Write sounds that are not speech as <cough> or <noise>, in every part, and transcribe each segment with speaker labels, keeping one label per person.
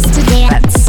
Speaker 1: to dance.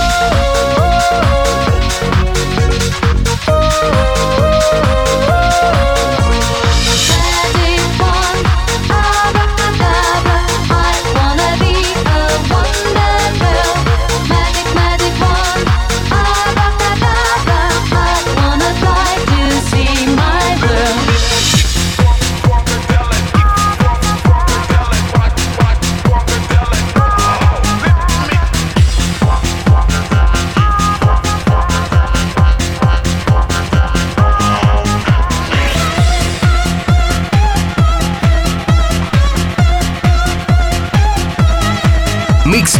Speaker 2: Mix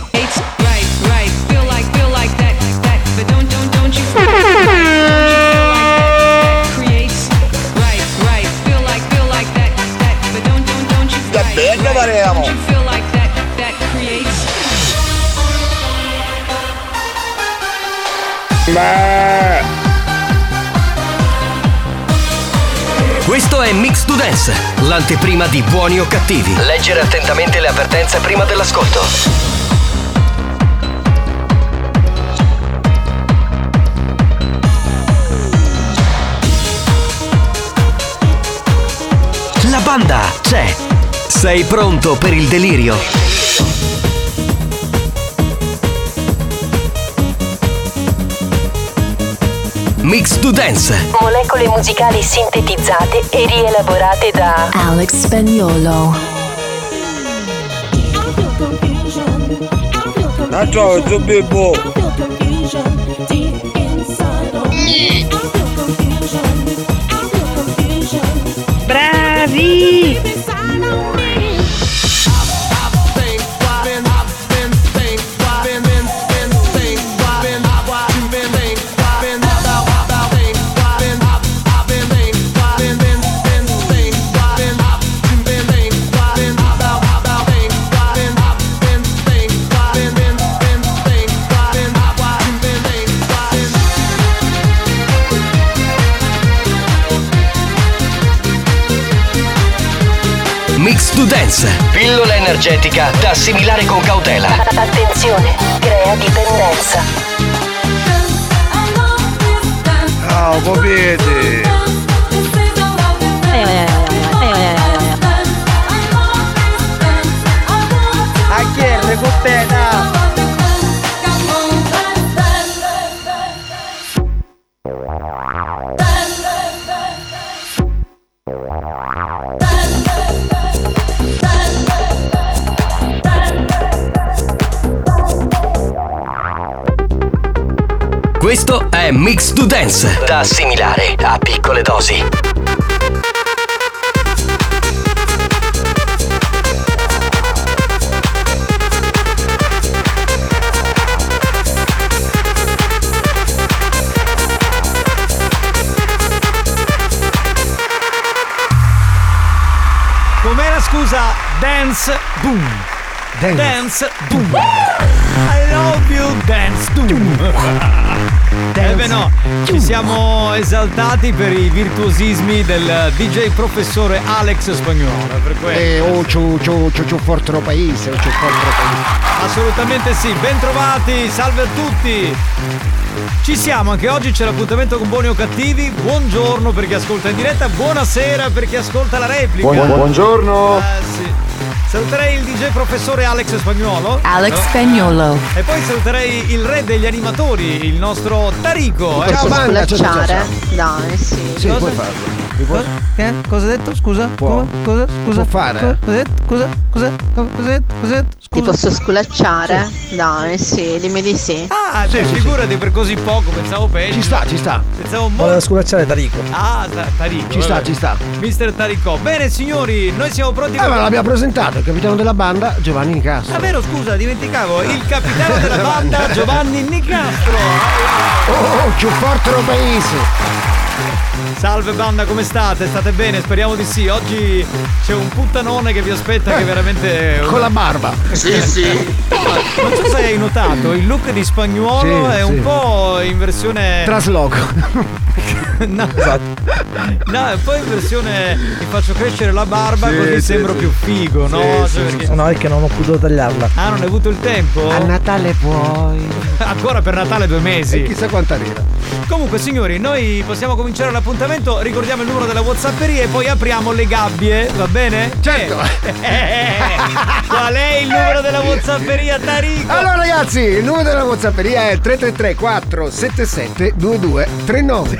Speaker 3: eight, right, right. Feel like, feel like that, that. But don't, don't, don't you feel like that creates? Right, right. Feel like, feel like that, that. But don't, don't, don't you feel like
Speaker 4: bene, Varemo.
Speaker 3: that, that creates?
Speaker 2: Questo è Mix to Dance, l'anteprima di buoni o cattivi. Leggere attentamente le avvertenze prima dell'ascolto. La banda c'è. Sei pronto per il delirio? Mix to Dance.
Speaker 5: molecole musicali sintetizzate e rielaborate da
Speaker 6: Alex Spagnolo.
Speaker 4: La trovo, tu bimbo.
Speaker 7: Bravi!
Speaker 2: Mix to Dance. Pillola energetica da assimilare con cautela.
Speaker 5: attenzione, crea dipendenza.
Speaker 4: Ciao, capite.
Speaker 8: A chi è recupera?
Speaker 2: Questo è Mix to Dance. Da assimilare a piccole dosi.
Speaker 9: Com'era scusa? Dance boom. Dance, boom. I love you dance boom. Eh beh no, ci siamo esaltati per i virtuosismi del DJ professore Alex Spagnolo, per quello.
Speaker 10: Eh, oh, c'ho, c'ho, c'ho, c'ho fortro paese, oh, c'ho fortro paese.
Speaker 9: Assolutamente sì, bentrovati, salve a tutti! Ci siamo, anche oggi c'è l'appuntamento con Buoni o Cattivi, buongiorno per chi ascolta in diretta, buonasera per chi ascolta la replica.
Speaker 4: Buongiorno.
Speaker 9: Eh, sì. Saluterei il DJ professore Alex Spagnuolo.
Speaker 1: Alex
Speaker 9: No?
Speaker 1: Spagnolo.
Speaker 9: E poi saluterei il re degli animatori, il nostro Tarico.
Speaker 10: Ciao,
Speaker 9: Cosa-
Speaker 10: banda, ciao, ciao, ciao.
Speaker 11: Dai, sì.
Speaker 10: Sì,
Speaker 9: Oh, eh. Cosa-
Speaker 10: puoi farlo. Mi puoi-
Speaker 9: Eh? Cosa hai detto? Scusa?
Speaker 10: Può.
Speaker 9: Come? Cosa? Scusa?
Speaker 10: Può fare.
Speaker 9: Co- Cosa hai detto? Cosa? Cosa? Co- Cosa hai detto? Cosa hai detto?
Speaker 11: Ti
Speaker 9: Scusa.
Speaker 11: posso sculacciare? Dai, sì, dimmi di sì.
Speaker 9: Ah, cioè, figurati per così poco, pensavo peggio.
Speaker 10: Ci sta, ci sta.
Speaker 9: Pensavo molto.
Speaker 4: sculacciare Tarico.
Speaker 9: Ah, ta- Tarico.
Speaker 10: Ci sta,
Speaker 9: vabbè.
Speaker 10: ci sta.
Speaker 9: Mister Taricò. Bene, signori, noi siamo pronti
Speaker 10: Eh,
Speaker 9: per.
Speaker 10: ma l'abbiamo presentato, il capitano della banda, Giovanni Nicastro.
Speaker 9: Ah, vero, scusa, dimenticavo. Il capitano
Speaker 10: <laughs>
Speaker 9: della banda, Giovanni Nicastro.
Speaker 10: Oh, oh, più forte lo paese.
Speaker 9: Salve banda, come state? State bene? Speriamo di sì. Oggi c'è un puttanone che vi aspetta che veramente.
Speaker 10: Eh, Con la barba.
Speaker 9: Non so se hai notato, il look di spagnuolo
Speaker 10: Sì,
Speaker 9: è un
Speaker 10: sì.
Speaker 9: po' in versione.
Speaker 10: Trasloco.
Speaker 9: No, no, è un po' in versione ti faccio crescere la barba così sembro più figo, no? Cioè, perché-
Speaker 4: No, è che non ho potuto tagliarla.
Speaker 9: Ah, non hai avuto il tempo?
Speaker 10: Natale puoi.
Speaker 9: <laughs> Ancora per Natale due
Speaker 10: E
Speaker 9: mesi.
Speaker 10: chissà quanta nera.
Speaker 9: Comunque, signori, noi possiamo cominciare l'appuntamento. Ricordiamo il numero della WhatsApperia e poi apriamo le gabbie, va bene? Certo. <laughs> Qual è il numero della WhatsApperia, <laughs> Tarico?
Speaker 10: Allora ragazzi, il numero della Whatsapperia è 333 477 2239.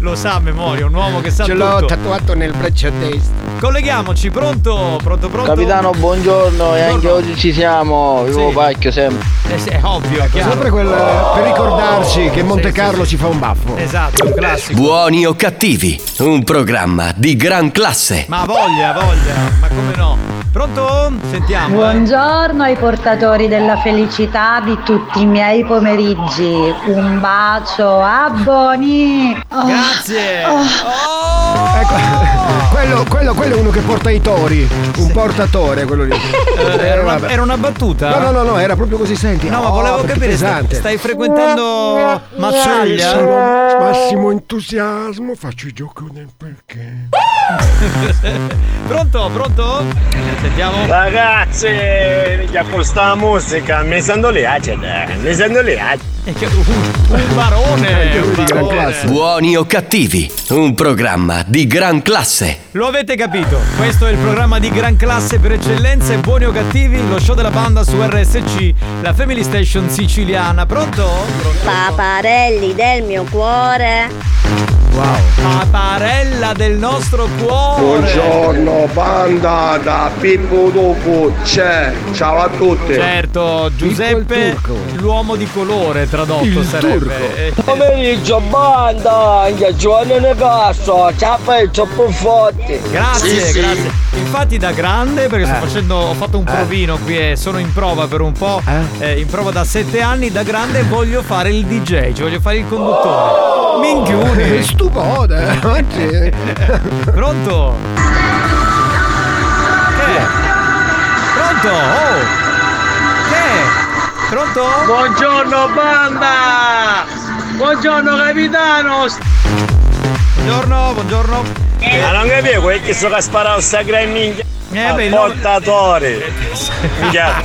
Speaker 9: Lo sa a memoria, un uomo che sa
Speaker 10: Ce l'ho
Speaker 9: tutto.
Speaker 10: tatuato nel braccio destro.
Speaker 9: Colleghiamoci, pronto? Pronto, pronto?
Speaker 4: Capitano, buongiorno e anche
Speaker 9: Buongiorno.
Speaker 4: oggi ci siamo. Vivo
Speaker 9: Sì.
Speaker 4: Pacchio sempre.
Speaker 9: Eh, sì, è ovvio, è chiaro.
Speaker 10: Sempre quel eh, per ricordarci che Monte
Speaker 9: sì,
Speaker 10: Carlo
Speaker 9: sì.
Speaker 10: ci fa un baffo.
Speaker 9: Esatto, un classico.
Speaker 2: Buoni o cattivi, un programma di gran classe.
Speaker 9: Ma voglia, voglia, ma come no? Pronto? Sentiamo. Buongiorno. Grazie. Oh!
Speaker 10: Ecco,
Speaker 9: <laughs>
Speaker 10: quello, quello, quello è uno che porta i tori. Un portatore quello lì.
Speaker 9: <laughs> Eh,
Speaker 10: Eh,
Speaker 9: Era una,
Speaker 10: vabbè.
Speaker 9: era una battuta?
Speaker 10: No, no, no, no, era proprio così, senti.
Speaker 9: No, ma
Speaker 10: Oh,
Speaker 9: volevo
Speaker 10: perché
Speaker 9: capire, sta-
Speaker 10: pesante.
Speaker 9: stai frequentando Mazzaglia?
Speaker 10: Sono massimo entusiasmo, faccio i giochi nel perché.
Speaker 9: Pronto, pronto? Sentiamo.
Speaker 12: Ragazzi, minchia, con sta musica, mi sento lì, ah, c'è, eh, mi sento lì, ah.
Speaker 9: Eh, che- Un un barone, un barone.
Speaker 2: Buoni o cattivi, un programma di gran classe.
Speaker 9: Lo avete capito, questo è il programma di gran classe per eccellenza e buoni o cattivi, lo show della banda su RSC, la Family Station siciliana. Pronto?
Speaker 11: Paparelli del mio cuore.
Speaker 9: Paparella del nostro cuore.
Speaker 12: Buongiorno, banda da Pippo Dopo c'è. Ciao a tutti.
Speaker 9: Certo, Giuseppe,
Speaker 10: Pippo il turco.
Speaker 9: l'uomo di colore tradotto sarebbe. Eh,
Speaker 4: Pomeriggio, banda, anche Giovanni Nicastro, ci ha fatto più forte.
Speaker 9: Grazie, grazie. Infatti da grande, perché
Speaker 10: Eh.
Speaker 9: sto facendo, ho fatto un provino qui e sono in prova per un po', eh, in prova da sette anni, da grande voglio fare il DJ, cioè voglio fare il conduttore.
Speaker 10: È
Speaker 9: Minchioni,
Speaker 10: stupido, eh, Oh! oggi.
Speaker 9: pronto? Che? Pronto? Oh! Che? Pronto?
Speaker 4: Buongiorno, banda! Buongiorno, capitano!
Speaker 9: Buongiorno, buongiorno.
Speaker 12: Eh, Ma non capivo, quel che so che ha sparato sta gran minchia.
Speaker 9: Eh, beh, il nome-
Speaker 12: Portatore. Minchia.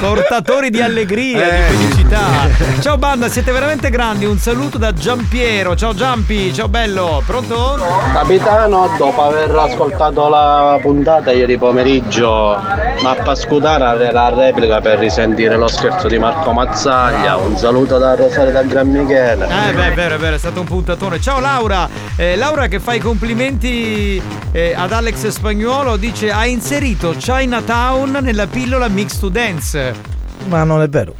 Speaker 9: Portatori di allegria,
Speaker 10: Eh,
Speaker 9: di felicità. Ciao banda, siete veramente grandi. Un saluto da Giampiero. Ciao Giampi, ciao bello. Pronto?
Speaker 4: Capitano, dopo aver ascoltato la puntata ieri pomeriggio, Mappa Scudara la replica per risentire lo scherzo di Marco Mazzaglia. Un saluto da Rosario da Gran Michele.
Speaker 9: Eh beh, è vero, è vero, è stato un puntatone. Ciao Laura. Eh, Laura che fa i complimenti eh, ad Alex Spagnuolo dice ha inserito Chinatown nella pillola Mix to Dance.
Speaker 4: Ma non è vero.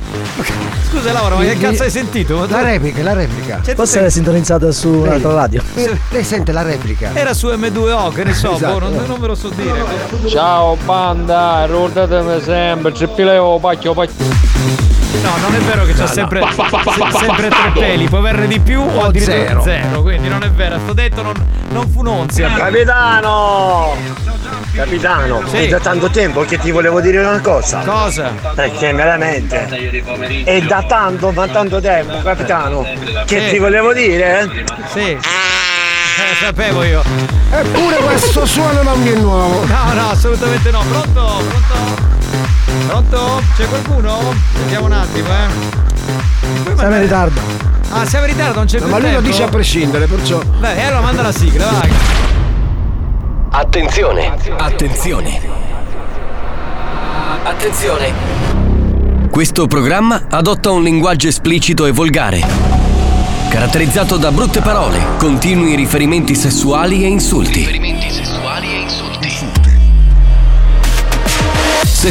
Speaker 9: Scusa Laura, ma che cazzo hai sentito? Ma tu-
Speaker 10: La replica, la replica.
Speaker 9: Cioè, tu
Speaker 4: Forse
Speaker 9: sei-
Speaker 4: è sintonizzata su un'altra radio.
Speaker 10: Eh, Lei sente la replica.
Speaker 9: Era su M2O, che ne so,
Speaker 10: Esatto.
Speaker 9: boh, non, non ve lo so dire.
Speaker 4: Ciao banda, ricordatemi sempre, c'è
Speaker 12: oh,
Speaker 4: Pileo, pacchio, pacchio.
Speaker 9: No, non è vero che c'ha sempre, sempre tre peli, può averne di più o addirittura zero.
Speaker 10: zero.
Speaker 9: quindi non è vero, sto detto non, non fu nonzia.
Speaker 12: Capitano! Capitano,
Speaker 9: Sì.
Speaker 12: è da tanto tempo che ti volevo dire una cosa.
Speaker 9: Cosa?
Speaker 12: Perché veramente è da tanto, ma tanto tempo, capitano, che
Speaker 9: Sì.
Speaker 12: ti volevo dire. eh.
Speaker 9: Sì. Eh, sapevo io.
Speaker 10: Eppure questo suono non mi è nuovo.
Speaker 9: No, no, assolutamente no. Pronto? Pronto? Pronto? C'è qualcuno? Vediamo un attimo, eh. Mi puoi
Speaker 4: Siamo in
Speaker 9: mandare-
Speaker 4: ritardo.
Speaker 9: Ah, siamo in ritardo, non c'è più
Speaker 10: Ma lui lo
Speaker 9: tempo?
Speaker 4: eh,
Speaker 10: dice a prescindere, perciò.
Speaker 9: Beh, allora manda la sigla, vai.
Speaker 2: Attenzione, attenzione. Attenzione. Questo programma adotta un linguaggio esplicito e volgare, caratterizzato da brutte parole, continui riferimenti sessuali e insulti.
Speaker 3: Riferimenti sessuali e insulti.
Speaker 2: Se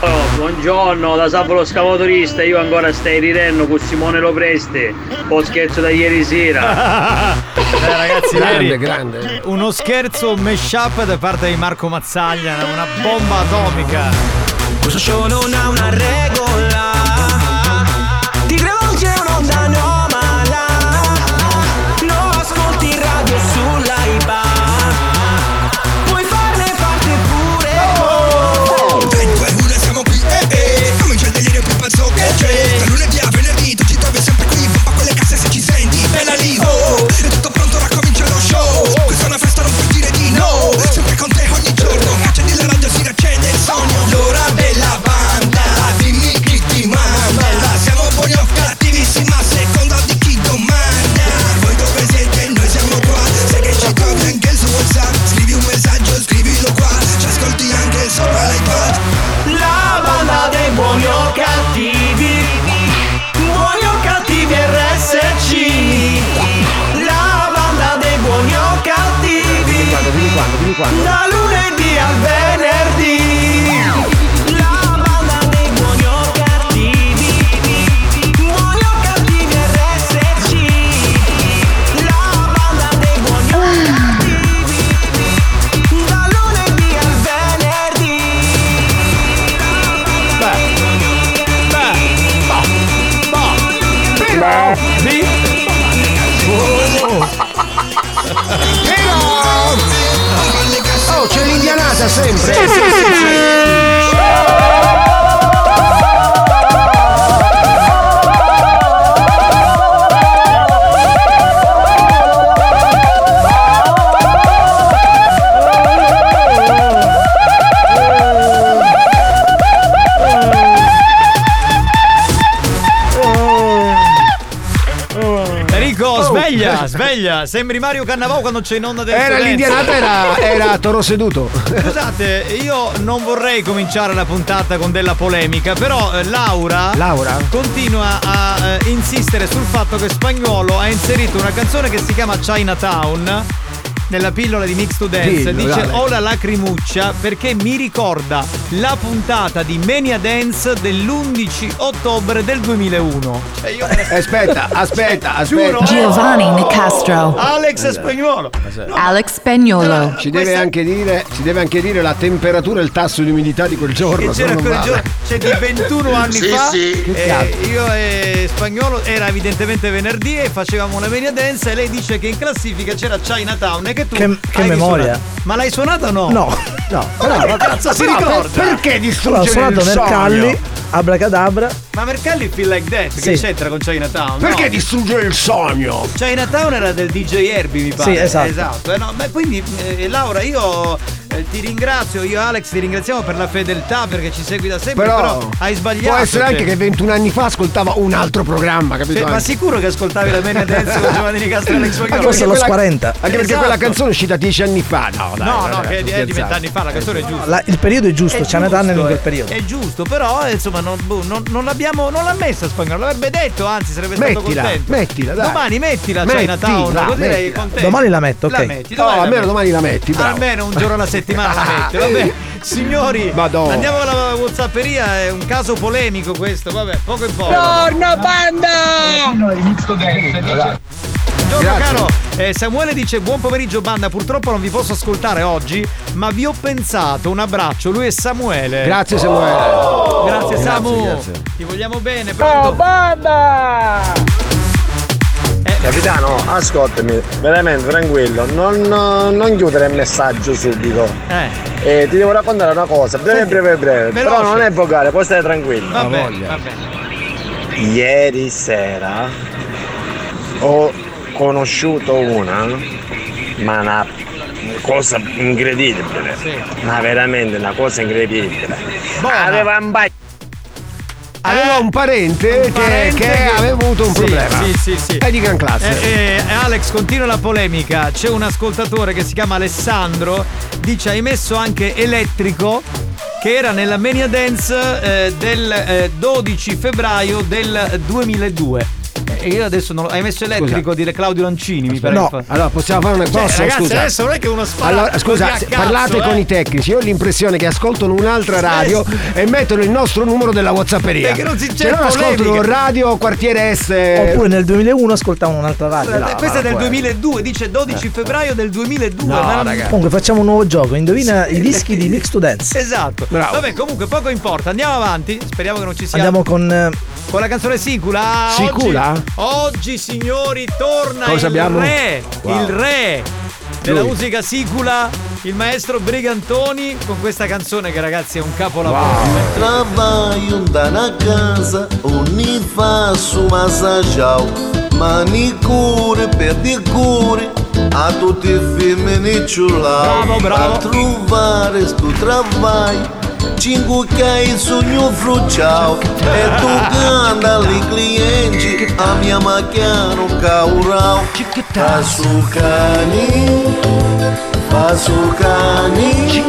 Speaker 13: Oh, buongiorno da Sabolo Scavatorista, io ancora stai ridendo con Simone Lopreste, ho scherzo da ieri sera.
Speaker 9: Eh, ragazzi,
Speaker 13: Grande,
Speaker 9: ieri
Speaker 13: grande.
Speaker 9: Uno scherzo mashup da parte di Marco Mazzaglia, una bomba atomica. Questo show non ha una regola.
Speaker 3: Ti rivolge un'onda anomala Lo ascolti in radio sull'iPad Puoi farne parte pure 3, 2, 1, siamo qui, eh, eh Comincia il delirio più pazzo che c'è Da lunedì a venerdì tu ci trovi sempre qui Bomba con le casse se ci senti, bella lì, oh È tutto pronto, ora comincia lo show Questa è una festa, non puoi dire di no Sempre con te ogni giorno Accendi la radio, si riaccende il sogno L'ora della banda Dimmi chi ti manda Siamo buoni o cattivissima a seconda di chi domanda Voi dove siete? Noi siamo qua Se che ci trovi anche su WhatsApp Scrivi un messaggio, scrivilo qua Ci ascolti anche sopra l'iPad La banda dei buoni o cattivi Buoni o cattivi RSC La banda dei buoni o cattivi Da lunedì al venerdì La banda dei buoni o cattivi Buoni o cattivi RSC La banda dei buoni o cattivi Da lunedì al venerdì
Speaker 10: Oh, c'è l'indianata sempre! Sì, sì, sì,
Speaker 9: Enrico,
Speaker 10: Oh.
Speaker 9: sveglia, sveglia. Sembri Mario Cannavò quando c'è in onda del
Speaker 10: Era
Speaker 9: Firenze.
Speaker 10: l'indianata, era, era toro seduto.
Speaker 9: Scusate, io non vorrei cominciare la puntata con della polemica, però eh, Laura,
Speaker 10: Laura?
Speaker 9: continua a eh, insistere sul fatto che Spagnolo ha inserito una canzone che si chiama Chinatown nella pillola di Mix to Dance.
Speaker 14: Dillo,
Speaker 9: Dice
Speaker 14: dai.
Speaker 9: ho la lacrimuccia perché mi ricorda la puntata di Mania Dance dell'11 ottobre del 2001. Cioè, io-
Speaker 10: Aspetta, aspetta, aspetta.
Speaker 15: Giovanni Nicastro.
Speaker 9: Alex Spagnolo.
Speaker 15: Alex Spagnolo.
Speaker 9: Eh,
Speaker 10: Ci deve, anche dire, ci deve anche dire la temperatura e il tasso di umidità di quel giorno.
Speaker 9: Che
Speaker 10: se no
Speaker 9: c'era
Speaker 10: non
Speaker 9: quel
Speaker 10: vale.
Speaker 9: giorno, cioè di
Speaker 10: <laughs>
Speaker 9: 21 anni
Speaker 10: Sì,
Speaker 9: fa.
Speaker 10: sì. Che
Speaker 9: eh,
Speaker 10: cazzo.
Speaker 9: io e Spagnolo era evidentemente venerdì e facevamo una media dance e lei dice che in classifica c'era Chinatown e che tu.
Speaker 14: Che-
Speaker 9: hai
Speaker 14: che memoria.
Speaker 9: risuonato. Ma l'hai suonata o no?
Speaker 14: No, no.
Speaker 4: Ah,
Speaker 9: Però ma cazzo si
Speaker 14: Però
Speaker 9: ricorda.
Speaker 14: per- Allora, Ho suonato Mercalli, Abracadabra.
Speaker 9: Ma Mercalli feel like that,
Speaker 14: Sì.
Speaker 9: che c'entra con Chinatown?
Speaker 14: Perché
Speaker 9: distruggere il sogno? Chinatown era del DJ Herbie, mi pare.
Speaker 14: Sì, esatto.
Speaker 9: Eh, no, ma quindi, eh, Laura, io eh, ti ringrazio, io e Alex ti ringraziamo per la fedeltà, perché ci segui da sempre, però,
Speaker 10: Però,
Speaker 9: hai sbagliato.
Speaker 10: Può essere anche
Speaker 9: cioè.
Speaker 10: che 21 anni fa ascoltava un altro programma, capito?
Speaker 9: Cioè, ma
Speaker 10: Anche.
Speaker 9: sicuro che ascoltavi la Mania Dance con Giovanni di Castro e Alex Spagnolo?
Speaker 10: Anche perché quella- Anche perché quella
Speaker 9: Esatto.
Speaker 10: canzone è uscita 10 anni fa. No, dai,
Speaker 9: No,
Speaker 10: dai,
Speaker 9: no,
Speaker 10: dai,
Speaker 9: che è di- è di
Speaker 10: scherzate.
Speaker 9: vent'anni fa, la canzone è giusta.
Speaker 14: La- il periodo è giusto, c'è una tanna in quel
Speaker 9: è-
Speaker 14: periodo.
Speaker 9: È giusto, però eh, insomma non, boh, non- non l'abbiamo, non l'ha messa spagnolo, l'avrebbe detto, anzi sarebbe stato
Speaker 14: Mettila,
Speaker 9: contento.
Speaker 14: mettila, dai.
Speaker 9: Domani mettila a
Speaker 14: Mettila,
Speaker 9: Chinatown, così
Speaker 14: mettila.
Speaker 9: lei è contento.
Speaker 14: Domani la metto,
Speaker 9: La
Speaker 14: ok.
Speaker 9: metti,
Speaker 14: No,
Speaker 9: domani la
Speaker 14: almeno
Speaker 9: metti.
Speaker 14: domani la metti, bravo.
Speaker 9: Almeno un giorno alla settimana la metti,
Speaker 14: <laughs>
Speaker 9: vabbè. Signori,
Speaker 14: Madonna.
Speaker 9: andiamo alla Whatsapperia, è un caso polemico questo, vabbè, poco e poco.
Speaker 3: Buongiorno
Speaker 4: Eh,
Speaker 3: banda
Speaker 9: Buongiorno caro, Eh, Samuele dice buon pomeriggio banda, purtroppo non vi posso ascoltare oggi, ma vi ho pensato, un abbraccio, lui è Samuele.
Speaker 10: Grazie, Samuele.
Speaker 9: Grazie,
Speaker 10: Grazie,
Speaker 9: Samu.
Speaker 10: grazie.
Speaker 9: Ti vogliamo bene, pronto? Eh.
Speaker 16: banda!
Speaker 4: Capitano, ascoltami, veramente tranquillo, non, non chiudere il messaggio subito.
Speaker 9: Eh.
Speaker 4: Eh, ti devo raccontare una cosa, breve, breve, breve. Però non è vocale, puoi stare tranquillo.
Speaker 9: Va bene, va bene.
Speaker 4: Ieri sera
Speaker 17: ho conosciuto una, ma una cosa incredibile, ma veramente una cosa incredibile.
Speaker 10: Aveva un Aveva un parente, che-
Speaker 9: parente
Speaker 10: che,
Speaker 9: che-
Speaker 10: aveva avuto un
Speaker 9: Sì,
Speaker 10: problema.
Speaker 9: sì, sì, sì.
Speaker 10: È di gran classe.
Speaker 9: Eh, eh, Alex, continua la polemica. C'è un ascoltatore che si chiama Alessandro. Dice: Hai messo anche elettrico. Che era nella Mania Dance eh, del eh, 12 febbraio del 2002. E io adesso non lo- Hai messo elettrico a dire Claudio Lancini, mi pare.
Speaker 10: No,
Speaker 9: che fa-
Speaker 10: allora possiamo fare una
Speaker 9: Cioè,
Speaker 10: posso,
Speaker 9: ragazzi,
Speaker 10: scusa.
Speaker 9: adesso non è che uno spara.
Speaker 10: Allora,
Speaker 9: così
Speaker 10: scusa,
Speaker 9: a
Speaker 10: se-
Speaker 9: cazzo,
Speaker 10: parlate
Speaker 9: eh.
Speaker 10: con i tecnici. Io ho l'impressione che ascoltano un'altra radio e mettono il nostro numero della WhatsApperia.
Speaker 14: Perché non si- c'è
Speaker 10: Se non ascoltano
Speaker 14: polemica.
Speaker 10: radio quartiere S. eh,
Speaker 14: Oppure nel 2001 ascoltavano un'altra radio.
Speaker 9: Eh, Questo è del 2002, dice
Speaker 10: Eh.
Speaker 9: 12 febbraio del 2002. ma-
Speaker 14: Comunque facciamo un nuovo gioco, indovina i dischi di Mix to Dance.
Speaker 9: Esatto.
Speaker 14: Bravo.
Speaker 9: Vabbè, comunque poco importa. Andiamo avanti. Speriamo che non ci sia.
Speaker 14: Andiamo con eh,
Speaker 9: Con la canzone Sicula. Oggi-
Speaker 14: Sicula?
Speaker 9: Oggi, signori, torna
Speaker 14: Cosa
Speaker 9: il
Speaker 14: abbiamo?
Speaker 9: re.
Speaker 14: Wow.
Speaker 9: Il re della
Speaker 14: Lui.
Speaker 9: musica Sicula, il maestro Brigantoni, con questa canzone che ragazzi è un capolavoro.
Speaker 1: Trabalho da na casa, uni faço massajal, manicure, pedicure, a tutti femminiciulau.
Speaker 9: Bravo, bravo.
Speaker 1: A trovare sto trabalho, cinco que é isso no frutal. É tu ganda ali cliente, a minha maquiar um caural. né? Faço caninho, faço caninho.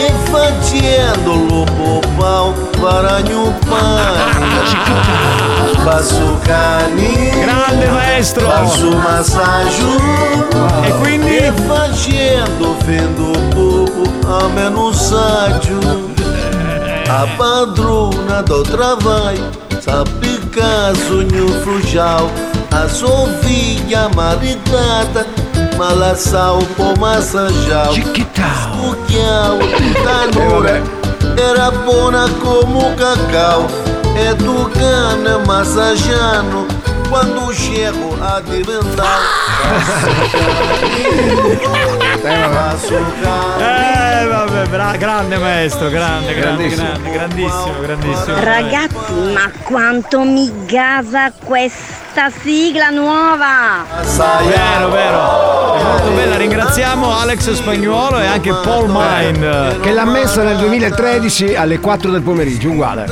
Speaker 1: E facendo lo popau faragno pane Passo cani
Speaker 9: Grande maestro
Speaker 1: Passo massaggio E quindi E facendo fendo popo a meno saggio A padrona do trabalho Sabe caso no frujal A Sofia maricata Malassal por massajal O que é o tanura Era bona como cacau É do cana massajano Quando chego a divental Faço
Speaker 9: <laughs> Eh, vabbè, bra- grande maestro, grande, grande, grande, grandissimo, grandissimo.
Speaker 3: Ragazzi, ma quanto mi gasa questa sigla nuova!
Speaker 9: Eh, Vero, vero. È molto bella, ringraziamo Alex Spagnuolo e anche Paul Mine.
Speaker 10: Che l'ha messa nel 2013 alle 4 del pomeriggio, uguale.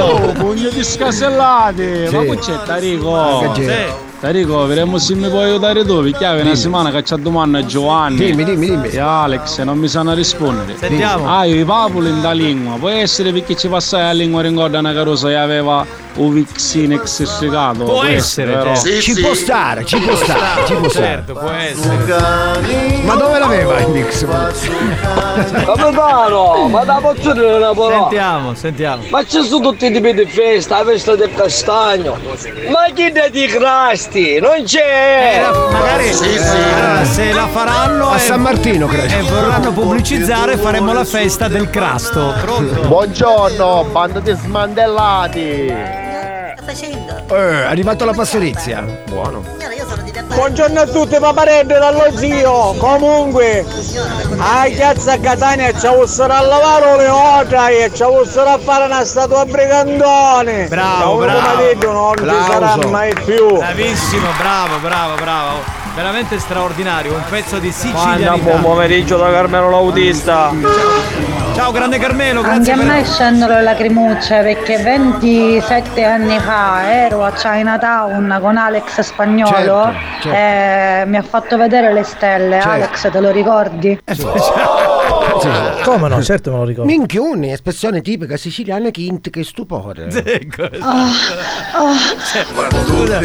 Speaker 18: Oh, pugno di scasellate!
Speaker 10: Sì.
Speaker 18: Ma che c'è Tarico?
Speaker 10: Ma che c'è?
Speaker 18: Sì. Tarico, vedremo se mi puoi aiutare tu, perché avevo una settimana che c'è domanda a Giovanni.
Speaker 10: Dimmi, dimmi, dimmi.
Speaker 18: E Alex, non mi sanno rispondere.
Speaker 9: Sentiamo.
Speaker 18: Ah, i papoli in da lingua. Può essere perché ci passai la lingua rincorda una carosa e aveva un Vixinex spiegato.
Speaker 10: Può essere,
Speaker 18: però.
Speaker 10: sì, Ci sì. può stare, ci può stare, ci può Certo,
Speaker 9: può essere.
Speaker 10: Ma dove l'aveva il mix?
Speaker 4: Capitano, ma da posso dire una parola?
Speaker 9: Sentiamo, sentiamo.
Speaker 4: Ma ci sono tutti i tipi di festa, la festa del castagno. Ma chi ne di crasti? Non c'è!
Speaker 9: Eh, magari allora, se la faranno
Speaker 10: A
Speaker 9: e-
Speaker 10: San Martino, credo.
Speaker 9: e vorranno pubblicizzare faremo la festa del crasto.
Speaker 17: Buongiorno, bando di smandellati!
Speaker 10: Eh, è arrivato la passerizia.
Speaker 17: Buono.
Speaker 4: Buongiorno a tutti paparelli dallo zio, comunque a Chiazza Catania ci fossero a lavare le otaie, ci fossero a fare una statua a brigandone.
Speaker 9: Bravo,
Speaker 4: Cavolo,
Speaker 9: bravo.
Speaker 4: come detto, non ci sarà
Speaker 9: Applauso.
Speaker 4: mai più.
Speaker 9: Bravissimo, bravo, bravo, bravo. Veramente straordinario, un pezzo di
Speaker 4: Anna, buon
Speaker 9: sicilianità.
Speaker 4: pomeriggio da Carmelo l'autista.
Speaker 9: Ciao grande Carmelo, grazie
Speaker 5: Anche a me
Speaker 9: per
Speaker 5: scendono le lacrimucce perché 27 anni fa ero a Chinatown con Alex Spagnolo
Speaker 9: Certo, certo.
Speaker 5: e mi ha fatto vedere le stelle.
Speaker 14: Certo.
Speaker 5: Alex, te lo ricordi?
Speaker 9: Eh,
Speaker 14: Come no, certo me lo ricordo.
Speaker 10: Ah. Minchioni, espressione tipica siciliana che int che
Speaker 3: Eh.
Speaker 10: stupore.
Speaker 3: Oh,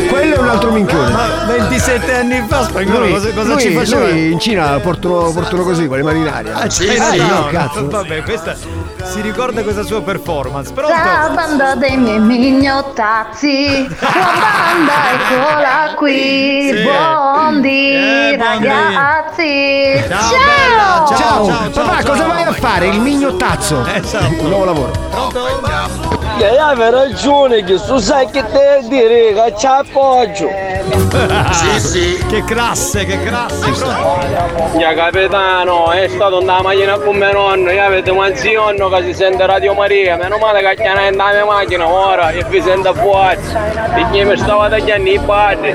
Speaker 10: Quello è un altro minchione.
Speaker 9: Cioè, Ma 27 anni fa spagnolo
Speaker 10: Lui-
Speaker 9: cosa, cosa
Speaker 10: lui-
Speaker 9: ci faceva?
Speaker 10: Lui in Cina portano, portano così con le mani in aria.
Speaker 9: Ah, c'è
Speaker 10: Ah,
Speaker 9: no,
Speaker 10: no,
Speaker 9: no, <laughs>
Speaker 10: cazzo.
Speaker 9: Vabbè, questa si ricorda questa sua performance. Pronto?
Speaker 5: Ciao banda dei miei mignottazzi, la banda eccola qui,
Speaker 9: Sì.
Speaker 5: buondì
Speaker 3: É,
Speaker 10: Eh, buon dì.
Speaker 5: ragazzi, ciao!
Speaker 10: Oh, Papà, cosa vai a fare? Il mignotazzo. Un nuovo lavoro.
Speaker 9: Pronto?
Speaker 4: Che aveva ragione che tu sai che te di rega c'è appoggio.
Speaker 9: <laughs> Sì, sì. Che classe, che classe. pronto?
Speaker 4: Ia capitano, è stato andare a macchina con mio nonno, io avete un zio nonno che si sente Radio Maria, meno male che c'è una andata in macchina ora e vi sente fuori. Perché mi stava tagliando i patti.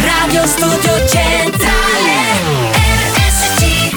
Speaker 19: Radio Studio Centrale RSC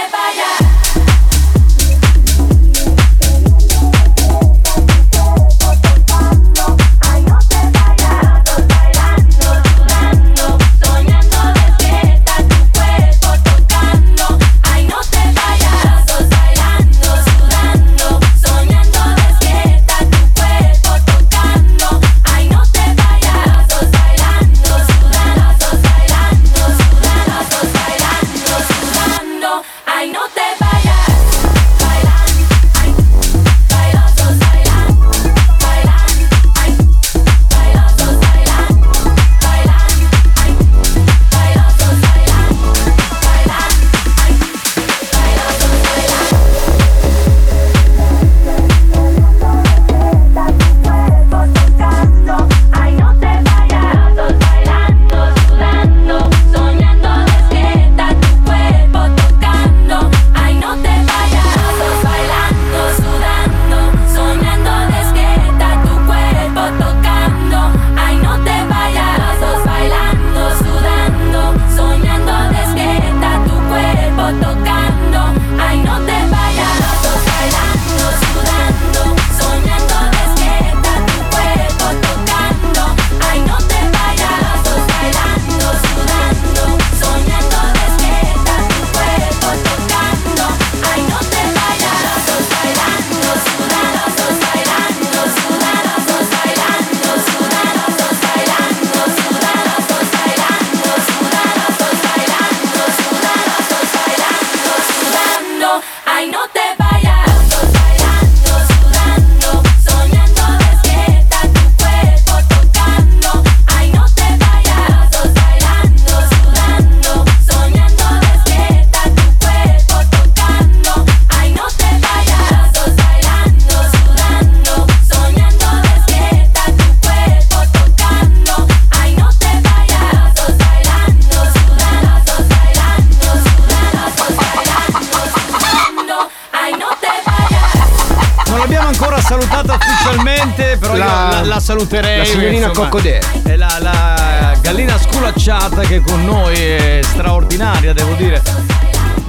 Speaker 19: Ay, no te vayas Sos bailando, sudando Soñando despierta tu cuerpo tocando Ay, no te vayas Sos bailando, sudando Sos bailando, sudando Sos bailando, sudando Ay, no te vayas Ay, no te vayas Sos bailando, sudando Soñando despierta tu cuerpo tocando Ay, no te vayas Sos bailando, sudando Soñando despierta tu cuerpo tocando Ay, no te vayas Sos bailando, sudando Soñando despierta tu cuerpo tocando Ay, no te vayas Sos bailando, sudando Soñando despierta tu cuerpo tocando Ay, no te vayas Sos bailando, sudando Soñando despierta tu cuerpo tocando Ay, no te vayas Sos bailando, sudando Sos bailando, sudando Sos bailando, sudando Sos bailando, sudando Sos bailando, sudando Sos bailando, sudando Sos bailando, sudando Ay, no te vayas Sos bailando, sudando Soñando despierta tu cuerpo tocando Ay, no te vayas Sos bailando, sudando Soñando despierta tu cuerpo tocando Ay, no te vayas Sos bailando, sudando Soñando despierta tu cuerpo tocando Ay, no te vayas Sos bailando, sudando Sos bailando, sudando Sos bailando, sudando Ay, no te
Speaker 9: Non l'abbiamo ancora salutata ufficialmente, però io
Speaker 10: La-
Speaker 9: la, la saluterei.
Speaker 10: la signorina
Speaker 9: insomma.
Speaker 10: Coccodè.
Speaker 9: E la, la gallina sculacciata che con noi è straordinaria, devo dire.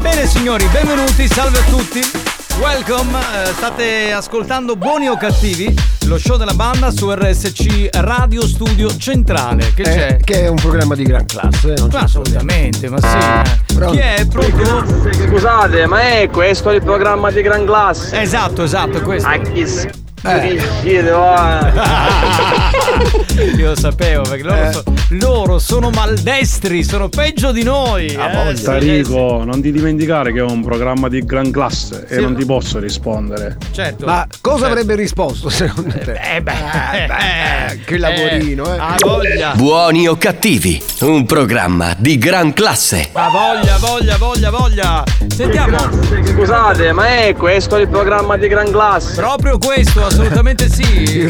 Speaker 9: Bene signori, benvenuti, salve a tutti. Welcome, eh, state ascoltando Buoni o Cattivi, lo show della banda su RSC Radio Studio Centrale. Che
Speaker 10: Eh,
Speaker 9: c'è?
Speaker 10: Che è un programma di gran classe. eh, non c'è
Speaker 9: Ma assolutamente, ma sì. eh. Chi è proprio?
Speaker 4: Scusate, ma è questo il programma di gran classe?
Speaker 9: Esatto, esatto, questo.
Speaker 4: A chi s-
Speaker 9: Eh.
Speaker 4: Dirigete, va.
Speaker 9: <laughs> Io lo sapevo perché loro, so- loro sono maldestri, sono peggio di noi. eh, sì.
Speaker 20: Tarico, non ti dimenticare che è un programma di gran classe e non ti posso rispondere.
Speaker 9: Certo.
Speaker 10: Ma cosa
Speaker 9: Certo.
Speaker 10: avrebbe risposto secondo te?
Speaker 9: Eh beh,
Speaker 10: che lavorino, eh.
Speaker 9: Ha voglia.
Speaker 2: Buoni o cattivi? Un programma di gran classe.
Speaker 9: Ha voglia, voglia, voglia, voglia. Sentiamo.
Speaker 4: Scusate, ma è questo il programma di gran classe?
Speaker 9: Proprio questo, assolutamente sì.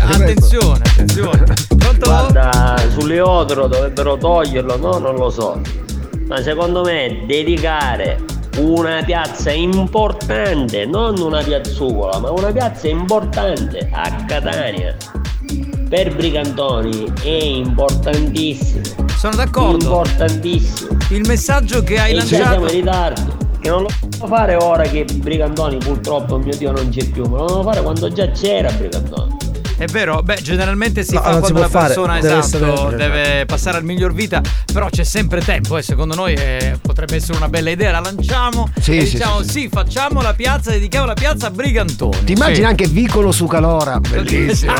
Speaker 9: attenzione, attenzione. Pronto?
Speaker 21: Guarda, sull'Iodoro dovrebbero toglierlo, no? Non lo so. Ma secondo me dedicare una piazza importante, non una piazzuola, ma una piazza importante a Catania per Brigantoni è importantissimo.
Speaker 9: Sono d'accordo.
Speaker 21: Importantissimo.
Speaker 9: Il messaggio che hai
Speaker 21: E già
Speaker 9: lanciato.
Speaker 21: Siamo in ritardo.
Speaker 22: Che non lo
Speaker 21: devo fare ora che Brigandoni purtroppo, mio Dio, non c'è più, ma lo devo fare quando già c'era Brigandoni.
Speaker 9: È vero, beh, generalmente si
Speaker 21: No,
Speaker 9: fa
Speaker 21: non si
Speaker 9: quando
Speaker 21: può
Speaker 9: la
Speaker 21: fare,
Speaker 9: persona
Speaker 21: deve
Speaker 9: esatto,
Speaker 21: essere-
Speaker 9: deve passare al miglior vita, però c'è sempre tempo e secondo noi eh, potrebbe essere una bella idea, la lanciamo
Speaker 10: Sì,
Speaker 9: e
Speaker 10: sì,
Speaker 9: diciamo sì, facciamo la piazza, dedichiamo la piazza a Brigantoni.
Speaker 10: Ti immagini
Speaker 9: Sì.
Speaker 10: anche Vicolo su
Speaker 9: <laughs>
Speaker 10: Calora? Bellissimo.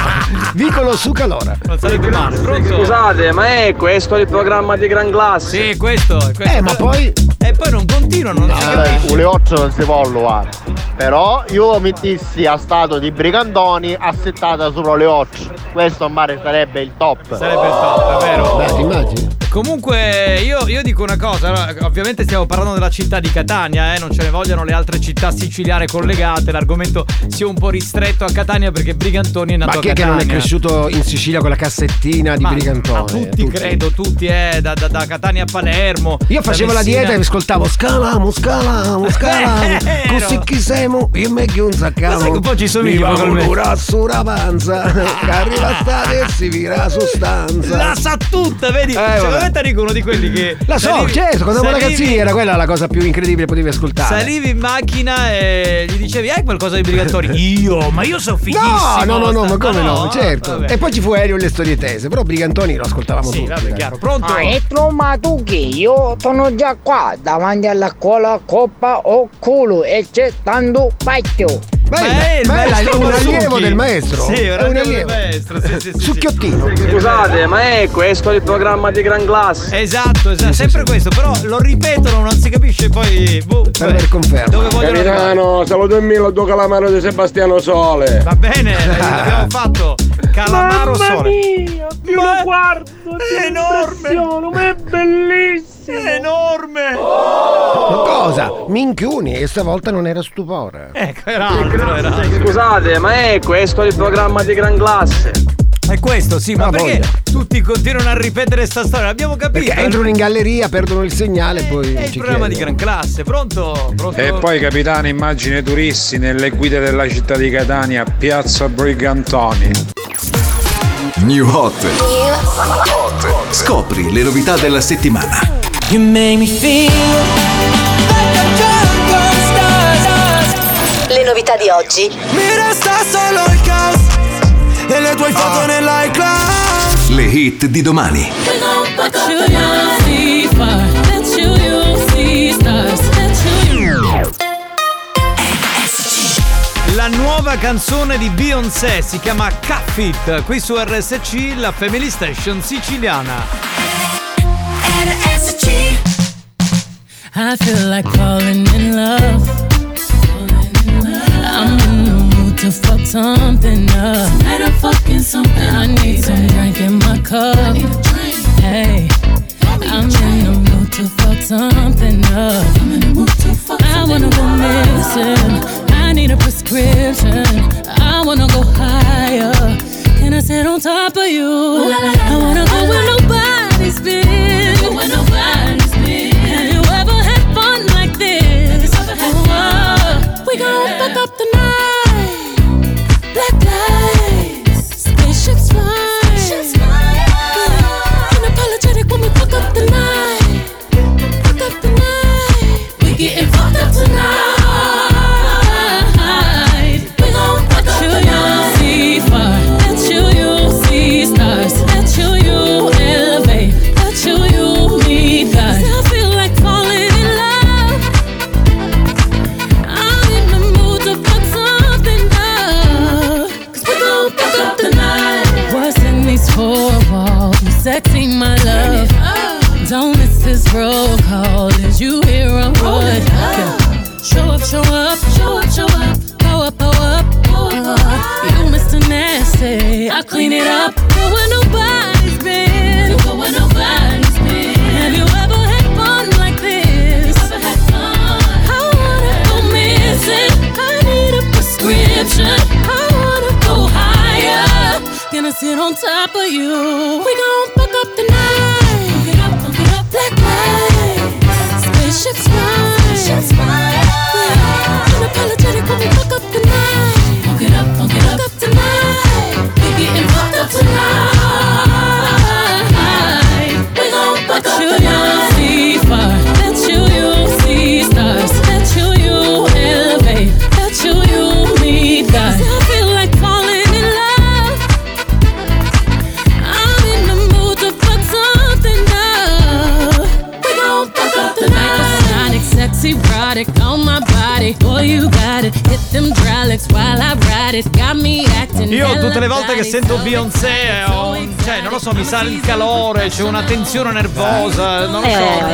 Speaker 10: Vicolo su Calora.
Speaker 9: Non sarebbe male. Pronto?
Speaker 4: Scusate, ma è questo il programma di Gran Classe?
Speaker 9: Sì, questo è questo.
Speaker 4: Eh, ma poi.
Speaker 9: E poi non continuano, non si
Speaker 4: Ah,
Speaker 14: Ah,
Speaker 9: capisce.
Speaker 14: Ule 8 non si può alluvare. Però io mi dissi a stato di brigandoni assettata sopra le 8. Questo a mare sarebbe il top.
Speaker 9: Sarebbe il top, è vero.
Speaker 14: Beh, ti immagini?
Speaker 9: Comunque io, io dico una cosa, allora, ovviamente stiamo parlando della città di Catania, eh, non ce ne vogliono le altre città siciliane collegate, l'argomento si è un po' ristretto a Catania perché Brigantoni è nato
Speaker 10: Ma
Speaker 9: a
Speaker 10: chi è che
Speaker 9: Catania.
Speaker 10: non è cresciuto in Sicilia con la cassettina di
Speaker 9: Ma
Speaker 10: Brigantone?
Speaker 9: Tutti, credo, tutti, eh, da, da- da Catania a Palermo.
Speaker 10: Io facevo la dieta e ascoltavo scalamo, scalamo,
Speaker 9: Eh,
Speaker 10: scalamo, così chi siamo, io me che un
Speaker 9: Ma sai
Speaker 10: saccavo.
Speaker 9: che un po' ci somigli
Speaker 10: Mi va
Speaker 9: proprio a me.
Speaker 10: un'ora sulla
Speaker 9: <laughs>
Speaker 10: panza, che arriva estate e si vira sostanza.
Speaker 9: La sa tutta, vedi? Sicuramente Enrico è uno di quelli che.
Speaker 10: Eh, La so,
Speaker 9: salivi-
Speaker 10: certo, quando ero
Speaker 9: salivi-
Speaker 10: ragazzini era quella la cosa più incredibile che potevi ascoltare.
Speaker 9: Salivi in macchina e gli dicevi hai qualcosa di Brigantori? <laughs> Io, ma io sono fighissimo!
Speaker 10: No, no, no, no, ma
Speaker 9: sta-
Speaker 10: come no, certo.
Speaker 9: Vabbè.
Speaker 10: E poi ci fu Elio e le storie tese, però Brigantoni lo ascoltavamo
Speaker 9: Sì,
Speaker 10: tutti.
Speaker 9: vabbè,
Speaker 10: dai.
Speaker 9: chiaro. Pronto?
Speaker 23: Ah, Etro, ma tu che? Io sono già qua davanti alla scuola Coppa o culo e c'è tanto pacchio.
Speaker 10: Bella, bella, è un allievo del maestro.
Speaker 4: Sì,
Speaker 10: è un allievo. Succhiottino.
Speaker 4: Scusate, ma è questo il programma di Gran Classe?
Speaker 9: Esatto, esatto, sempre questo, però lo ripetono, non si capisce poi. Boh, vabbè. Dove vogliono arrivare?
Speaker 4: Capitano, saluto il mio tuo calamaro di Sebastiano Sole.
Speaker 9: Va bene, l'abbiamo fatto. Calamaro
Speaker 4: Mamma
Speaker 9: Sole.
Speaker 4: Io lo guardo, è enorme. Ma è bellissimo. Oh! È
Speaker 9: enorme.
Speaker 10: Ma cosa? Minchioni, e stavolta non era stupore.
Speaker 9: Ecco, era altro, era altro.
Speaker 4: Scusate, ma è questo il programma di Gran Classe?
Speaker 9: È questo, sì, ma
Speaker 10: Ah,
Speaker 9: perché
Speaker 10: voglia.
Speaker 9: tutti continuano a ripetere sta storia? L'abbiamo capito. eh?
Speaker 10: Perché entrano in galleria, perdono il segnale e poi.
Speaker 9: È Eh, il programma di gran classe, pronto? Pronto?
Speaker 24: E poi capitano immagine turisti nelle guide della città di Catania, piazza Brigantoni.
Speaker 25: New Hot. Scopri le novità della settimana.
Speaker 7: You make me feel
Speaker 26: Le novità di oggi. Mi resta solo il caos e le tue foto nell'iCloud.
Speaker 25: Le hit di domani.
Speaker 9: La nuova canzone di Beyoncé si chiama Cuff It, qui su RSC, la Family Station siciliana.
Speaker 7: I feel like falling in love. I'm in the mood to fuck something up. Tonight I'm fucking something. I need some drink in my cup. Hey, I'm in the mood to fuck something up. I'm in the mood to fuck I wanna go missing. I need a prescription. I wanna go higher. Can I sit on top of you? I wanna go where nobody's been. Have you ever had fun like this? Oh, we gon' fuck up the night. Black lights, spaceships fly. Unapologetic when we fuck up the night. Fuck up the night. We getting fucked up tonight. We gon' fuck up you, you see far. Let you, you see stars. Let you, you elevate. Let you, you meet God. 'Cause I feel like falling in love. I'm in the mood to fuck something up. 'Cause we gon' fuck up the night. What's in these four walls? Sexy, my love. Don't miss this roll call. Did you hear a word? Show up, show up, show up, show up. Go up, go up, go up. You Mr. Nasty, I clean it up. Go where nobody's been. Go where nobody's been. Have you ever had fun like this? I wanna go missing. I need a prescription. I wanna go higher. Gonna sit on top of you. We gon' fuck up the night. Fuck it up, fuck it up. Black lights, spaceships fly. Spaceships fly. Yeah. Unapologetic when we fuck up the night. Fuck it up, fuck it up. Fuck up the night. We getting fucked up tonight. We gon' fuck up the night. Let you, you see far. Let you, you see stars. Let
Speaker 9: Io tutte le volte che sento Beyoncé, ho- cioè non lo so, mi sale il calore, c'è una tensione nervosa, non lo so.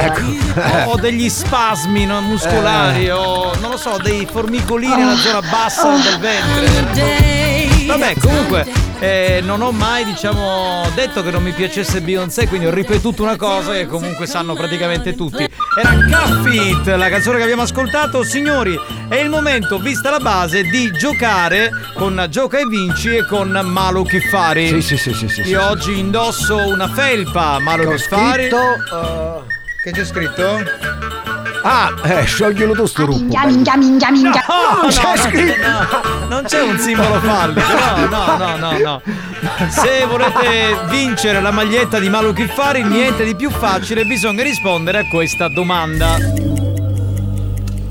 Speaker 9: Ecco. Ho- Ho degli spasmi no, muscolari, ho non lo so, dei formicolini nella zona bassa del ventre. Vabbè, comunque eh, non ho mai diciamo detto che non mi piacesse Beyoncé, quindi ho ripetuto una cosa che comunque sanno praticamente tutti. Era Caffit, la canzone che abbiamo ascoltato, signori, è il momento, vista la base, di giocare con Gioca e Vinci e con Malo Chiffari.
Speaker 10: Sì, sì, sì, sì, sì, sì.
Speaker 9: Io oggi indosso una felpa, Malo
Speaker 10: Ho
Speaker 9: Chiffari.
Speaker 10: scritto, eh,
Speaker 9: Che c'è scritto?
Speaker 10: Ah, eh, scioglilo tu sto ruppo.
Speaker 5: minchia, minchia, minchia.
Speaker 9: No,
Speaker 5: Cioè,
Speaker 9: no, no, non c'è un simbolo fallico, no, no, no, no, no. Se volete vincere la maglietta di Malo Chiffari, niente di più facile, bisogna rispondere a questa domanda.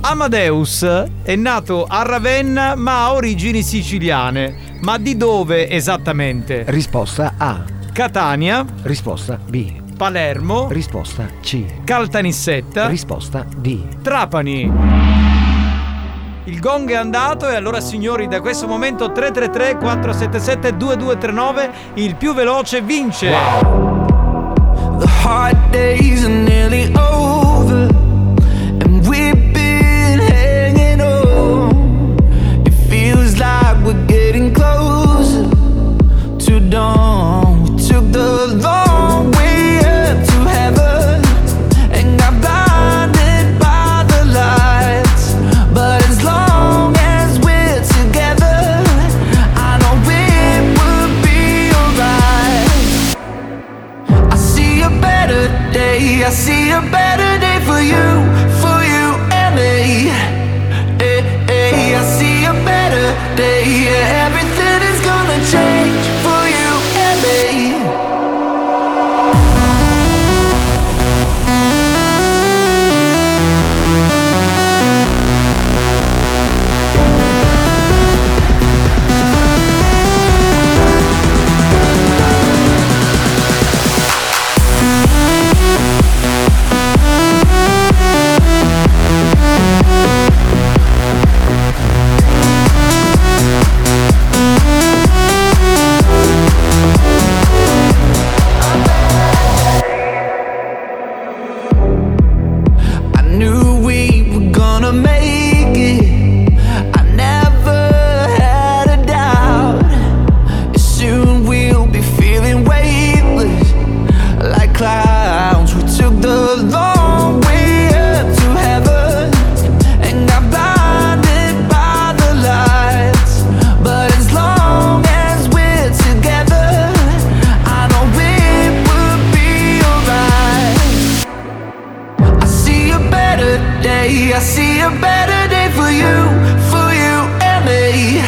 Speaker 9: Amadeus è nato a Ravenna ma ha origini siciliane. Ma di dove esattamente?
Speaker 10: Risposta A.
Speaker 9: Catania,
Speaker 10: Risposta B.
Speaker 9: Palermo,
Speaker 10: Risposta C.
Speaker 9: Caltanissetta,
Speaker 10: Risposta D.
Speaker 9: Trapani. Il gong è andato e allora signori da questo momento 333 477 2239 il più veloce vince.
Speaker 3: The hard days are nearly over, and we've been hanging on. It feels like we're getting closer to dawn. We took the long way up to heaven and got blinded by the lights. But as long as we're together, I know it will be alright. I see a better day. I see a better day for you, for you and me. Hey, hey, I see a better day. Yeah, everything is gonna change for you and me. I knew we were gonna make it. I never had a doubt. Soon we'll be feeling weightless like clouds. We took the long way up to heaven and got blinded by the lights. But as long as we're together, I know it will be alright. I see a better day. I see a better day for you, for you and me.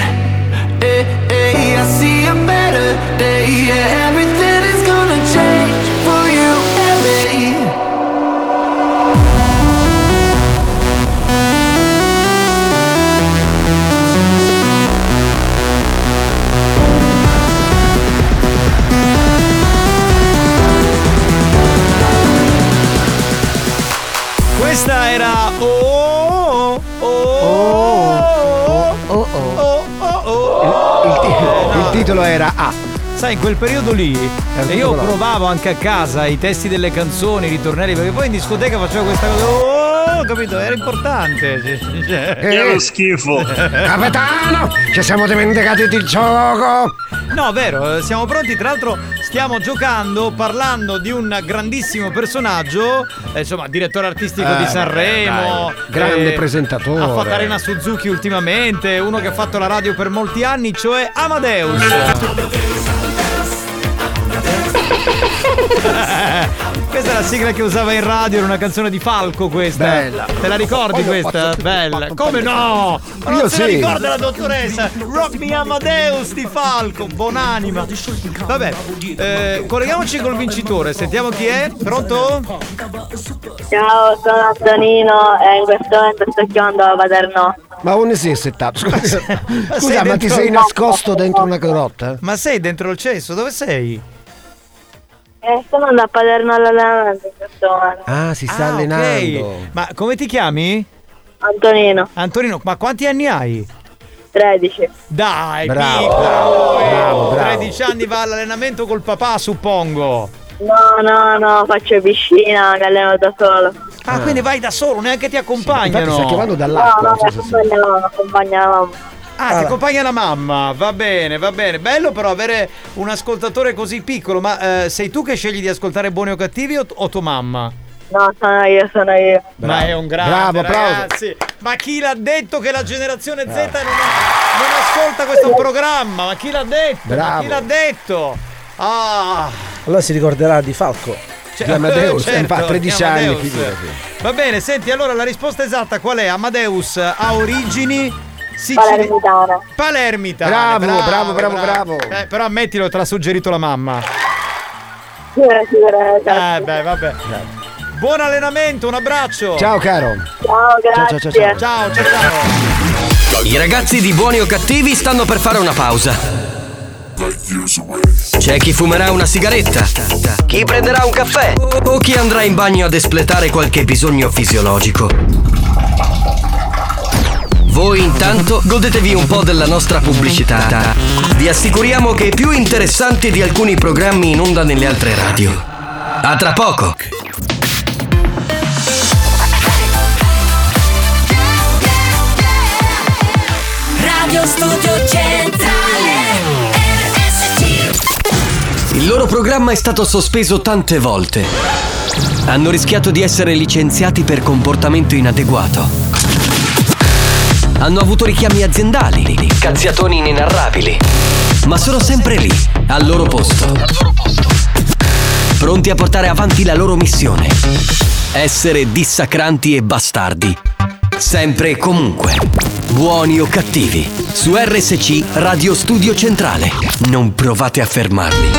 Speaker 3: Hey, hey, Eh, I see a better day. Yeah, everything is gonna change for you and me.
Speaker 9: Questa era oh oh oh oh oh oh oh
Speaker 10: Il titolo era A.
Speaker 9: Eh, Sai, in quel periodo lì e io provavo anche a casa i testi delle canzoni, i ritornelli, perché poi in discoteca facevo questa cosa. Oh, capito? Era importante.
Speaker 10: Che lo
Speaker 9: schifo.
Speaker 10: Capitano, ci siamo dimenticati del gioco.
Speaker 9: No, vero, eh, siamo pronti. Tra l'altro, stiamo giocando parlando di un grandissimo personaggio, eh, insomma, direttore artistico
Speaker 10: Eh,
Speaker 9: di Sanremo.
Speaker 10: dai,
Speaker 9: eh,
Speaker 10: grande presentatore.
Speaker 9: Ha fatto Arena Suzuki ultimamente, uno che ha fatto la radio per molti anni, cioè Amadeus.
Speaker 10: <laughs>
Speaker 9: Questa è la sigla che usava in radio, era una canzone di Falco questa.
Speaker 10: Bella.
Speaker 9: Te la ricordi questa? Bella. Come no? Ma non
Speaker 10: Io
Speaker 9: se la
Speaker 10: sì.
Speaker 9: ricorda la dottoressa? Rock me Amadeus di Falco, buonanima. Vabbè, eh, colleghiamoci col vincitore, sentiamo chi è. Pronto?
Speaker 27: Ciao, sono Antonino e in questo momento sto chiamando a Paternò.
Speaker 10: Ma non sei settato? Scusa,
Speaker 9: <laughs> sei
Speaker 10: scusa ma ti
Speaker 9: dentro-
Speaker 10: sei nascosto dentro una grotta?
Speaker 9: Ma sei dentro il cesso? Dove sei?
Speaker 27: Eh, sto andando a Paternò all'allenamento in questo momento.
Speaker 10: Ah, si sta
Speaker 9: Ah, ok.
Speaker 10: allenando.
Speaker 9: Ma come ti chiami?
Speaker 27: Antonino.
Speaker 9: Antonino, ma quanti anni hai?
Speaker 17: 13.
Speaker 9: Dai,
Speaker 17: Bravo.
Speaker 9: piccolo, eh.
Speaker 17: Bravo, bravo.
Speaker 9: 13 anni va all'allenamento col papà, suppongo.
Speaker 17: No, no, no, faccio piscina, mi alleno da solo.
Speaker 9: Ah, quindi vai da solo, neanche ti accompagnano.
Speaker 1: infatti sta chiamando
Speaker 17: No, no, mi accompagna la mamma, accompagna la mamma.
Speaker 9: Ah, ti accompagna la mamma, va bene, va bene. Bello però avere un ascoltatore così piccolo, ma eh, sei tu che scegli di ascoltare buoni o cattivi o, o tua mamma?
Speaker 17: No, sono io, sono io.
Speaker 9: Ma
Speaker 17: um
Speaker 9: è un grande,
Speaker 17: Bravo, applauso.
Speaker 9: ragazzi. Ma chi l'ha detto che la generazione Z non, non ascolta questo programma? Ma chi l'ha detto? Ma
Speaker 1: Bravo.
Speaker 9: chi l'ha detto? Ah,
Speaker 1: Allora si ricorderà di eh, Falco.
Speaker 9: Cioè, <laughs> certo,
Speaker 4: eh,
Speaker 9: di Amadeus. Va bene, senti, allora la risposta esatta qual è? Amadeus ha origini siciliane.
Speaker 17: Palermitana.
Speaker 9: Palermitana.
Speaker 28: Bravo, bravo, bravo, bravo.
Speaker 9: Eh, però ammettilo, te l'ha suggerito la mamma. Eh, beh, vabbè. Buon allenamento, un abbraccio.
Speaker 28: Ciao caro.
Speaker 17: Ciao,
Speaker 28: grazie.
Speaker 9: Ciao, ciao, ciao. ciao, ciao.
Speaker 2: I ragazzi di buoni o cattivi stanno per fare una pausa. C'è chi fumerà una sigaretta, chi prenderà un caffè o chi andrà in bagno ad espletare qualche bisogno fisiologico. Voi intanto godetevi un po' della nostra pubblicità. Vi assicuriamo che è più interessante di alcuni programmi in onda nelle altre radio. A tra poco!
Speaker 3: Radio Studio Centrale RSC
Speaker 2: Il loro programma è stato sospeso tante volte. Hanno rischiato di essere licenziati per comportamento inadeguato. Hanno avuto richiami aziendali, cazziatoni inenarrabili. Ma sono sempre lì, al loro posto. Pronti a portare avanti la loro missione. Essere dissacranti e bastardi. Sempre e comunque. Buoni o cattivi. Su RSC Radio Studio Centrale. Non provate a fermarli.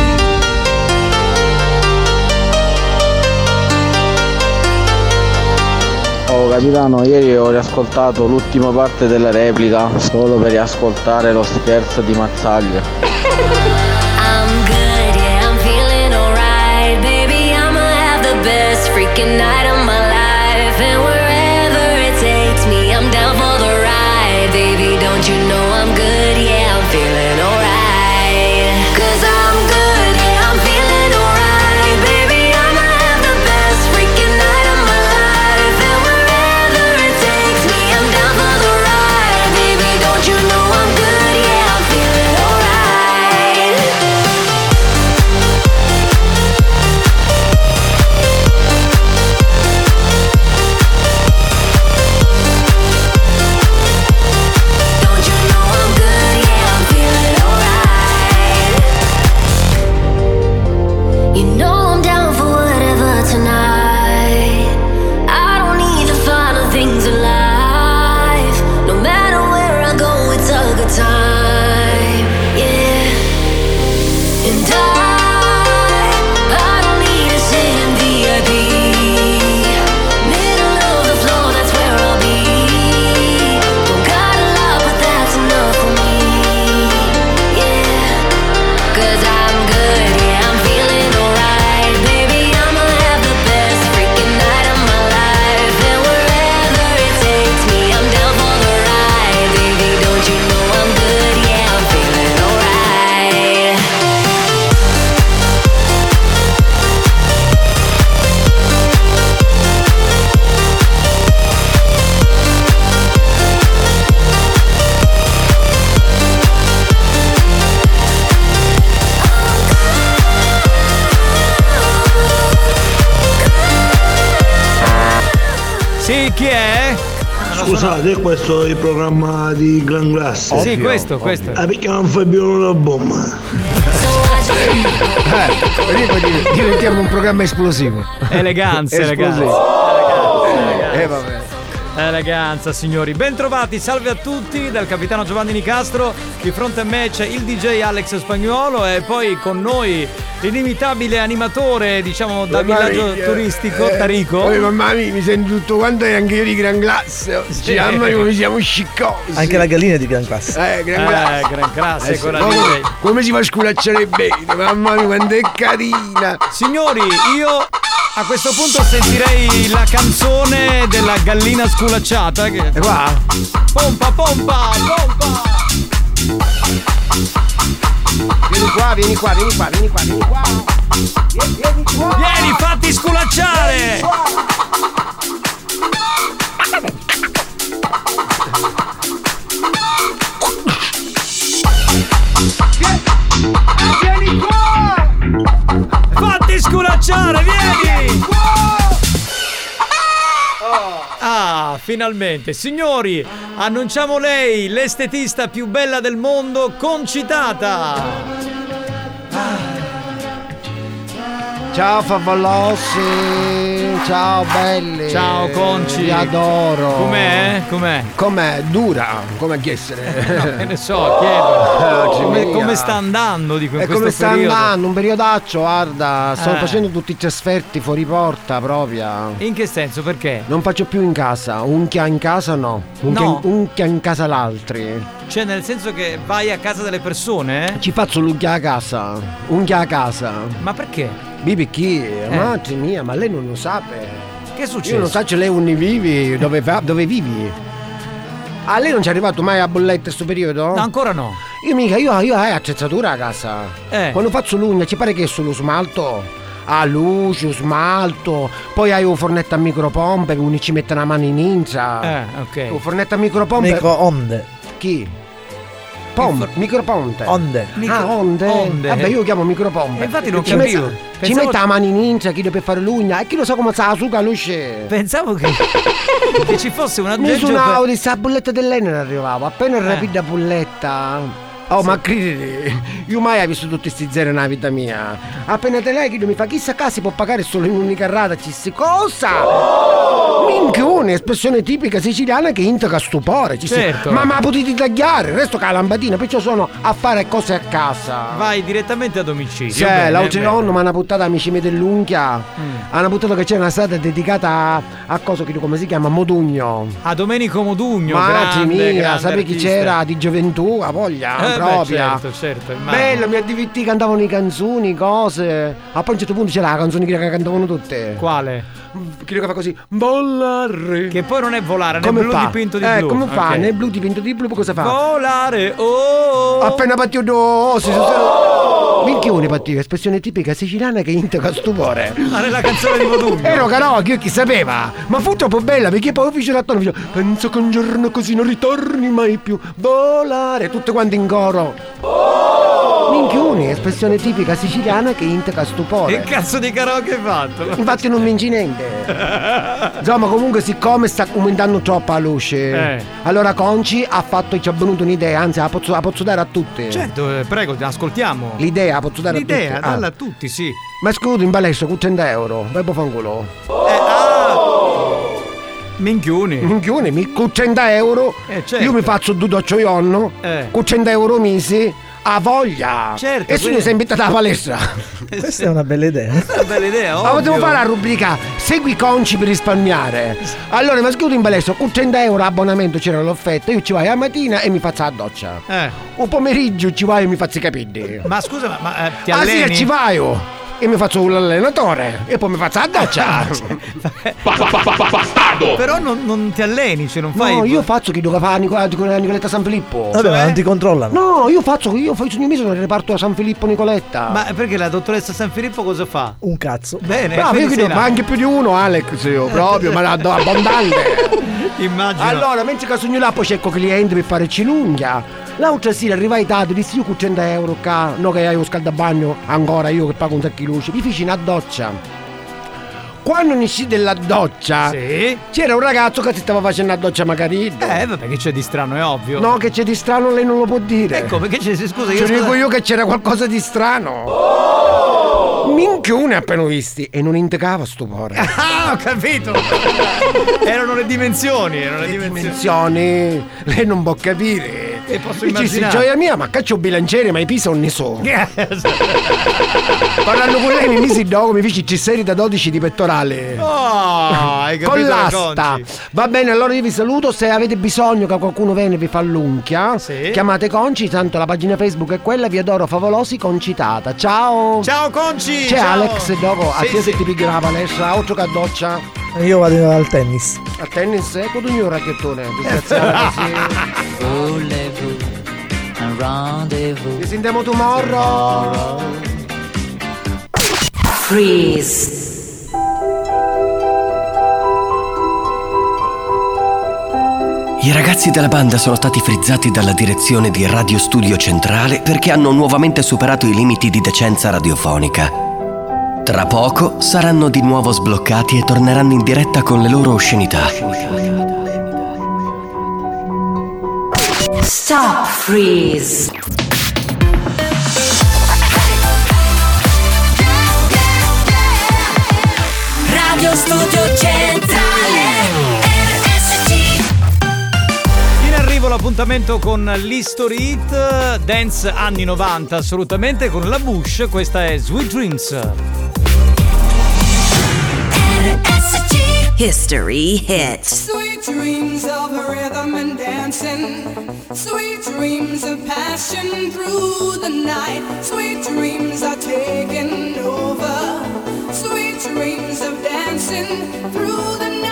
Speaker 4: Oh capitano, ieri ho riascoltato l'ultima parte della replica solo per riascoltare lo scherzo di Mazzaglia.
Speaker 3: I'm good, yeah, I'm feeling alright Baby, I'ma have the best freaking night of my life And wherever it takes me, I'm down for the ride Baby, don't you know I'm good, yeah, I'm feeling alright Cause I'm good, yeah, I'm feeling alright Baby, I'ma have the best freaking night of my life And wherever it takes me, I'm down for the ride Baby, don't you know I'm good, yeah, I'm feeling alright You know I'm down for whatever tonight. I don't need the final things in life. No matter where I go, it's a good time. Yeah. And I, I don't need a sit in VIP. Middle of the floor, that's where I'll be. Don't got a lot, but that's enough for me. Yeah. Cause I'm good, yeah, I'm feeling alright. Baby, I'ma have the best freaking night of my life. And wherever it takes me, I'm down for the ride. Baby, don't you know I'm good, yeah, I'm feeling alright.
Speaker 9: Sì, chi è?
Speaker 29: Scusate, questo è il programma di Gran Glass.
Speaker 9: Sì, questo, questo.
Speaker 29: Ah, perché non fai più una bomba?
Speaker 28: Eh, vedi, poi div- diventiamo un programma esplosivo.
Speaker 10: <laughs>
Speaker 9: Eleganza, eleganza.
Speaker 10: Eh,
Speaker 9: Eleganza, eleganza. Eleganza, Eh, signori. Bentrovati, salve a tutti dal capitano Giovanni Nicastro. Di fronte a me c'è il DJ Alex Spagnuolo e poi con noi l'inimitabile animatore, diciamo, da
Speaker 10: Mamma
Speaker 9: villaggio
Speaker 10: mia.
Speaker 9: turistico
Speaker 10: Eh,
Speaker 9: Tarico.
Speaker 10: poi mamma mia, mi sento tutto quanto e anche io di gran classe. Ci mamma mia, come siamo sciccosi.
Speaker 1: Anche la gallina è di gran classe.
Speaker 10: Eh, gran
Speaker 9: Eh,
Speaker 10: classe.
Speaker 9: gran classe,
Speaker 10: sì,
Speaker 9: con la
Speaker 10: come,
Speaker 9: DJ.
Speaker 10: come si fa a sculacciare bene, mamma mia, quanto è carina.
Speaker 9: Signori, io a questo punto sentirei la canzone della gallina sculacciata. Che...
Speaker 10: qua?
Speaker 9: Pompa, pompa, pompa!
Speaker 10: Vieni qua, vieni qua, vieni qua, vieni qua, vieni qua.
Speaker 9: Vieni, fatti sculacciare!
Speaker 19: Vieni qua!
Speaker 9: Fatti sculacciare, vieni! Ah, finalmente, signori, annunciamo lei, l'estetista più bella del mondo, concitata!
Speaker 10: Ciao favolossi, ciao belli.
Speaker 9: Ciao, Conci.
Speaker 10: Vi adoro.
Speaker 9: Com'è? Com'è?
Speaker 10: Com'è? Dura, come chi
Speaker 9: <laughs>
Speaker 10: essere. Ah,
Speaker 9: Che ne so, chiedo.
Speaker 10: Oggi
Speaker 9: come,
Speaker 10: mia.
Speaker 9: come sta andando, dico, in
Speaker 10: E
Speaker 9: questo
Speaker 10: come sta
Speaker 9: periodo?
Speaker 10: andando? Un periodaccio, guarda, sto
Speaker 9: Eh.
Speaker 10: facendo tutti i trasferti fuori porta propria.
Speaker 9: In che senso? Perché?
Speaker 10: Non faccio più in casa, un chia in casa no, un,
Speaker 9: No.
Speaker 10: chia, un chia in casa l'altri.
Speaker 9: Cioè, nel senso che vai a casa delle persone?
Speaker 10: Ci faccio l'unghia a casa, unghia a casa.
Speaker 9: Ma perché? Eh.
Speaker 10: Bibi chi? Madre mia, ma lei non lo sa.
Speaker 9: Che
Speaker 10: Io non
Speaker 9: succede?
Speaker 10: so se lei un vivi, dove, va- dove vivi. Ah, lei non ci è arrivato mai a bolletta in questo periodo?
Speaker 9: No, ancora no.
Speaker 10: Io mica, io, io ho attrezzatura a casa.
Speaker 9: Eh.
Speaker 10: Quando faccio l'ugna ci pare che è solo smalto? Ah, luce, smalto. Poi hai un fornetto a micropompe che uno ci mette una mano in inza.
Speaker 9: Eh, ok.
Speaker 10: Un fornetto a micropompe.
Speaker 1: Microonde.
Speaker 10: Chi? Pompe, micropompe.
Speaker 1: Onde.
Speaker 10: Ah, onde.
Speaker 1: Onde.
Speaker 10: Vabbè, io chiamo micropompe.
Speaker 1: Eh, infatti non
Speaker 10: Ci mette-
Speaker 1: capivo.
Speaker 10: Ci
Speaker 1: Pensavo-
Speaker 10: mette la mano in inza chi deve fare l'ugna e chi lo sa come sa la suca luce.
Speaker 9: Pensavo
Speaker 10: <laughs>
Speaker 9: che, che ci fosse un
Speaker 10: Mi
Speaker 9: aggeggio per-
Speaker 10: suonavo di sta bolletta dell'Enel arrivavo, appena
Speaker 9: Eh.
Speaker 10: rapida bolletta. Oh, ma credete, io mai ho visto tutti questi zero nella vita mia. Appena te lei chiedo mi fa chissà che si può pagare solo in un'unica rata, ci si cosa?
Speaker 9: Oh!
Speaker 10: Minchione, espressione tipica siciliana che intoca stupore, ci si-
Speaker 9: Certo.
Speaker 10: Ma ma potete tagliare, il resto che la lampadina, perciò sono a fare cose a casa.
Speaker 9: Vai direttamente a domicilio.
Speaker 10: Cioè,
Speaker 9: Bene,
Speaker 10: l'altro
Speaker 9: bene.
Speaker 10: nonno mi hanno buttato amici miei dell'unchia.
Speaker 9: Mm.
Speaker 10: Hanno buttato che c'è una strada dedicata a, a cosa che come si chiama? Modugno.
Speaker 9: A Domenico Modugno,
Speaker 10: Madre
Speaker 9: grande,
Speaker 10: mia,
Speaker 9: grande
Speaker 10: sapevi chi
Speaker 9: artista.
Speaker 10: c'era di gioventù, a voglia
Speaker 9: Eh, beh,
Speaker 10: propria.
Speaker 9: certo, certo, immagino.
Speaker 10: Bello, mi addiviti, cantavano le canzoni, cose. A poi a un certo punto c'era la canzone che cantavano tutte.
Speaker 9: Quale?
Speaker 10: Quello che fa così, volare.
Speaker 9: Che poi non è volare, nel
Speaker 10: Come
Speaker 9: blu
Speaker 10: fa?
Speaker 9: dipinto di
Speaker 10: eh,
Speaker 9: blu.
Speaker 10: come fa?
Speaker 9: Ok.
Speaker 10: Nel blu dipinto di blu cosa fa?
Speaker 9: Volare, oh!
Speaker 10: Appena partito, oh, si sono... Minchione partito, espressione tipica siciliana che intoca stupore.
Speaker 9: Ma nella canzone di Modugno.
Speaker 10: Ero carocchio, chi sapeva? Ma fu troppo bella perché poi fece la tono. fece, Penso che un giorno così non ritorni mai più. Volare, tutte quante in coro.
Speaker 9: Oh!
Speaker 10: Minchione, espressione tipica siciliana che intoca
Speaker 9: Che
Speaker 10: stupore.
Speaker 9: cazzo di karaoke hai fatto?
Speaker 10: Infatti non vinci niente. Insomma, comunque, siccome sta aumentando troppo la luce,
Speaker 9: Eh.
Speaker 10: allora Conci ha fatto, ci è venuta un'idea, anzi, la posso, la posso dare a tutti.
Speaker 9: Certo, eh, prego, ascoltiamo.
Speaker 10: L'idea, la posso dare
Speaker 9: L'idea,
Speaker 10: a tutti. Ah.
Speaker 9: dalla a tutti, sì.
Speaker 10: Ma scusa, in palestra con 100 euro, vai poi fa un culo.
Speaker 9: Minchioni.
Speaker 10: Minchione, mi- con 100 euro
Speaker 9: Eh, certo.
Speaker 10: io mi faccio due docce ionno,
Speaker 9: Eh.
Speaker 10: con 100 euro mesi, a voglia.
Speaker 9: Certo,
Speaker 10: e sono
Speaker 9: quindi-
Speaker 10: sempre invitata alla palestra.
Speaker 1: Questa è una bella idea.
Speaker 10: <laughs>
Speaker 9: Una bella idea,
Speaker 10: Ma potevo
Speaker 9: ovvio.
Speaker 10: fare la rubrica Segui Conci per risparmiare.
Speaker 9: Esatto.
Speaker 10: Allora, ma scusa in palestra, con 100 euro abbonamento c'era l'offerta, io ci vai la mattina e mi faccio la doccia.
Speaker 9: Eh.
Speaker 10: O pomeriggio ci vai e mi faccio i capelli.
Speaker 9: Ma scusa, ma, ma, eh, ti
Speaker 10: Ah
Speaker 9: alleni?
Speaker 10: sì, ci vai io. E mi faccio l'allenatore e poi mi faccio la
Speaker 9: <laughs> Ah,
Speaker 10: doccia.
Speaker 9: Bastardo! Però non, non ti alleni, cioè non fai... Cioè?
Speaker 10: No, io faccio che doveva fare Nicola, Nicola- Nicoletta San Filippo.
Speaker 1: Vabbè, ma non ti controllano.
Speaker 10: No, io faccio, io faccio ogni mese nel reparto a San Filippo Nicoletta.
Speaker 9: Ma perché la dottoressa San Filippo cosa fa?
Speaker 1: Un cazzo.
Speaker 9: Bene, Eh.
Speaker 10: Bravo, io
Speaker 9: quindi
Speaker 10: credo,
Speaker 9: sei
Speaker 10: ma
Speaker 9: là.
Speaker 10: anche più di uno, Alex, io proprio, ma la do abbondante.
Speaker 9: <laughs> Immagino.
Speaker 10: Allora, mentre che sogno là poi c'è il cliente per fare cinunghia. L'altra sera arrivai tardi, dissi io con 100 euro qua, no che hai lo scaldabagno ancora io che pago un sacco di luce. Mi feci una doccia. Quando uscì della doccia,
Speaker 9: Sì.
Speaker 10: c'era un ragazzo che si stava facendo la doccia magari.
Speaker 9: Eh, vabbè, che c'è di strano, è ovvio.
Speaker 10: No, che c'è di strano lei non lo può dire.
Speaker 9: Ecco, perché c'è... se- Scusa,
Speaker 10: Ci
Speaker 9: io...
Speaker 10: dico
Speaker 9: scusa-
Speaker 10: io che c'era qualcosa di strano.
Speaker 9: Oh!
Speaker 10: Minchione appena visti e non indicava stupore.
Speaker 9: <laughs> Ah, ho capito! <laughs> erano le dimensioni, erano le, dimensioni.
Speaker 10: Attenzione, lei non può capire.
Speaker 9: E posso
Speaker 10: Dici, sì,
Speaker 9: immaginare.
Speaker 10: gioia mia, ma caccio bilanciere, ma i pisa non ne so. Parlando con lei mi misi il dogo, mi feci ci serie da 12 di pettorale.
Speaker 9: Oh, hai capito
Speaker 10: Con
Speaker 9: la
Speaker 10: l'asta
Speaker 9: Conci?
Speaker 10: Va bene allora io vi saluto Se avete bisogno che qualcuno venga e vi fa l'unchia Chiamate Conci Tanto la pagina Facebook è quella Vi adoro favolosi concitata Ciao
Speaker 9: Ciao Conci
Speaker 10: C'è
Speaker 9: ciao.
Speaker 10: Alex dopo A
Speaker 9: Sì,
Speaker 10: te
Speaker 9: sì.
Speaker 10: se ti pigli la palestra Altro che a doccia eh,
Speaker 1: Io vado al tennis.
Speaker 10: A
Speaker 9: <laughs>
Speaker 10: tennis Ecco tu mio racchettone Disgraziato sì.
Speaker 11: Volevo
Speaker 10: Ci sentiamo tomorrow.
Speaker 11: Freeze.
Speaker 2: I ragazzi della banda sono stati frizzati dalla direzione di Radio Studio Centrale perché hanno nuovamente superato i limiti di decenza radiofonica. Tra poco saranno di nuovo sbloccati e torneranno in diretta con le loro oscenità.
Speaker 11: Stop freeze.
Speaker 3: Radio Studio Centrale RSC
Speaker 9: In arrivo l'appuntamento con l'History Hit, dance anni 90 assolutamente con la Bush, questa è Sweet Dreams.
Speaker 11: History hit.
Speaker 3: Sweet dreams of rhythm and dancing. Sweet dreams of passion through the night. Sweet dreams are taking over. Sweet dreams of dancing through the night.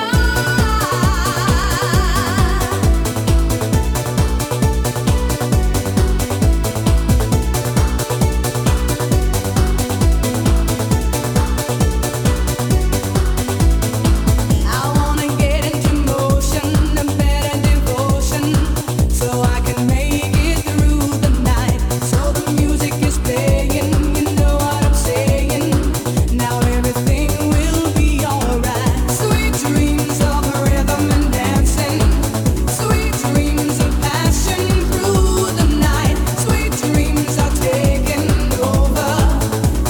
Speaker 3: I wanna get into motion, a better devotion, so I can make it through the night. So the music is playing, you know what I'm saying. Now everything will be alright. Sweet dreams of rhythm and dancing, sweet dreams of passion through the night. Sweet dreams are taking over,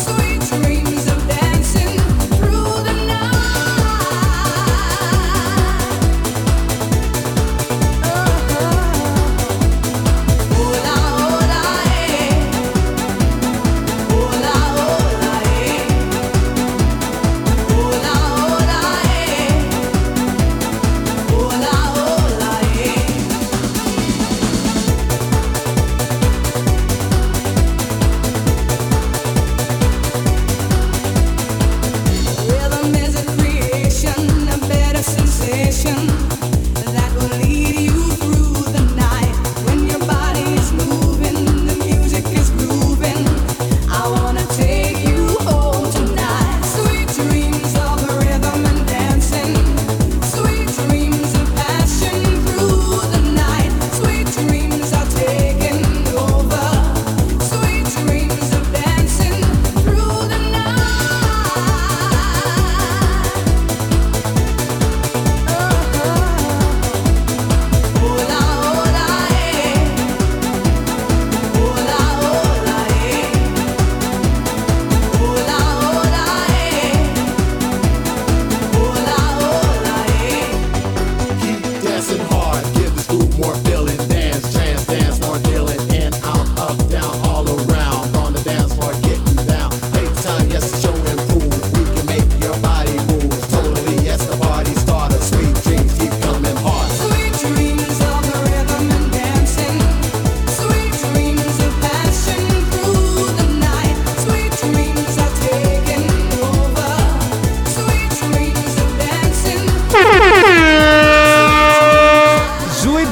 Speaker 3: sweet dreams of dancing through the night. Rhythm is a creation, a better sensation that will lead you through the night. When your body is moving, the music is grooving. I wanna take you home tonight. Sweet dreams of rhythm and dancing. Sweet dreams of passion through the night. Sweet dreams are taking over. Sweet dreams of dancing through the
Speaker 17: Dancing hard, give this group more feeling. Dance, trance, dance, more dealing. In, out, up, down, all around. On the dance floor, getting down. Take time, yes, it's show and prove. We can make your body move. Totally, yes, the party starter. Sweet dreams keep coming hard.
Speaker 3: Sweet dreams of rhythm and dancing. Sweet dreams of passion through the night. Sweet dreams are taking over. Sweet dreams of dancing.
Speaker 9: Sweet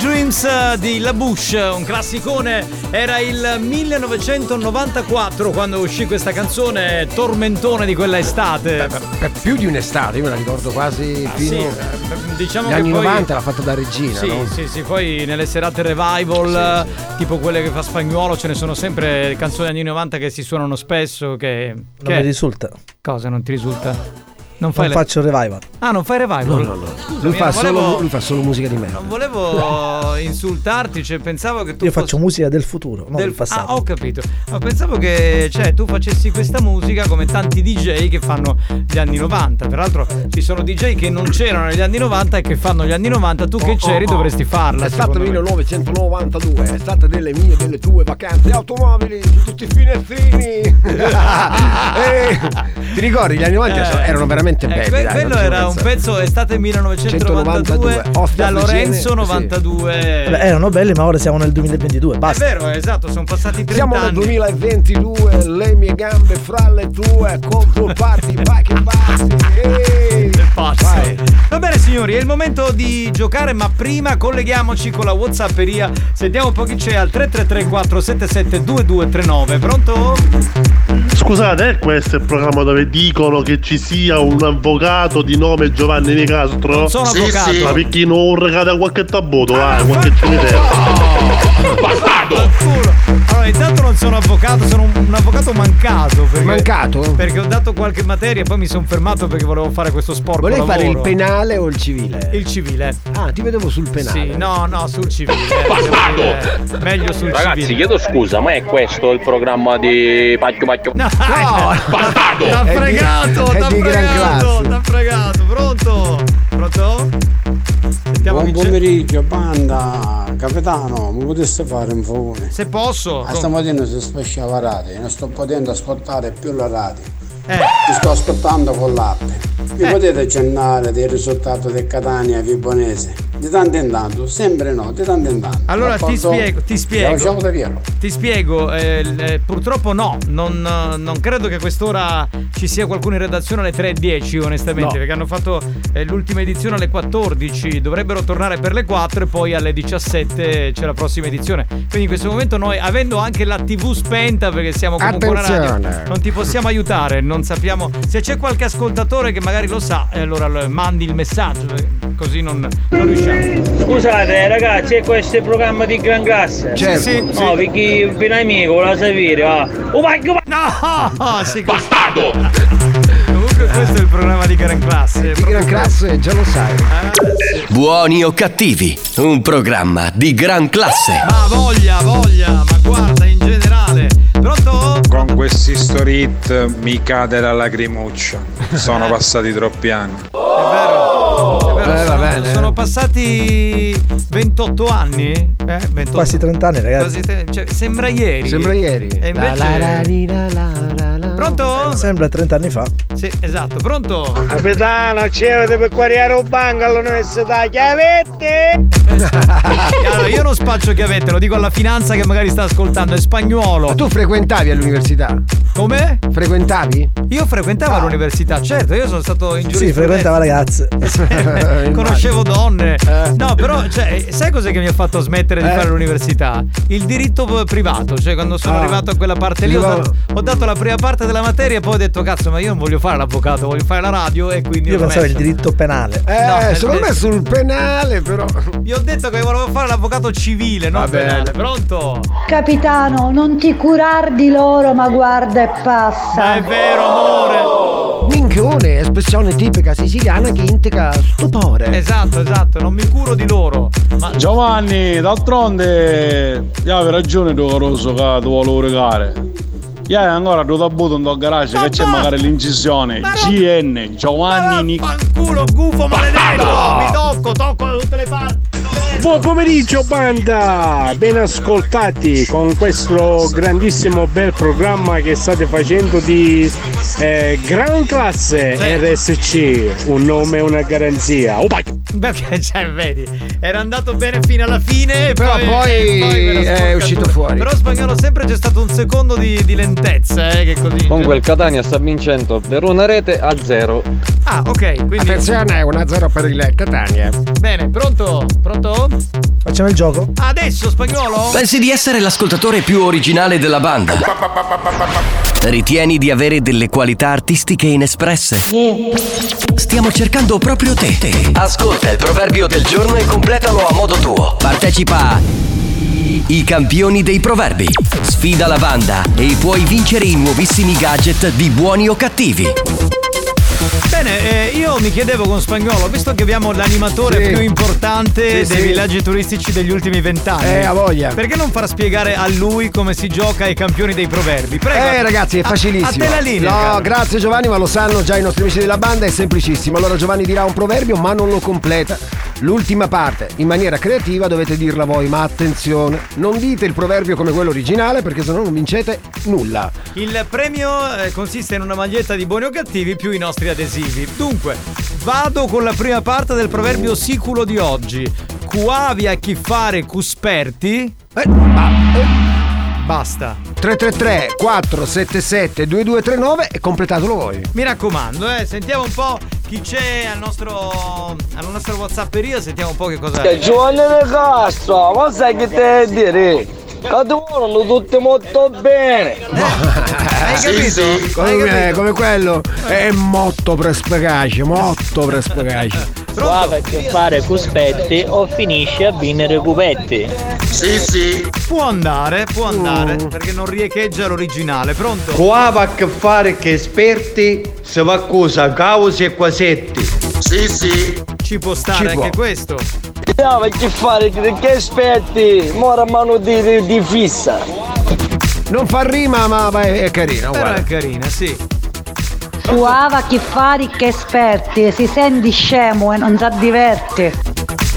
Speaker 9: Dreams eh, di La Bush, un classicone, era il 1994 quando uscì questa canzone, tormentone di quella estate.
Speaker 10: Per più di un'estate, io me la ricordo quasi
Speaker 9: Ah,
Speaker 10: fino
Speaker 9: sì,
Speaker 10: agli
Speaker 9: eh, diciamo che
Speaker 10: anni
Speaker 9: poi-
Speaker 10: 90 l'ha fatta da regina,
Speaker 9: Sì,
Speaker 10: no?
Speaker 9: sì, sì, poi nelle serate revival, eh, tipo quelle che fa Spagnuolo, ce ne sono sempre canzoni anni 90 che si suonano spesso. Che, che-
Speaker 1: Non mi risulta.
Speaker 9: Cosa non ti risulta? Non
Speaker 1: Non,
Speaker 9: fai le-
Speaker 1: faccio revival.
Speaker 9: Ah, non fai revival?
Speaker 1: No, no, no.
Speaker 9: Scusami,
Speaker 1: Lui fa
Speaker 9: eh,
Speaker 1: solo-
Speaker 9: volevo-
Speaker 1: lui fa
Speaker 10: solo musica di me.
Speaker 9: Non volevo insultarti, cioè pensavo che tu
Speaker 1: Io
Speaker 9: fossi-
Speaker 1: faccio musica del futuro, non del, passato.
Speaker 9: Ah, ho capito. Ma pensavo che cioè, tu facessi questa musica come tanti DJ che fanno gli anni 90. Tra l'altro ci sono DJ che non c'erano negli anni 90 e che fanno gli anni 90. Tu che c'eri dovresti farla.
Speaker 10: Oh, È stato
Speaker 9: secondo me.
Speaker 10: 1992, è stata delle mie, delle tue vacanze automobili, su tutti i finestrini.
Speaker 9: <laughs>
Speaker 10: Eh, ti ricordi, gli anni 90
Speaker 9: Eh,
Speaker 10: sono- erano veramente
Speaker 9: eh,
Speaker 10: belli.
Speaker 9: que-
Speaker 10: dai,
Speaker 9: quello
Speaker 10: non ci
Speaker 9: era un
Speaker 10: pensare.
Speaker 9: pezzo estate 1992
Speaker 10: 192, Ostia
Speaker 9: da Lorenzo
Speaker 10: Fuggine,
Speaker 9: 92.
Speaker 1: Vabbè, erano belli, ma ora siamo nel 2022.
Speaker 9: È
Speaker 1: Basta.
Speaker 9: vero, esatto, sono passati 30
Speaker 10: Siamo
Speaker 9: anni.
Speaker 10: nel 2022, lei mi
Speaker 30: gambe fra le due controparti vai che passi
Speaker 9: Vai. Va bene signori, è il momento di giocare, ma prima colleghiamoci con la Whatsapperia. Sentiamo un po' chi c'è al 3334772239. Pronto?
Speaker 22: Scusate, eh, questo è il programma dove dicono che ci sia un avvocato di nome Giovanni Nicastro?
Speaker 9: Non sono Sì, avvocato. sì.
Speaker 22: Ma perché non regata qualche tabuto, ah, qualche cimitero.
Speaker 9: Allora, intanto non sono avvocato, sono un, un avvocato mancato. Perché,
Speaker 10: Mancato?
Speaker 9: Perché ho dato qualche materia e poi mi sono fermato perché volevo fare questo sporco
Speaker 10: Volevi fare il
Speaker 9: lavoro. Eh,
Speaker 10: penale o il civile?
Speaker 9: Il civile.
Speaker 10: Ah, ti vedevo sul penale.
Speaker 9: Sì, no, no, sul civile. Eh, Meglio sul
Speaker 31: Ragazzi,
Speaker 9: civile.
Speaker 31: chiedo scusa, ma è questo il programma di Pacchio Pacchio? No, bastardo!
Speaker 9: T'ha fregato,
Speaker 31: è
Speaker 9: t'ha
Speaker 31: di gran
Speaker 9: fregato, t'ha fregato. Pronto? Pronto? Sentiamo
Speaker 20: Buon
Speaker 9: chi c'è.
Speaker 20: pomeriggio, banda, capitano, mi poteste fare un favore?
Speaker 9: Se posso.
Speaker 20: A stamattina si spacciava la radio, non sto potendo ascoltare più la radio.
Speaker 9: Eh.
Speaker 20: Mi sto ascoltando con l'app. Vi potete accennare del risultato del Catania Vibonese? Di tanto in tanto, sempre no, di tanto in tanto.
Speaker 9: Allora ti
Speaker 20: D'accordo?
Speaker 9: spiego, ti
Speaker 20: Ciao, ciao,
Speaker 9: spiego.
Speaker 20: Taviero.
Speaker 9: Ti spiego, eh, l- eh, purtroppo no, non, eh, non credo che a quest'ora ci sia qualcuno in redazione alle 3.10 onestamente,
Speaker 21: No.
Speaker 9: perché hanno fatto eh, l'ultima edizione alle 14, dovrebbero tornare per le 4 e poi alle 17 c'è la prossima edizione. Quindi in questo momento noi, avendo anche la TV spenta, perché siamo comunque una radio,
Speaker 10: Attenzione.
Speaker 9: non ti possiamo aiutare, non sappiamo. Se c'è qualche ascoltatore che magari lo sa, eh, allora eh, mandi il messaggio, eh, così non, non riusciamo.
Speaker 32: Scusate ragazzi, e questo è il programma di Gran Classe?
Speaker 9: Certo. Sì, sì.
Speaker 32: No, perché un amico voleva sapere, ah. Oh my god!
Speaker 9: No! <laughs> Sì, Bastardo! Comunque questo è il programma di Gran Classe. Eh? Di
Speaker 10: Gran Classe già lo sai.
Speaker 2: Buoni o cattivi, un programma di gran classe.
Speaker 9: Ma voglia, voglia, ma guarda in generale. Pronto?
Speaker 24: Con questi story hit mi cade la lacrimuccia. Sono passati troppi anni.
Speaker 9: Però sono, Eh, sono passati 28 anni? Eh, 28.
Speaker 1: Quasi 30 anni,
Speaker 9: Quasi
Speaker 1: ragazzi.
Speaker 9: te- cioè, sembra ieri.
Speaker 1: Sembra ieri.
Speaker 9: E
Speaker 1: La,
Speaker 9: invece...
Speaker 1: la, la,
Speaker 9: Pronto?
Speaker 1: Sembra 30 anni fa.
Speaker 9: Sì, esatto, pronto?
Speaker 1: Ah,
Speaker 4: Capitano, c'è per guariare un banco all'università, chiavette!
Speaker 9: E Allora, io non spaccio chiavette, lo dico alla finanza che magari sta ascoltando, è spagnolo.
Speaker 10: Ma tu frequentavi all'università?
Speaker 9: Come?
Speaker 10: Frequentavi?
Speaker 9: Io frequentavo l'università, certo, io sono stato in
Speaker 1: Ah. Sì,
Speaker 9: giurisprudenza.
Speaker 1: frequentava
Speaker 3: <laughs>
Speaker 9: <laughs>
Speaker 1: ragazze.
Speaker 9: Conoscevo donne.
Speaker 3: Eh.
Speaker 9: No, però, cioè, sai cos'è che mi ha fatto smettere di
Speaker 1: Eh.
Speaker 9: fare l'università? Il diritto privato. Cioè, quando sono
Speaker 1: Ah.
Speaker 9: arrivato a quella parte lì, ho
Speaker 1: Privavo.
Speaker 9: dato, ho dato la prima parte della materia e poi ho detto, cazzo, ma io non voglio fare l'avvocato, voglio fare la radio e quindi
Speaker 1: Io
Speaker 9: ho
Speaker 1: pensavo il
Speaker 9: smesso.
Speaker 1: diritto penale.
Speaker 9: Eh, No, secondo nel- me
Speaker 10: sul penale, però.
Speaker 9: Io ho detto che volevo fare l'avvocato civile, non
Speaker 1: Va bene.
Speaker 9: penale. Pronto?
Speaker 5: Capitano, non ti curar di loro, ma guarda e passa.
Speaker 9: è vero, amore.
Speaker 10: Minchione, espressione tipica siciliana che indica
Speaker 1: Eh.
Speaker 10: stupore.
Speaker 9: Esatto, esatto, non mi curo di loro. Ma
Speaker 18: Giovanni, d'altronde, io avevo ragione tu Caruso che ti volevo regare. Io ancora tu tabuto in tuo garage che c'è magari l'incisione GN Giovanni Nic.
Speaker 9: Culo, gufo, maledetto! Mi tocco, tocco da tutte le parti.
Speaker 33: Buon pomeriggio banda, ben ascoltati con questo grandissimo bel programma che state facendo di eh, Gran Classe RSC, un nome e una garanzia. Oh, vai.
Speaker 9: Beh, <laughs> cioè, vedi, era andato bene fino alla fine, e
Speaker 33: Però poi
Speaker 9: quella
Speaker 33: è
Speaker 9: sporcatura.
Speaker 33: uscito fuori.
Speaker 9: Però spagnolo sempre c'è stato un secondo di, di lentezza, eh, che così.
Speaker 34: Comunque il Catania sta vincendo per una rete a zero.
Speaker 9: Ah, ok, quindi.
Speaker 10: Attenzione, 1-0 per il Catania.
Speaker 9: Bene, pronto? Pronto?
Speaker 1: Facciamo il gioco?
Speaker 9: Adesso, spagnolo?
Speaker 2: Pensi di essere l'ascoltatore più originale della banda? Ritieni di avere delle qualità artistiche inespresse? Stiamo cercando proprio te. Ascolta il proverbio del giorno e completalo a modo tuo. Partecipa a I campioni dei proverbi. Sfida la banda e puoi vincere i nuovissimi gadget di buoni o cattivi.
Speaker 9: Bene, eh, io mi chiedevo con spagnolo, visto che abbiamo l'animatore
Speaker 10: Sì.
Speaker 9: più importante
Speaker 10: Sì,
Speaker 9: dei
Speaker 10: sì.
Speaker 9: villaggi turistici degli ultimi vent'anni.
Speaker 10: Eh, ha voglia.
Speaker 9: Perché non far spiegare a lui come si gioca ai campioni dei proverbi? Prego.
Speaker 10: Eh ragazzi è
Speaker 9: A-
Speaker 10: facilissimo.
Speaker 9: A, te la linea.
Speaker 10: No,
Speaker 9: caro.
Speaker 10: grazie Giovanni, ma lo sanno già i nostri amici della banda, è semplicissimo. Allora Giovanni dirà un proverbio ma non lo completa. L'ultima parte, in maniera creativa dovete dirla voi, ma attenzione, non dite il proverbio come quello originale perché sennò non vincete nulla.
Speaker 9: Il premio eh, consiste in una maglietta di buoni o cattivi più i nostri adesivi. Dunque, vado con la prima parte del proverbio siculo di oggi. Cuavi a chi fare cusperti. Eh, ah, Basta.
Speaker 10: 333 477 2239 e completatelo voi.
Speaker 9: Mi raccomando, eh, sentiamo un po' chi c'è al nostro alla nostra WhatsApperia, sentiamo un po' che cosa
Speaker 4: Giovanni De Castro, ma sai che te dire? Che ti vogliono tutti molto bene.
Speaker 9: Eh,
Speaker 10: Hai
Speaker 4: capito?
Speaker 10: Come, eh, come quello è motto prespecace, motto prespecace.
Speaker 35: Qua perché fare cuspetti o finisce a vinnere cupetti.
Speaker 9: Sì, sì. Può andare, può andare, perché non riecheggia l'originale. Pronto?
Speaker 26: Qua va a che fare che esperti si va a cosa causi e quasetti.
Speaker 9: Sì, sì. Ci può
Speaker 26: Ci
Speaker 9: stare
Speaker 26: può.
Speaker 9: anche questo.
Speaker 4: No, ma che fare? Che che aspetti? Mora mano di, di, di fissa.
Speaker 10: Non fa rima, ma ma è, è carina,
Speaker 9: Però
Speaker 10: guarda.
Speaker 9: è carina, Eh, sì.
Speaker 5: Suava chi fari che esperti, si senti scemo e non sa diverti.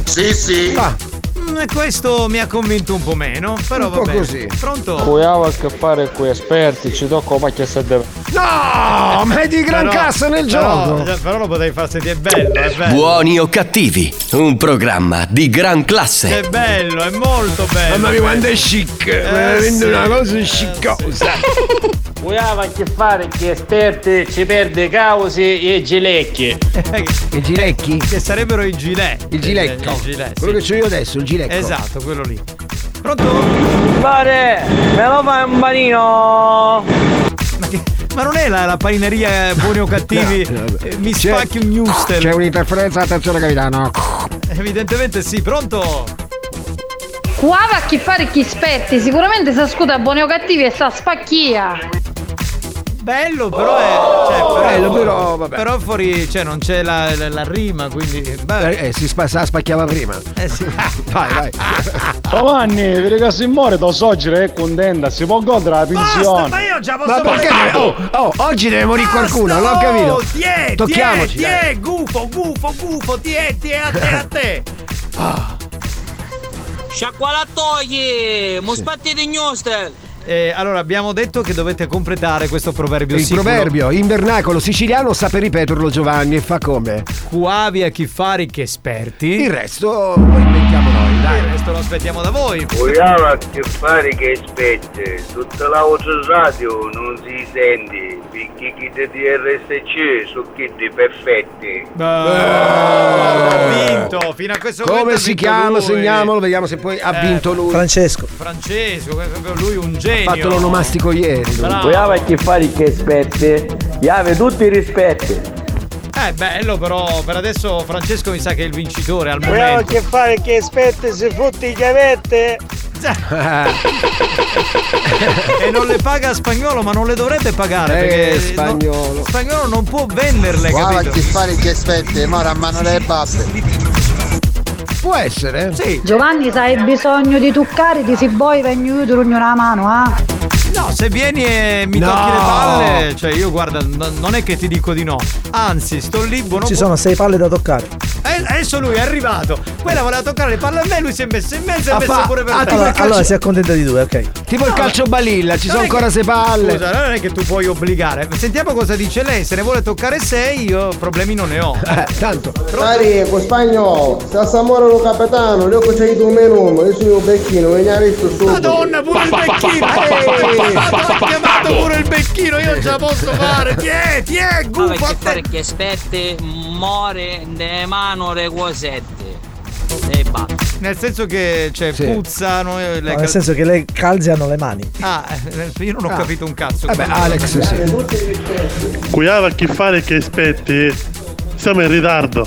Speaker 9: Sì, sì. Ah, mm, questo mi ha convinto un po' meno, però va bene. Pronto?
Speaker 24: Cuiava che fare qui esperti, ci do come che se deve.
Speaker 10: No, ma è di gran
Speaker 9: Però-
Speaker 10: cassa nel
Speaker 9: però- cioè,
Speaker 10: gioco.
Speaker 9: Però, lo potevi far sentire bello, è bello.
Speaker 2: Buoni o cattivi, un programma di gran classe.
Speaker 9: È bello, è molto bello. Eh,
Speaker 10: Mamma mia, quanto è chic. Veramente una cosa sciccosa.
Speaker 35: Vogliamo che fare che esperti ci perde causi e gilecchi.
Speaker 10: I gilecchi?
Speaker 9: Eh, Che sarebbero i gilet.
Speaker 10: Il gilecco.
Speaker 9: Il gilet,
Speaker 10: Quello
Speaker 9: sì.
Speaker 10: che c'ho io adesso, il ecco. gilecco.
Speaker 9: Esatto, quello lì.
Speaker 4: Pare, me lo fai un panino.
Speaker 9: Ma non è la, la panineria eh,
Speaker 10: <laughs>
Speaker 9: buoni o cattivi? Eh, mi spacchi un newster.
Speaker 10: C'è un'interferenza, attenzione capitano.
Speaker 9: Evidentemente sì, pronto?
Speaker 14: Qua va chi fare chi spetti, sicuramente sa scuda buoni o cattivi e sa spacchia.
Speaker 9: Bello però è. Cioè, però,
Speaker 10: Bello, però, vabbè.
Speaker 9: Però fuori, cioè, non c'è la, la- la rima, quindi. beh.
Speaker 10: Eh, eh, si spa- sa- spacchiava prima.
Speaker 9: Eh <laughs> sì.
Speaker 10: vai, vai.
Speaker 18: Giovanni, vedi che si muore, tua suocera è contenta, si può godere la pensione.
Speaker 9: ma io già
Speaker 10: Ma perché? Oh, oh, oggi deve morire
Speaker 9: oh.
Speaker 10: qualcuno, l'ho capito. Tocchiamoci.
Speaker 9: Ti
Speaker 10: dai.
Speaker 9: è, gufo, gufo, gufo, ti è, ti è, a te,
Speaker 10: <laughs>
Speaker 9: a te.
Speaker 35: Sciacqualattogli, mo spatti di gnostel.
Speaker 9: Eh, allora, abbiamo detto che dovete completare questo proverbio
Speaker 10: Il
Speaker 9: siculo.
Speaker 10: proverbio in vernacolo siciliano sa per ripeterlo Giovanni e fa come?
Speaker 9: Quavi a chi fari che esperti.
Speaker 10: Il resto lo inventiamo noi, dai.
Speaker 9: Il resto lo aspettiamo da voi.
Speaker 21: Vogliamo a che fare che spette, tutta la voce radio non si sente, perché chi di DRSC sono kid perfetti.
Speaker 9: Eh, Ha vinto fino a questo momento
Speaker 10: Eh. Come
Speaker 9: ha
Speaker 10: si
Speaker 9: vinto
Speaker 10: chiamalo,
Speaker 9: lui.
Speaker 10: segniamolo, vediamo se poi ha
Speaker 9: Eh,
Speaker 10: vinto lui.
Speaker 1: Francesco.
Speaker 9: Francesco, è proprio lui un genio.
Speaker 10: Ha fatto l'onomastico ieri. lui.
Speaker 21: Vogliamo a che fare che spette, gli ave tutti i rispetti.
Speaker 9: Eh, bello, però per adesso Francesco mi sa che è il vincitore al
Speaker 4: Vogliamo
Speaker 9: momento.
Speaker 4: che fare che aspetti se frutti i chiavette.
Speaker 9: <laughs> e non le paga spagnolo, ma non le dovrete pagare.
Speaker 23: Eh,
Speaker 9: perché
Speaker 23: Spagnolo.
Speaker 9: no- spagnolo non può venderle,
Speaker 23: Guarda
Speaker 9: capito?
Speaker 23: che fare che aspetti, ma a mano le basta.
Speaker 10: Può essere?
Speaker 9: Sì.
Speaker 5: Giovanni, se hai bisogno di tuccare, ti si vuoi vengi io ti rugno una mano, eh?
Speaker 9: No, se vieni e mi
Speaker 5: No.
Speaker 9: tocchi le palle, cioè io guarda, n- non è che ti dico di no. Anzi, sto lì buono.
Speaker 1: Ci sono sei palle da toccare.
Speaker 9: Eh, adesso lui è arrivato. Quella voleva toccare le palle a me, lui si è messo in mezzo e ha
Speaker 1: Ah,
Speaker 9: messo
Speaker 1: fa-
Speaker 9: pure per
Speaker 1: ah,
Speaker 9: te.
Speaker 1: allora, allora si accontenta di due, ok.
Speaker 10: Tipo il calcio balilla, ci
Speaker 9: Non
Speaker 10: sono
Speaker 9: è che-
Speaker 10: ancora sei palle.
Speaker 9: Scusa, non è che tu puoi obbligare. Sentiamo cosa dice lei. Se ne vuole toccare 6, io problemi non ne
Speaker 10: <laughs>
Speaker 9: ho.
Speaker 10: tanto.
Speaker 25: Cari, con spagnolo, sta samorano capitano, le ho conseguito un menù, io sono un becchino, veniamo visto su.
Speaker 9: Madonna, pure il becchino! Eh, Madonna, ha chiamato pure il becchino, io non ce la posso fare! Ti è, ti è, gufo a
Speaker 35: che
Speaker 9: te!
Speaker 35: fare che aspetti, muore de mano le cosette. E basta.
Speaker 9: Nel senso che, cioè, puzzano eh, le
Speaker 1: No,
Speaker 9: cal-
Speaker 1: nel senso che le calze hanno le mani.
Speaker 9: Ah, eh, io non ho
Speaker 1: Ah.
Speaker 9: capito un cazzo.
Speaker 10: Eh
Speaker 1: Vabbè, Alex,
Speaker 22: Cuiava che fare che aspetti. Siamo in ritardo.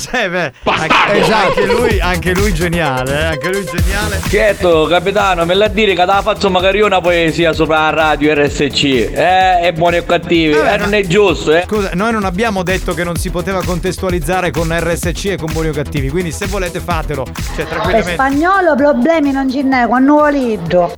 Speaker 9: Sì, beh, anche, esatto. anche lui, anche lui geniale, eh, anche lui geniale.
Speaker 21: Certo, capitano, me la dire che la faccio magari io una poesia sopra la radio RSC. Eh, è buoni e cattivi, eh, non è giusto, eh.
Speaker 9: Scusa, noi non abbiamo detto che non si poteva contestualizzare con RSC e con Buoni o Cattivi, quindi se volete fatelo, cioè
Speaker 5: Per
Speaker 9: tranquillamente.
Speaker 5: spagnolo problemi non ce n'è, quando valido.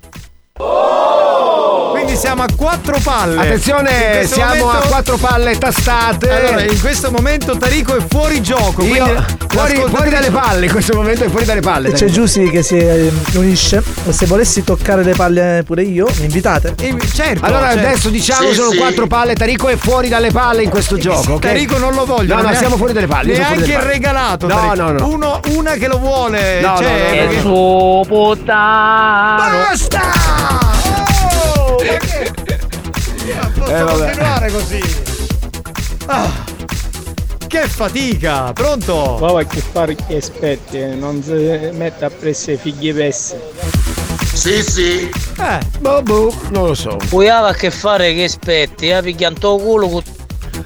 Speaker 9: Quindi siamo a quattro palle. In
Speaker 10: Attenzione,
Speaker 9: questo
Speaker 10: siamo
Speaker 9: momento-
Speaker 10: a quattro palle tastate.
Speaker 9: Allora, in questo momento Tarico è fuori gioco.
Speaker 10: Io-
Speaker 9: quindi
Speaker 10: fuori,
Speaker 9: l'ascoltatrice-
Speaker 10: fuori dalle palle, in questo momento è fuori dalle palle.
Speaker 1: E c'è Giussi che si eh, unisce. E se volessi toccare le palle pure io, mi invitate?
Speaker 9: certo.
Speaker 10: Allora adesso diciamo sono quattro palle, Tarico è fuori dalle palle in questo gioco. ok?
Speaker 9: Tarico non lo voglio.
Speaker 10: No, no,
Speaker 9: neanche-
Speaker 10: siamo fuori dalle palle. io sono fuori
Speaker 9: Neanche
Speaker 10: dalle palle.
Speaker 9: regalato.
Speaker 10: No,
Speaker 9: Tarico.
Speaker 10: no, no.
Speaker 9: Uno- una che lo vuole.
Speaker 21: eh,
Speaker 10: No, no,
Speaker 9: cioè,
Speaker 10: no, no,
Speaker 9: perché-
Speaker 10: no.
Speaker 35: Basta!
Speaker 9: Eh,
Speaker 10: Posso
Speaker 9: vabbè.
Speaker 10: continuare così?
Speaker 9: Ah, che fatica! Pronto?
Speaker 33: Prova che fare che aspetti, eh, non si mette a presse figli pesse.
Speaker 6: Sì, sì.
Speaker 9: Eh,
Speaker 10: boh, boh, non lo so.
Speaker 6: Poi aveva a che fare che aspetti, eh, piglianto culo con...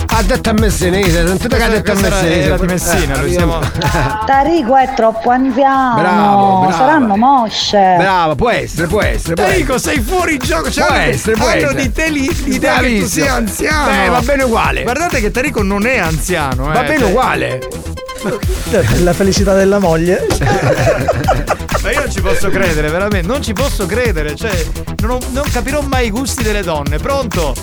Speaker 10: Ha detto a messinese, non ti ha detto a
Speaker 9: Questa era-
Speaker 10: messinese. Eh,
Speaker 9: era di Messina, noi
Speaker 10: <laughs>
Speaker 9: siamo- Ah.
Speaker 5: Tarico è troppo anziano.
Speaker 10: Bravo, brava.
Speaker 5: Saranno mosce.
Speaker 10: Brava, può essere, può essere. può
Speaker 9: Enrico,
Speaker 10: essere.
Speaker 9: sei fuori gioco. Cioè,
Speaker 10: Può
Speaker 9: hanno-
Speaker 10: essere, può
Speaker 9: hanno
Speaker 10: essere.
Speaker 9: di te lì- l'idea che tu
Speaker 10: Bravissimo.
Speaker 9: sia anziano.
Speaker 10: Beh, va bene uguale.
Speaker 9: Guardate che Tarico non è anziano.
Speaker 10: Va
Speaker 9: eh,
Speaker 10: bene
Speaker 9: cioè-
Speaker 10: uguale.
Speaker 1: La felicità della moglie.
Speaker 9: Ma io non ci posso credere, veramente. Non ci posso credere. Cioè, non, ho- non capirò mai i gusti delle donne. Pronto?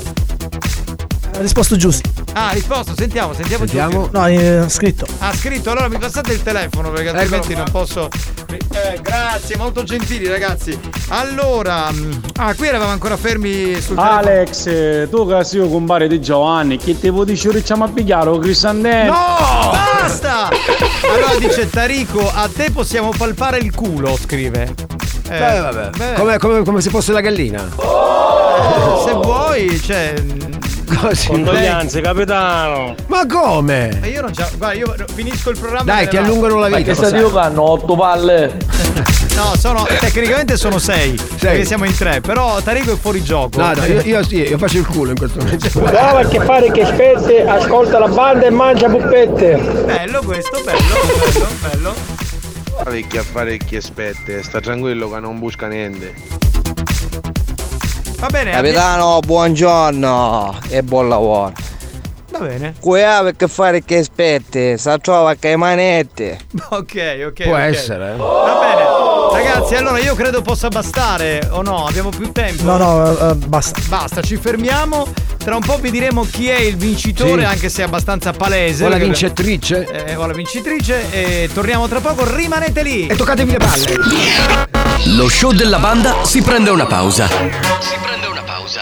Speaker 1: Ha risposto giusto.
Speaker 9: Ah, risposto. Sentiamo, sentiamo. Giulio.
Speaker 1: No, eh, ho scritto.
Speaker 9: Ha scritto, allora mi passate il telefono perché
Speaker 10: Ecco.
Speaker 9: altrimenti non posso. Eh, grazie, molto gentili ragazzi. Allora, mm, ah, qui eravamo ancora fermi sul telefono.
Speaker 18: Alex, eh, tu che sei compare di Giovanni, che te vuoi dire riusciamo a pigliare o Crisandello?
Speaker 9: No! Basta! Allora dice Tarico, a te possiamo palpare il culo, scrive. Eh,
Speaker 10: Beh, vabbè.
Speaker 9: beh, Oh,
Speaker 10: Come, come- come se fosse la gallina. <laughs>
Speaker 9: se vuoi, cioè.
Speaker 10: Così.
Speaker 9: Condoglianze,
Speaker 18: capitano.
Speaker 10: Ma come?
Speaker 9: Ma io non c'ho. Guarda, io finisco il programma. e
Speaker 10: Eh. Dai,
Speaker 9: me
Speaker 10: ti
Speaker 9: ne vado.
Speaker 10: allungano la vita. lo sai.
Speaker 9: hanno otto palle. No, sono. Tecnicamente sono sei. Perché siamo in tre. Però Tarico è fuori gioco.
Speaker 10: No, no, io, io sì, io faccio il culo in questo momento.
Speaker 33: Prova a che fare che aspetti, ascolta la banda e mangia puppette.
Speaker 9: Bello questo, bello, bello, bello.
Speaker 31: Parecchi a fare chi aspetta, sta tranquillo che non busca niente.
Speaker 9: Va bene,
Speaker 30: Capitano, buongiorno e buon lavoro.
Speaker 9: Va bene.
Speaker 30: Qui ha che fare che aspetti, sa trova che manette.
Speaker 9: <laughs> Ok, ok.
Speaker 30: Può
Speaker 9: ok.
Speaker 30: essere, eh.
Speaker 9: Va bene. Ragazzi, allora io credo possa bastare o no? Abbiamo più tempo.
Speaker 1: No, no, eh, eh, basta.
Speaker 9: Basta, ci fermiamo. Tra un po' vi diremo chi è il vincitore,
Speaker 10: Sì.
Speaker 9: anche se è abbastanza palese.
Speaker 10: O la
Speaker 9: Perché-
Speaker 10: vincitrice.
Speaker 9: Eh, o la vincitrice. E torniamo tra poco, rimanete lì. E
Speaker 10: toccatevi le palle.
Speaker 2: Lo show della banda si prende una pausa.
Speaker 9: Si prende una pausa.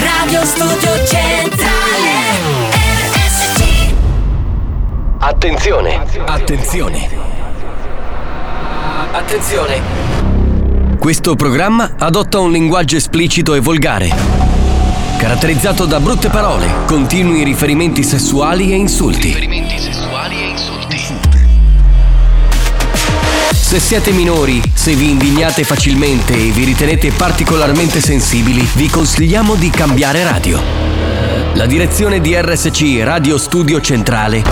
Speaker 11: Radio Studio Centrale RSC
Speaker 2: Attenzione! Attenzione! Attenzione! Questo programma adotta un linguaggio esplicito e volgare, caratterizzato da brutte parole, continui riferimenti sessuali e insulti.
Speaker 11: Riferimenti sessuali e insulti
Speaker 2: Se siete minori, se vi indignate facilmente e vi ritenete particolarmente sensibili, vi consigliamo di cambiare radio. La direzione di RSC Radio Studio Centrale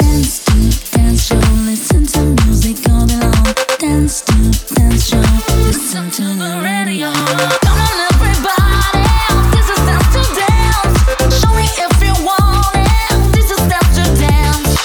Speaker 11: Dance to dance show Listen to music all day long Dance to dance show Listen to the radio Come on everybody This is dance to dance Show me if you want it This is dance to dance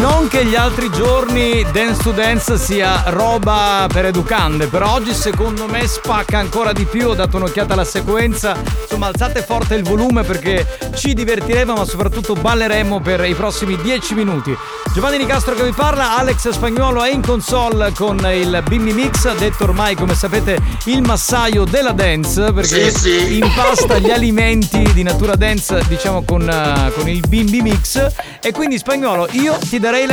Speaker 9: Non che gli altri giorni Dance to Dance sia roba per educande, però oggi secondo me spacca ancora di più. Ho dato un'occhiata alla sequenza. Insomma, alzate forte il volume perché ci divertiremo, ma soprattutto balleremo per i prossimi 10 minuti. Giovanni Nicastro che vi parla, Alex Spagnuolo è in console con il Bimmi Mix, detto ormai come sapete il massaio della dance, perché
Speaker 6: Sì, sì.
Speaker 9: impasta gli alimenti di natura dance, diciamo con, eh, con il Bimbi Mix. E quindi spagnolo, io ti darei la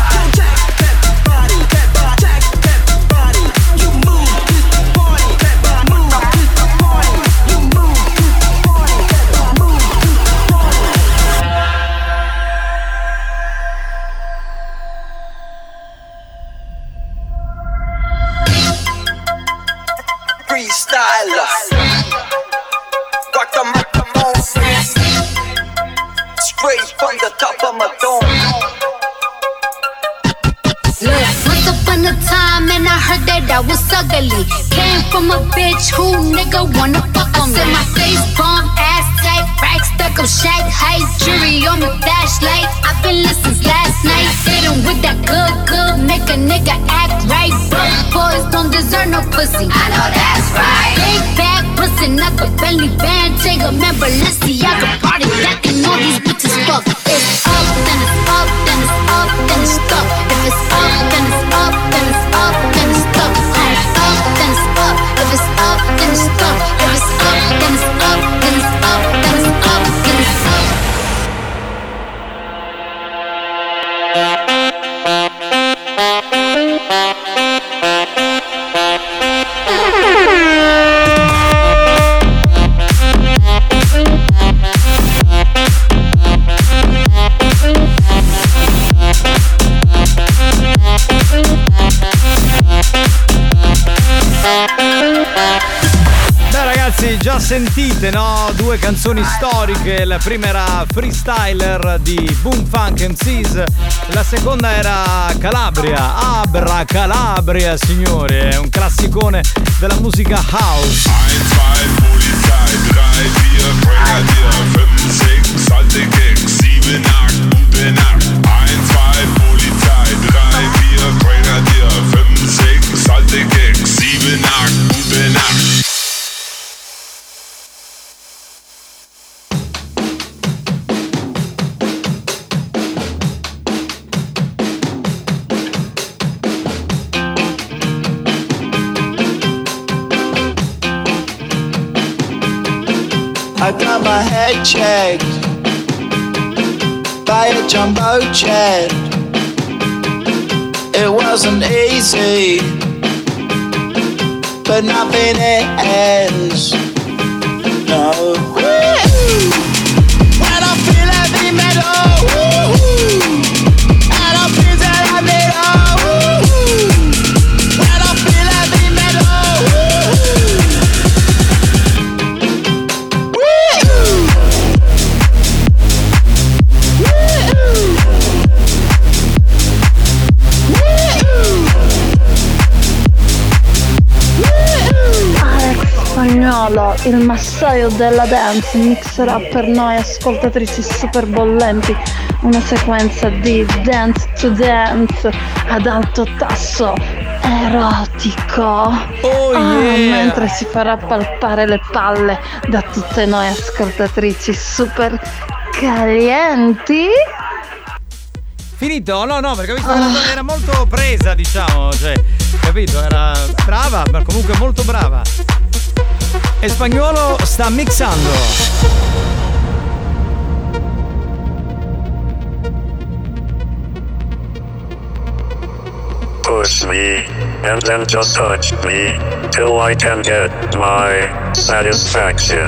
Speaker 2: freestyler. Rock the microphone. Straight from the top of my dome.
Speaker 36: Look, once upon a time, and I heard that I was ugly. Came from a bitch who nigga wanna fuck on me. Said my face bomb, ass tight, rack stuck up, shack height, jewelry on my flashlight. I've been lit since last night. Hitting with that good, good, make a nigga act right. Broke boys don't deserve no pussy. I know that's right. Big bad pussy, not the belly band. Take a member, let's see, I can party back and all these bitches fuck. It's up, then it's up, then it's up, then it's stuck. If it's up, then it's up, then it's up, then it's stuck. If it's up, then it's up. If it's up, then it's stuck. If it's up, then it's up, then it's up, then it's up, then it's up.
Speaker 9: Beh ragazzi, già sentite, no? Due canzoni storiche. La prima era Freestyler di Boom Funk MCs. La seconda era Calabria, Abra Calabria, signori. È un classicone della musica house.
Speaker 3: I got my head checked by a jumbo jet. It wasn't easy, but nothing is. No. Woo! And I feel heavy metal. Woo! And I feel that I need all. Woo! And I feel heavy metal. Woo!
Speaker 36: Alex Spagnolo, il massaio della dance, mixerà per noi ascoltatrici super bollenti una sequenza di dance to dance ad alto tasso erotico. Ah, mentre si farà palpare le palle da tutte noi ascoltatrici super calienti.
Speaker 9: Finito? No, no, perché ho visto che la donna era molto presa, diciamo, cioè, capito? Era brava, ma comunque molto brava. E spagnolo sta mixando.
Speaker 31: Push me, and then just touch me, till I can get my satisfaction.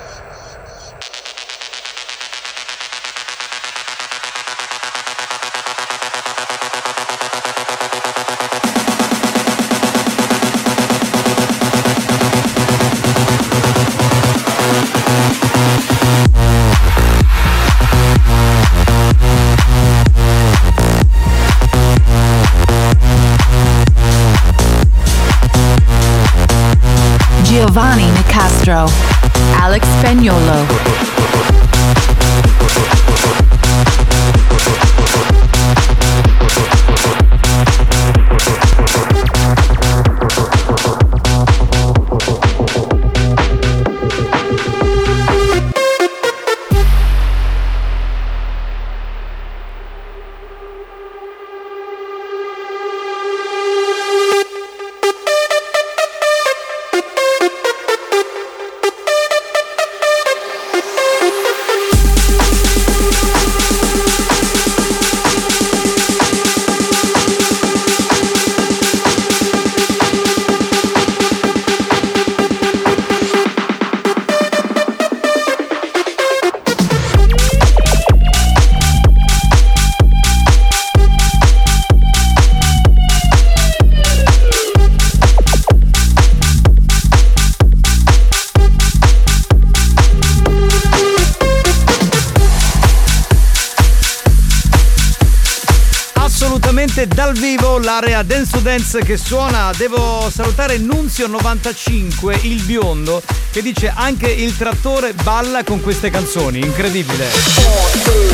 Speaker 37: Castro, Alex Spagnolo.
Speaker 9: Assolutamente dal vivo l'area Dance to Dance che suona. Devo salutare Nunzio95, il biondo, che dice anche il trattore balla con queste canzoni. Incredibile.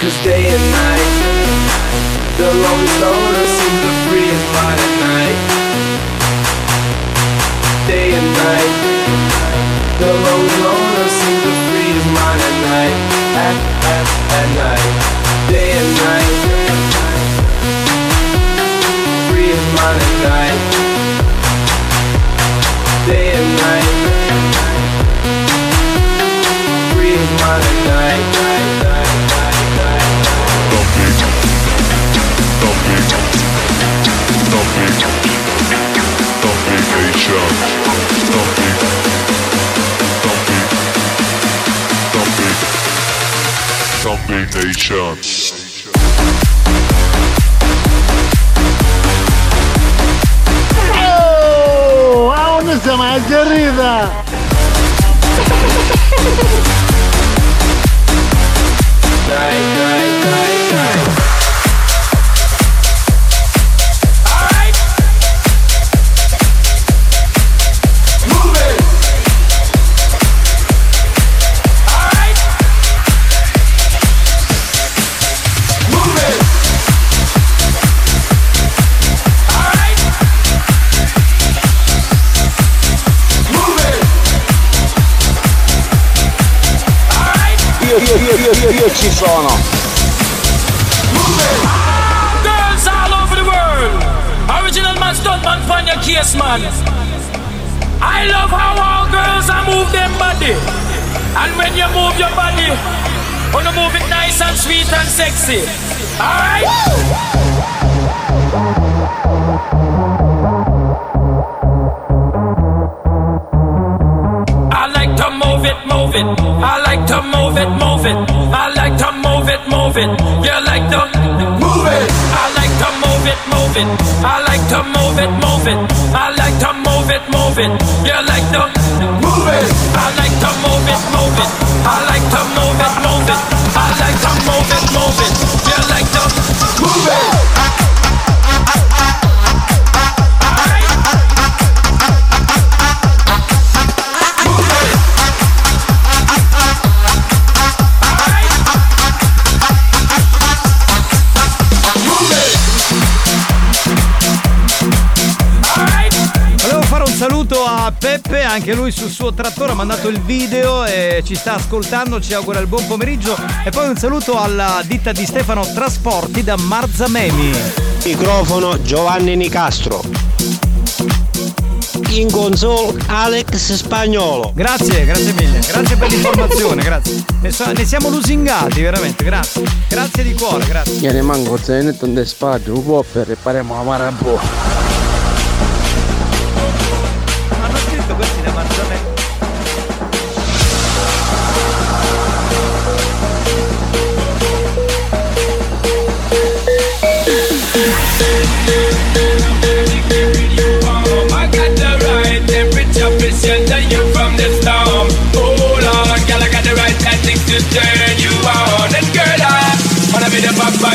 Speaker 1: Cause day and night, the lonely loner seems the freest light at night. Day and night, the lonely loner seems the freest light at night. At, at, at night, day and night, free as mine at night. Day and night, free as mine at night.
Speaker 19: Combination.
Speaker 38: Oh, aonde se mai arriva?
Speaker 1: Io, io, io, io, io, io ci sono.
Speaker 3: Girls all over the world. Original man, stuntman, find your case, man. I love how all girls are move their body. And when you move your body, wanna move it nice and sweet and sexy. Alright? I like to move it, move it. I like to move it, move it. I like to move it, move it. You like to move it. I like to move it, move it. I like to move it, move it. I like to move it, move it. You like to move it. I like to move it, move it. I like to move it, move it. I like to move it, move it. You like to move it.
Speaker 9: Volevo fare un saluto a Peppe, anche lui sul suo trattore ha mandato il video e ci sta ascoltando, ci augura il buon pomeriggio e poi un saluto alla ditta di Stefano Trasporti da Marzamemi.
Speaker 4: Microfono Giovanni Nicastro. In console Alex Spagnolo.
Speaker 9: Grazie, grazie mille, grazie per l'informazione, grazie. Ne, so- ne siamo lusingati veramente, grazie. Grazie di cuore, grazie.
Speaker 4: Io rimango zenetto in spazio, un po' per riparemo a Marabò.
Speaker 9: Hanno scritto questi da Marzamemi.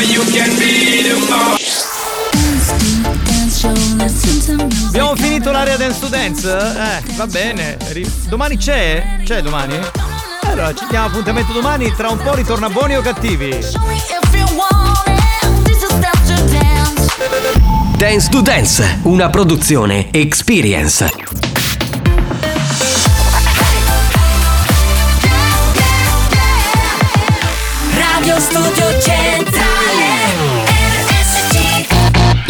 Speaker 3: you can be the boss.
Speaker 9: Abbiamo finito l'area dance to dance? Eh, va bene. Ri- Domani c'è? C'è domani? Allora, ci diamo appuntamento domani, tra un po' ritorna buoni o cattivi.
Speaker 2: Dance to Dance, una produzione Experience.
Speaker 39: Radio Studio Centrale RSC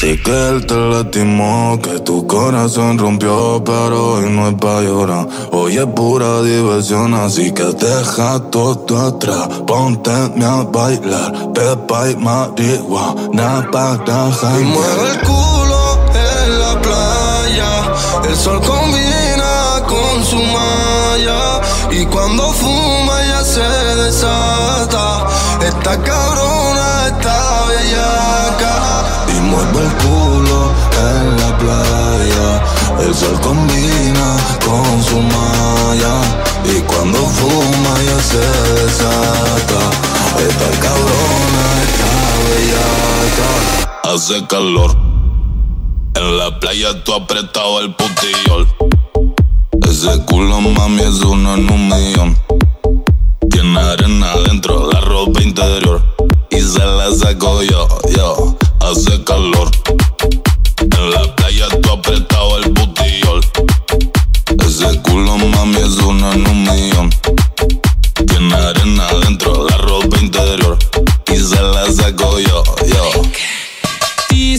Speaker 26: Sí que él te lastimó, que tu corazón rompió, pero hoy no es pa' llorar. Hoy es pura diversión, así que deja todo atrás. Ponte a bailar, pepa y marihuana para
Speaker 35: Mueve
Speaker 26: janguear.
Speaker 35: el culo en la playa, el sol combina con su malla y cuando fuma ella se desata. Esta cabrona está bellaca
Speaker 26: Y mueve el culo en la playa, el sol combina con su malla. Y cuando fuma ya se desata, esta cabrona está bellaca. Hace calor, en la playa tú apretado el putillol. Ese culo mami es uno en un millón. Tiene arena dentro la ropa interior y se la saco yo, yo. Hace calor. En la playa tú apretado el butillol. Ese culo mami es uno en un millón. Tiene arena dentro la ropa interior y se la saco yo, yo.
Speaker 23: ti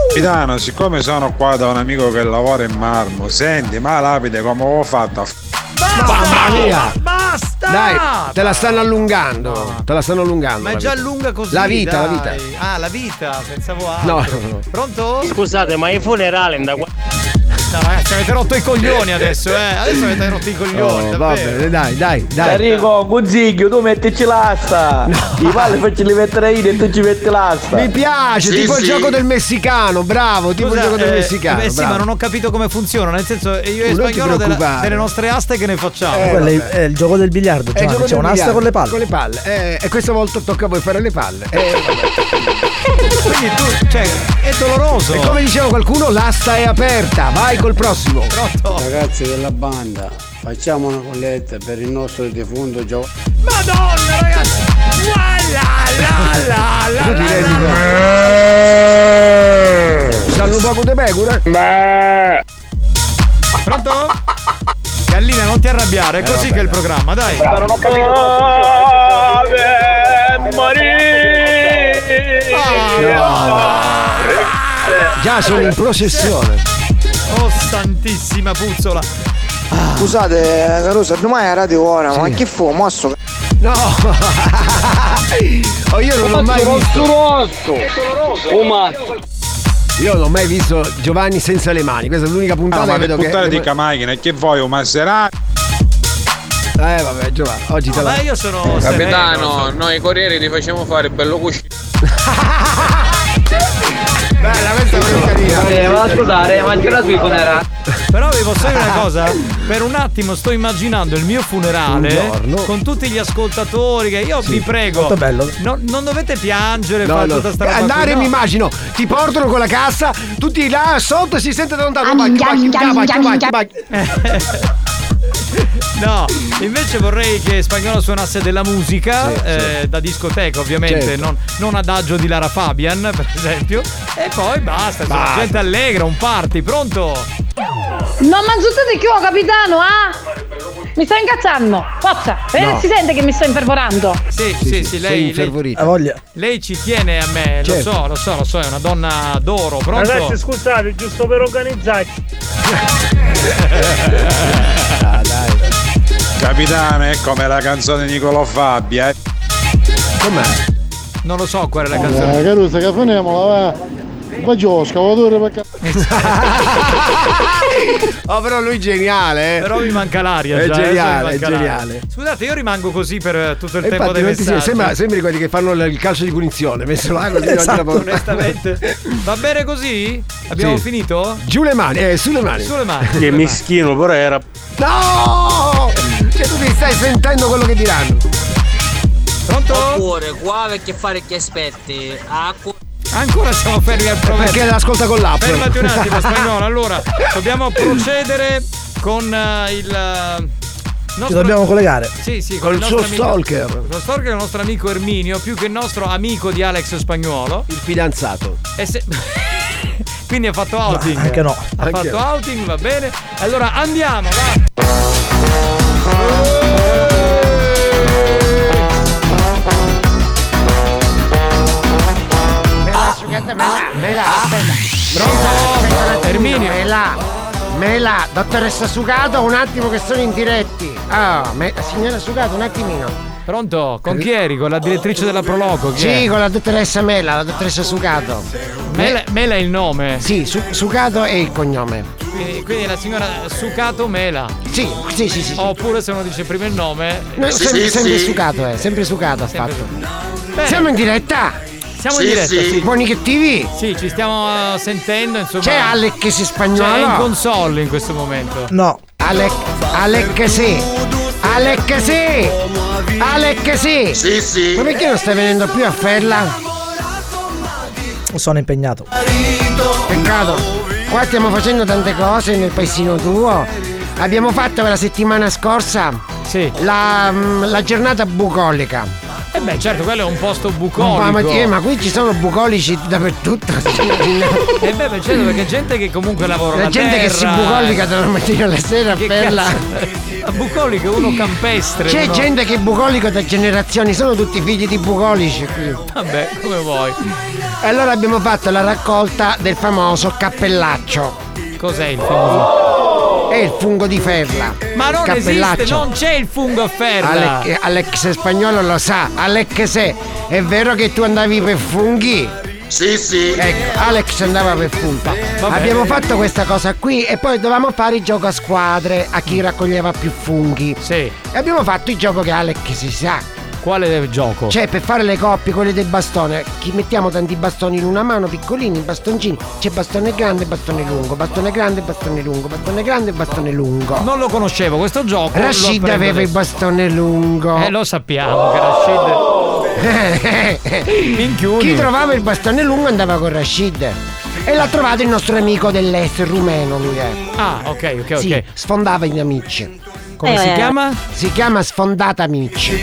Speaker 18: Capitano, siccome sono qua da un amico che lavora in marmo, senti, ma lapide come ho fatto a f-
Speaker 10: Mamma mia!
Speaker 9: Basta!
Speaker 10: Dai, te la stanno allungando. Te la stanno allungando.
Speaker 9: Ma è
Speaker 10: la
Speaker 9: già
Speaker 10: vita.
Speaker 9: lunga così.
Speaker 10: La vita,
Speaker 9: dai.
Speaker 10: la vita.
Speaker 9: Ah, la vita, pensavo a.
Speaker 10: No, no, no.
Speaker 9: Pronto?
Speaker 5: Scusate, ma i funerali da qua.
Speaker 9: No, ragazzi, avete rotto i coglioni adesso, eh. Adesso avete rotto i coglioni.
Speaker 10: Oh, va bene, dai, dai, dai.
Speaker 5: Enrico, Guzziglio, tu mettici l'asta. I pali facili mettere io e tu ci metti l'asta.
Speaker 10: Mi piace, tipo il gioco del messicano, bravo, tipo il
Speaker 9: Scusa,
Speaker 10: gioco del
Speaker 9: eh,
Speaker 10: messicano.
Speaker 9: eh sì,
Speaker 10: bravo.
Speaker 9: ma non ho capito come funziona. Nel senso, io e
Speaker 10: non ti
Speaker 9: spagnolo della,
Speaker 10: preoccupare. Eh.
Speaker 9: delle nostre aste che ne facciamo.
Speaker 1: Eh, Quello è, è il gioco del biliardo,
Speaker 10: È il Eh,
Speaker 1: Giovanni,
Speaker 10: gioco
Speaker 1: c'è
Speaker 10: del
Speaker 1: un'asta
Speaker 10: biliardo,
Speaker 1: con le palle.
Speaker 10: Con le palle. Eh, e questa volta tocca a voi fare le palle.
Speaker 9: <laughs>
Speaker 10: Eh,
Speaker 9: Quindi tu, cioè, è doloroso.
Speaker 10: e come diceva qualcuno, l'asta è aperta. Vai col prossimo.
Speaker 21: Ragazzi della banda, facciamo una colletta per il nostro defunto Giovanni.
Speaker 9: Madonna, ragazzi!
Speaker 10: Tu direi di no. Stanno un poco di pecora?
Speaker 9: Pronto? Gallina, non ti
Speaker 10: Eh,
Speaker 9: arrabbiare, è così che è il programma, dai. Ah,
Speaker 10: Già sono in processione.
Speaker 9: Oh, santissima puzzola.
Speaker 30: Scusate, Caruso, ormai è radio ora, ma che fu? Mosso?
Speaker 10: No! <laughs> oh, io non l'ho mai visto.
Speaker 9: Oh,
Speaker 10: Io non ho mai visto Giovanni senza le mani. Questa è l'unica puntata
Speaker 18: No, Ah,
Speaker 10: che
Speaker 18: ma per
Speaker 10: vedo che.
Speaker 18: puntare di macchina, che vuoi, un Maserati?
Speaker 10: Eh vabbè, Giovanni, oggi te la.
Speaker 18: Ma io sono
Speaker 6: Capitano, noi corrieri ti facciamo fare bello cuscino.
Speaker 10: Bella, questa è carina.
Speaker 5: Eh, vado a scusare, ma anche la sui funerali.
Speaker 9: Però vi posso dire una cosa? Per un attimo sto immaginando il mio funerale
Speaker 5: Un giorno.
Speaker 9: con tutti gli ascoltatori che io
Speaker 5: Sì,
Speaker 9: vi prego.
Speaker 10: molto bello.
Speaker 9: no- non dovete piangere,
Speaker 10: No,
Speaker 9: fare
Speaker 10: no. Eh,
Speaker 9: tutta sta roba.
Speaker 10: Andare
Speaker 9: qui, no.
Speaker 10: mi immagino, ti portano con la cassa, tutti là sotto e si sente da lontano. Vai, vai, vai, vai, vai, vai.
Speaker 9: Eh, No, invece vorrei che Spagnolo suonasse della musica eh, da discoteca, ovviamente,
Speaker 5: Certo.
Speaker 9: non, non adagio di Lara Fabian, per esempio. E poi basta, insomma,
Speaker 5: Basta.
Speaker 9: gente allegra, un party, pronto?
Speaker 24: Non manzuzzate più, capitano, ah! Mi sta incazzando! Forza! Vedete,
Speaker 9: No.
Speaker 24: si sente che mi sta infervorando!
Speaker 9: Sì, sì, sì, lei, lei,
Speaker 1: Ha voglia.
Speaker 9: lei ci tiene a me,
Speaker 1: Certo.
Speaker 9: lo so, lo so, lo so, è una donna d'oro, pronto?
Speaker 25: Ragazzi scusate, giusto per organizzarci.
Speaker 18: Capitano, è come la canzone di Nicolò
Speaker 21: eh.
Speaker 18: Fabbia.
Speaker 9: Com'è? Non lo so qual è
Speaker 10: Oh,
Speaker 9: la canzone.
Speaker 32: Eh, Caruso, che finiamola, va. Ma giù, scavatore per
Speaker 10: Oh, però lui è geniale. eh.
Speaker 9: Però mi manca l'aria.
Speaker 10: È
Speaker 9: già, eh,
Speaker 10: geniale,
Speaker 9: mi manca
Speaker 10: è
Speaker 9: l'aria.
Speaker 10: geniale.
Speaker 9: Scusate, io rimango così per eh, tutto il
Speaker 10: E
Speaker 9: tempo dei
Speaker 10: infatti, non ti
Speaker 9: messaggi.
Speaker 10: sembra, sembri quelli che fanno il calcio di punizione, messo là
Speaker 9: <laughs>
Speaker 10: così davanti alla porta.
Speaker 9: Esatto, Onestamente. Va bene così? Abbiamo
Speaker 10: Sì.
Speaker 9: finito?
Speaker 10: Giù le mani, eh, sulle mani.
Speaker 9: Sulle mani.
Speaker 10: Che
Speaker 31: mischino, però era.
Speaker 10: No! Cioè tu ti stai sentendo quello che diranno.
Speaker 9: Pronto?
Speaker 5: Oppure, qua perché fare che aspetti? Acqua.
Speaker 9: Ancora siamo fermi al proverbio.
Speaker 10: Perché l'ascolta con l'app.
Speaker 9: Fermati un
Speaker 1: <laughs>
Speaker 9: attimo, spagnolo. Allora, dobbiamo procedere con eh, il. eh,
Speaker 1: Ci
Speaker 9: nostro-
Speaker 1: dobbiamo collegare.
Speaker 9: Sì, sì,
Speaker 1: Col
Speaker 9: con il nostro
Speaker 1: suo stalker.
Speaker 9: Amico, lo stalker è il nostro amico Erminio, più che il nostro amico di Alex Spagnuolo.
Speaker 10: Il fidanzato.
Speaker 9: E se- <laughs> Quindi ha fatto outing.
Speaker 1: anche no.
Speaker 9: Ha
Speaker 1: Anche
Speaker 9: fatto
Speaker 1: no.
Speaker 9: outing, va bene. Allora andiamo, va.
Speaker 10: Mela,
Speaker 9: Ah, Pronto? Erminio.
Speaker 10: Mela, Mela, dottoressa Sugato, un attimo che sono in diretti. Ah, me- signora Sugato, un attimino.
Speaker 9: Pronto? Con chi eri? Con la direttrice della Proloco? chi è?
Speaker 10: Sì, con la dottoressa Mela, la dottoressa Sugato.
Speaker 9: Mela, Mela è il nome.
Speaker 10: Sì, Su- Sugato è il cognome.
Speaker 9: Quindi, quindi la signora Sucato Mela.
Speaker 10: Sì, sì, sì, sì.
Speaker 9: Oppure se uno dice prima il nome.
Speaker 10: No, sempre, sempre Sugato, eh, sempre Sugato ha fatto. Siamo in diretta!
Speaker 9: Siamo in diretta, sì.
Speaker 10: Buoni cattivi?
Speaker 9: Sì, ci stiamo eh, sentendo, insomma.
Speaker 10: C'è Alec che si spagnola?
Speaker 9: Cioè, è in console in questo momento.
Speaker 1: No.
Speaker 10: Alec, Alec sì. Alec sì. Alec sì. Sì, sì. Ma perché non stai venendo più a Ferla?
Speaker 40: sono impegnato.
Speaker 10: Peccato, qua stiamo facendo tante cose nel paesino tuo. Abbiamo fatto la settimana scorsa la, mm, la giornata bucolica.
Speaker 9: Eh beh, certo, quello è un posto
Speaker 10: Ma,
Speaker 9: bucolico.
Speaker 10: ma-
Speaker 9: <laughs>
Speaker 10: eh, ma qui ci sono bucolici
Speaker 40: <laughs>
Speaker 10: dappertutto.
Speaker 9: E beh, beh, certo, perché gente che comunque lavora
Speaker 10: La
Speaker 9: la
Speaker 10: gente che si
Speaker 9: terra,
Speaker 10: bucolica
Speaker 9: eh.
Speaker 10: dalla mattina alla sera
Speaker 9: Che
Speaker 10: per la-
Speaker 9: cazzo? Ma Bucolico è uno campestre.
Speaker 10: C'è
Speaker 9: uno-
Speaker 10: gente che è bucolica da generazioni, sono tutti figli di bucolici qui.
Speaker 9: Vabbè, come vuoi.
Speaker 10: E allora abbiamo fatto la raccolta del famoso cappellaccio.
Speaker 9: Cos'è il famoso?
Speaker 10: È il fungo di ferla.
Speaker 9: Ma non esiste,
Speaker 10: Cappellaccio.
Speaker 9: non c'è il fungo a ferla.
Speaker 10: Alex, Alex spagnolo lo sa, Alex se è vero che tu andavi per funghi? Sì, sì.
Speaker 9: Eh,
Speaker 10: Ecco, Alex andava per fumpa.
Speaker 9: Vabbè.
Speaker 10: Abbiamo fatto questa cosa qui e poi dovevamo fare il gioco a squadre a chi raccoglieva più funghi.
Speaker 9: Mm. Sì.
Speaker 10: E abbiamo fatto il gioco che Alex si sa.
Speaker 9: Quale del gioco?
Speaker 10: Cioè, per fare le coppie, quelle del bastone, chi mettiamo tanti bastoni in una mano, piccolini, bastoncini. C'è bastone grande, bastone lungo, bastone grande, bastone lungo, bastone grande, bastone lungo.
Speaker 9: Non lo conoscevo questo gioco. lo
Speaker 10: Rashid
Speaker 9: prendo
Speaker 10: aveva il
Speaker 9: adesso.
Speaker 10: bastone lungo. <laughs>
Speaker 9: Eh, lo sappiamo che Rashid. Minchioni.
Speaker 10: Chi trovava il bastone lungo andava con Rashid. E l'ha trovato il nostro amico dell'est rumeno, lui è.
Speaker 9: Ah, ok, ok, ok.
Speaker 10: Sì, sfondava gli amici.
Speaker 9: Come si Eh. chiama?
Speaker 10: Si chiama Sfondata
Speaker 9: <laughs>
Speaker 10: Amici.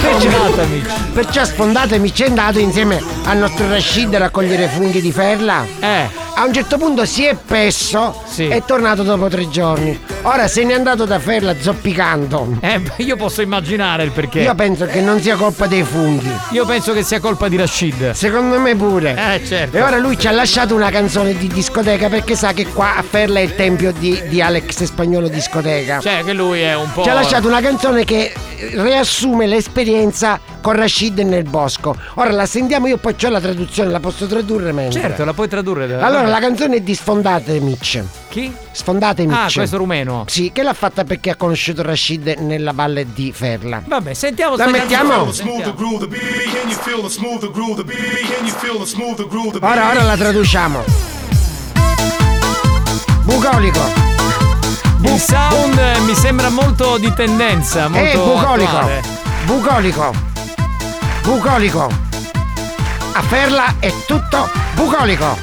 Speaker 9: Sfondata Amici.
Speaker 10: Perciò Sfondata Amici è andato insieme al nostro Rashid a raccogliere funghi di ferla.
Speaker 9: Eh.
Speaker 10: A un certo punto si è perso e è tornato dopo tre giorni. Ora se n'è andato da ferla zoppicando.
Speaker 9: Eh, beh, io posso immaginare il perché.
Speaker 10: Io penso che non sia colpa dei funghi.
Speaker 9: Io penso che sia colpa di Rashid.
Speaker 10: Secondo me pure.
Speaker 9: Eh, certo.
Speaker 10: E ora lui ci ha lasciato una canzone di discoteca perché sa che qua a Ferla è il tempio di, di Alex Spagnolo discoteca.
Speaker 9: Cioè, che lui è un po'.
Speaker 10: Ci ha lasciato una canzone che eh, riassume l'esperienza con Rashid nel bosco. Ora la sentiamo, io poi ho la traduzione, la posso tradurre mentre.
Speaker 9: Certo, la puoi tradurre.
Speaker 10: Allora la canzone è di Sfondate Mitch.
Speaker 9: Chi?
Speaker 10: Sfondate Mitch.
Speaker 9: Ah, questo rumeno.
Speaker 10: Sì, che l'ha fatta perché ha conosciuto Rashid nella valle di Ferla.
Speaker 9: Vabbè, sentiamo
Speaker 10: La
Speaker 9: sta
Speaker 10: mettiamo?
Speaker 9: canzone.
Speaker 18: Smoother groove, the beat. Can you feel the smoother groove, the beat? Can you feel the smoother groove, the beat?
Speaker 10: Ora, ora la traduciamo. Bucolico.
Speaker 9: Il sound eh, mi sembra molto di tendenza. Molto
Speaker 10: Eh, bucolico.
Speaker 9: attuale.
Speaker 10: Bucolico. Bucolico. A Ferla è tutto bucolico.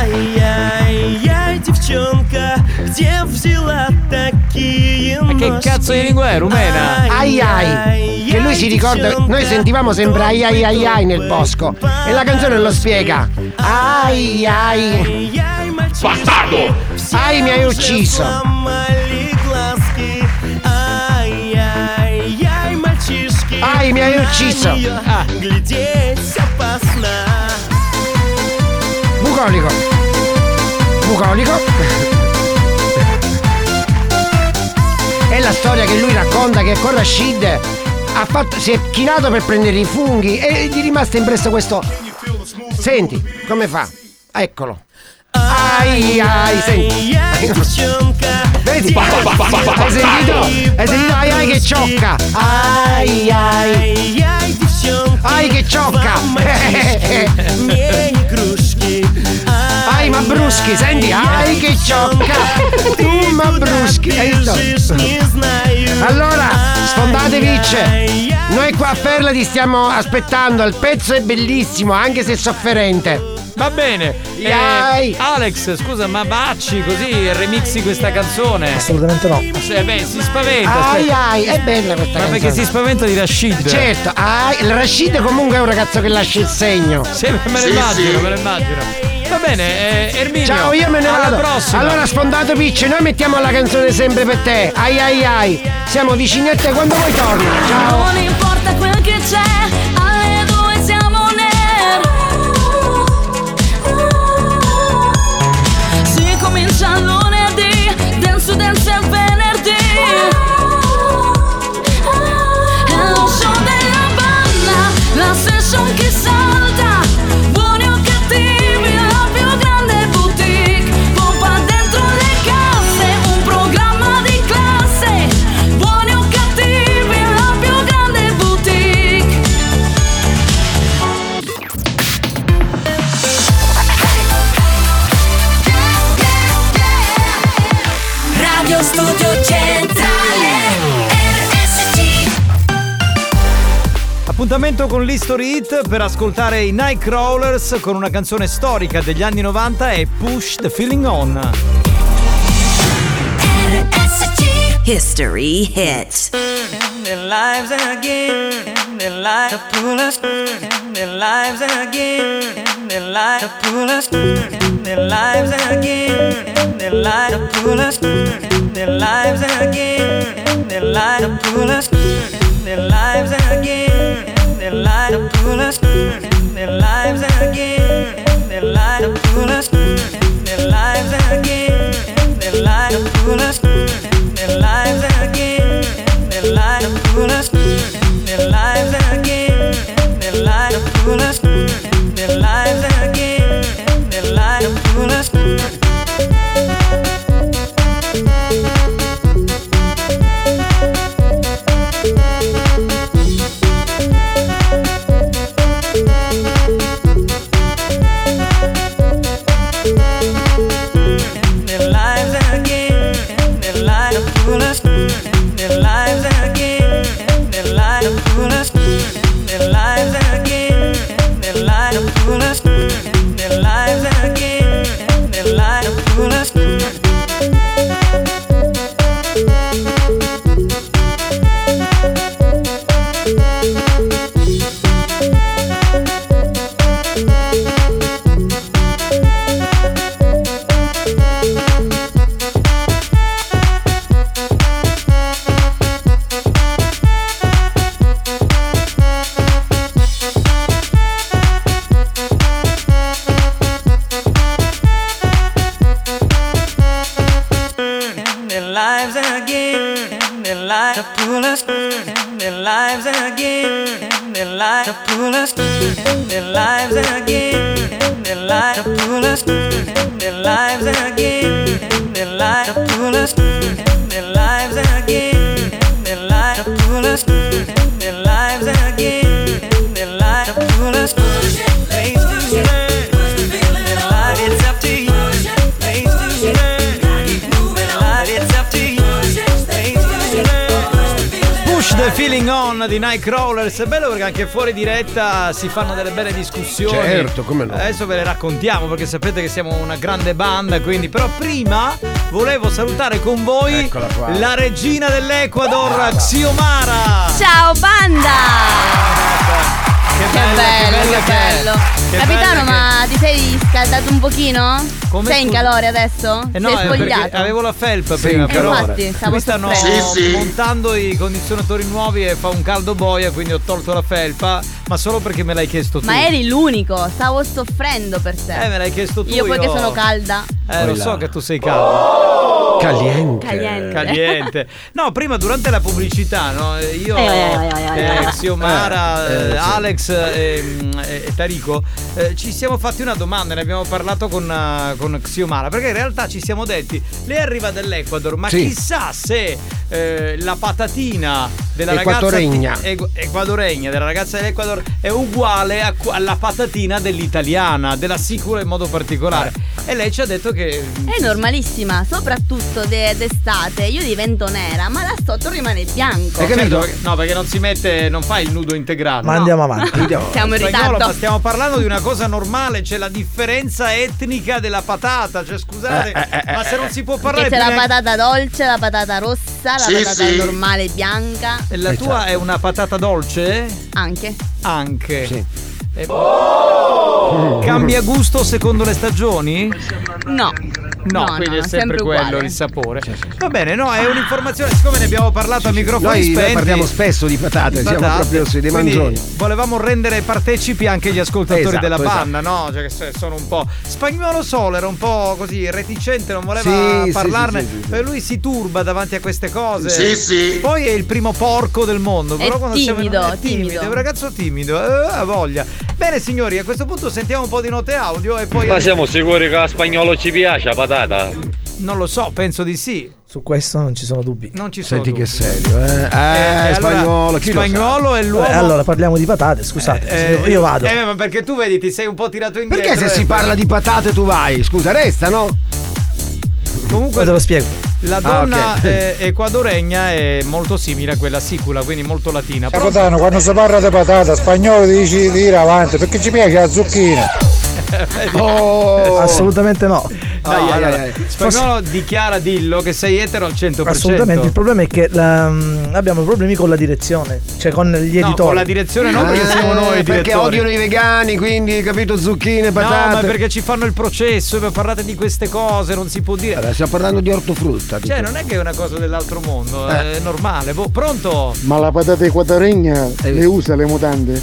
Speaker 4: Ай-яй-яй, девчонка, где взяла такие
Speaker 9: Ma che
Speaker 4: ножки?
Speaker 9: cazzo di lingua è? Rumena?
Speaker 10: Ai ai. Che lui si ricorda, noi sentivamo sempre ai ai ai ai nel bosco. E la canzone lo spiega. Ai ai. Bastardo! Ai mi hai ucciso.
Speaker 4: Сломали глазки. Ай-яй-яй, мальчишки,
Speaker 10: Ай, меня и
Speaker 4: на
Speaker 10: учиться.
Speaker 4: неё
Speaker 9: Ah.
Speaker 10: А.
Speaker 4: глядеть опасно.
Speaker 10: Bucolico. Bucolico. È la storia che lui racconta che con Rashid ha fatto- si è chinato per prendere i funghi e gli è rimasto impresso questo. Senti, come fa? Eccolo. Ai ai, senti. Vedi? Hai sentito? Hai sentito? Ai ai che ciocca! Ai ai! Ai che ciocca! <laughs>
Speaker 4: Не игрушки.
Speaker 10: Ai ma bruschi, senti, ai che ciocca! Tu ma bruschi! Hai visto? Allora, sfondate vice! Noi qua a Ferla ti stiamo aspettando, il pezzo è bellissimo, anche se sofferente.
Speaker 9: Va bene. Eh,
Speaker 10: Ai.
Speaker 9: Alex, scusa, ma baci così remixi questa canzone?
Speaker 40: Assolutamente no.
Speaker 9: Eh, beh, si spaventa.
Speaker 10: Ai
Speaker 9: aspetta.
Speaker 10: ai, è bella questa
Speaker 9: Ma
Speaker 10: canzone.
Speaker 9: perché si spaventa di Rashid?
Speaker 10: Certo, ai, il Rashid comunque è un ragazzo che lascia il segno.
Speaker 9: Sì, me lo immagino, me lo immagino. Va bene, eh, Erminio.
Speaker 10: Ciao, io me ne
Speaker 9: alla
Speaker 10: vado.
Speaker 9: prossima.
Speaker 10: Allora, sfondato Picci, noi mettiamo la canzone sempre per te. Ai ai ai. Siamo vicini a te quando vuoi torna. Ciao.
Speaker 3: Non importa quel che c'è, alle due siamo nel. Si comincia lunedì, dance dance è venerdì. È lo show della banda, la session che salta. Buoni o cattivi, la più grande boutique. Pompa dentro le casse, un programma di classe. Buoni o cattivi, la più grande boutique. Radio Studio Centrale RSC
Speaker 41: A
Speaker 9: Appuntamento con l'History Hit per ascoltare i Nightcrawlers con una canzone storica degli anni 90 e Push the Feeling On.
Speaker 14: History hit.
Speaker 17: Their lives again, their lives to pull us. Their lives again, their lives to pull us. Their lives again, their lives to pull us. Their lives again, their lives to pull us. Their lives again, their lives to pull us. Their lives again, their lives to pull us. Their lives again, their lives to pull us. Their lives again, their lives to pull us. Their lives again, their lives to pull us. Their lives again, their lives to pull us. Their lives again, their lives to pull us. Their lives again, their lives to pull us. Their lives again, their lives to pull us. Their lives again, their lives to pull us. Their lives again, their lives to pull us. Their lives again, their lives to pull us. Their lives again, their lives to pull us. Their lives again, their lives to pull us. Their lives again, their lives to pull us. Their lives again, their lives to pull us. Things to learn. Their life, it's up to you. Things to learn. Their life, it's up to you. Things to learn.
Speaker 9: Push the feeling on di Nightcrawlers. È bello perché anche fuori diretta si fanno delle belle discussioni.
Speaker 10: Certo, come no.
Speaker 9: Adesso ve le raccontiamo perché sapete che siamo una grande banda. Quindi, però, prima volevo salutare con voi la regina
Speaker 20: Ah,
Speaker 9: dell'Ecuador, Xiomara.
Speaker 20: Ciao banda!
Speaker 9: Ah. Che
Speaker 20: bello, che bello.
Speaker 9: che è. Che
Speaker 20: Capitano,
Speaker 9: bello che-
Speaker 20: ma ti sei scaldato un pochino?
Speaker 9: Come
Speaker 20: sei in
Speaker 9: tu-
Speaker 20: calore adesso?
Speaker 9: Eh no,
Speaker 20: sei
Speaker 9: eh, perché
Speaker 20: spogliato?
Speaker 9: avevo la felpa
Speaker 20: Sì,
Speaker 9: prima,
Speaker 20: in
Speaker 9: però
Speaker 20: calore. Infatti, stavo
Speaker 9: qui stanno
Speaker 20: soffrendo. Sì, sì.
Speaker 9: montando i condizionatori nuovi e fa un caldo boia, quindi ho tolto la felpa, ma solo perché me l'hai chiesto tu.
Speaker 20: Ma eri l'unico, stavo soffrendo per te.
Speaker 9: Eh, me l'hai chiesto tu,
Speaker 20: Io poi che
Speaker 9: io-
Speaker 20: sono calda.
Speaker 9: Eh, lo so che tu sei caldo. Caliente.
Speaker 20: Caliente.
Speaker 9: No, prima durante la pubblicità, no? Io,
Speaker 20: Eh, eh, eh,
Speaker 9: eh,
Speaker 20: eh.
Speaker 9: Xiomara,
Speaker 20: Eh, eh,
Speaker 9: eh,
Speaker 20: sì.
Speaker 9: Alex eh, mm, e e Tarico, eh, ci siamo fatti una domanda, ne abbiamo parlato con, eh, con Xiomara, perché in realtà ci siamo detti, lei arriva dall'Ecuador, ma
Speaker 10: Sì.
Speaker 9: chissà se eh, la patatina della
Speaker 10: Equatoregna.
Speaker 9: ragazza equ- equadoregna della ragazza dell'Ecuador è uguale a qu- alla patatina dell'italiana, della sicura in modo particolare.
Speaker 20: Eh.
Speaker 9: E lei ci ha detto che
Speaker 20: È normalissima, soprattutto de- d'estate. Io divento nera, ma là sotto rimane bianco.
Speaker 9: Certo, perché- no, perché non si mette, non fa il nudo integrale.
Speaker 20: Ma
Speaker 9: No.
Speaker 20: andiamo
Speaker 9: <laughs>
Speaker 20: avanti. Siamo in
Speaker 9: Spagnolo,
Speaker 20: ritardo.
Speaker 9: ma stiamo parlando di una cosa normale, c'è la differenza etnica della patata. Cioè, scusate,
Speaker 20: Eh, eh, eh,
Speaker 9: ma se non si può parlare
Speaker 20: Perché c'è la
Speaker 9: neanche-
Speaker 20: patata dolce, la patata rossa, la
Speaker 9: Sì,
Speaker 20: patata
Speaker 9: sì. Esatto.
Speaker 20: normale bianca.
Speaker 9: eh, La tua
Speaker 20: Esatto.
Speaker 9: è una patata dolce?
Speaker 20: Anche.
Speaker 9: Anche. E- Oh! Cambia gusto secondo le stagioni?
Speaker 20: No.
Speaker 9: No, quindi è sempre, quello
Speaker 20: uguale.
Speaker 9: il sapore. Va bene, no, è un'informazione, siccome ne abbiamo parlato a microfoni
Speaker 10: Noi, noi
Speaker 9: spenti.
Speaker 10: parliamo spesso di patate, siamo
Speaker 9: Patate.
Speaker 10: proprio sui dei
Speaker 9: Quindi
Speaker 10: mangioni.
Speaker 9: Volevamo rendere partecipi anche gli ascoltatori
Speaker 10: Esatto,
Speaker 9: della
Speaker 10: esatto.
Speaker 9: banda, no? Cioè che se- sono un po'. Spagnolo Sole era un po' così reticente, non voleva
Speaker 10: Sì, sì,
Speaker 9: parlarne.
Speaker 10: sì, sì, sì,
Speaker 9: Eh, Lui si turba davanti a queste cose.
Speaker 10: Sì, sì.
Speaker 9: Poi è il primo porco del mondo.
Speaker 20: È
Speaker 9: Però quando siamo-
Speaker 20: timido,
Speaker 9: è timido,
Speaker 20: timido.
Speaker 9: è un ragazzo timido, eh, ha voglia. Bene signori, a questo punto sentiamo un po' di note audio e poi.
Speaker 35: Ma siamo sicuri che a spagnolo ci piace la patata?
Speaker 9: Non lo so, penso di sì.
Speaker 1: Su questo non ci sono dubbi.
Speaker 9: Non ci
Speaker 10: Senti
Speaker 9: sono
Speaker 10: che serio, eh?
Speaker 9: allora,
Speaker 10: Eh, spagnolo, chi lo sa? Eh,
Speaker 9: spagnolo è l'uomo-
Speaker 1: Vabbè, Eh, allora parliamo di patate, scusate.
Speaker 9: Eh,
Speaker 1: io- io vado.
Speaker 9: Eh, ma perché tu vedi, ti sei un po' tirato indietro.
Speaker 10: Perché se
Speaker 9: eh,
Speaker 10: si parla di patate tu vai? Scusa, resta, no?
Speaker 9: Comunque
Speaker 1: te lo spiego.
Speaker 9: La
Speaker 3: Ah,
Speaker 9: donna
Speaker 3: ok.
Speaker 9: eh, ecuadoregna è molto simile a quella sicula, quindi molto latina.
Speaker 32: Capitano, quando si parla di patata, spagnolo dici di ir avanti perché ci piace la zucchina.
Speaker 9: <laughs> Oh.
Speaker 1: Assolutamente no.
Speaker 9: Dai,
Speaker 1: No,
Speaker 9: allora,
Speaker 1: dai, dai.
Speaker 9: Spagnolo dichiara dillo che sei etero al 100%.
Speaker 1: Assolutamente, il problema è che la- mm, abbiamo problemi con la direzione, cioè con gli editori.
Speaker 9: No, con la direzione no, perché siamo noi i
Speaker 10: Ah, Perché
Speaker 9: direttori.
Speaker 10: odiano i vegani, quindi capito zucchine,
Speaker 9: No, ma
Speaker 10: patate.
Speaker 9: perché ci fanno il processo, ma parlate di queste cose, non si può dire.
Speaker 10: Allora, stiamo parlando di ortofrutta.
Speaker 9: Cioè,
Speaker 10: tipo.
Speaker 9: non è che è una cosa dell'altro mondo, è normale. Boh, pronto?
Speaker 32: Ma la patata equadoregna
Speaker 10: Eh,
Speaker 32: le usa le mutande?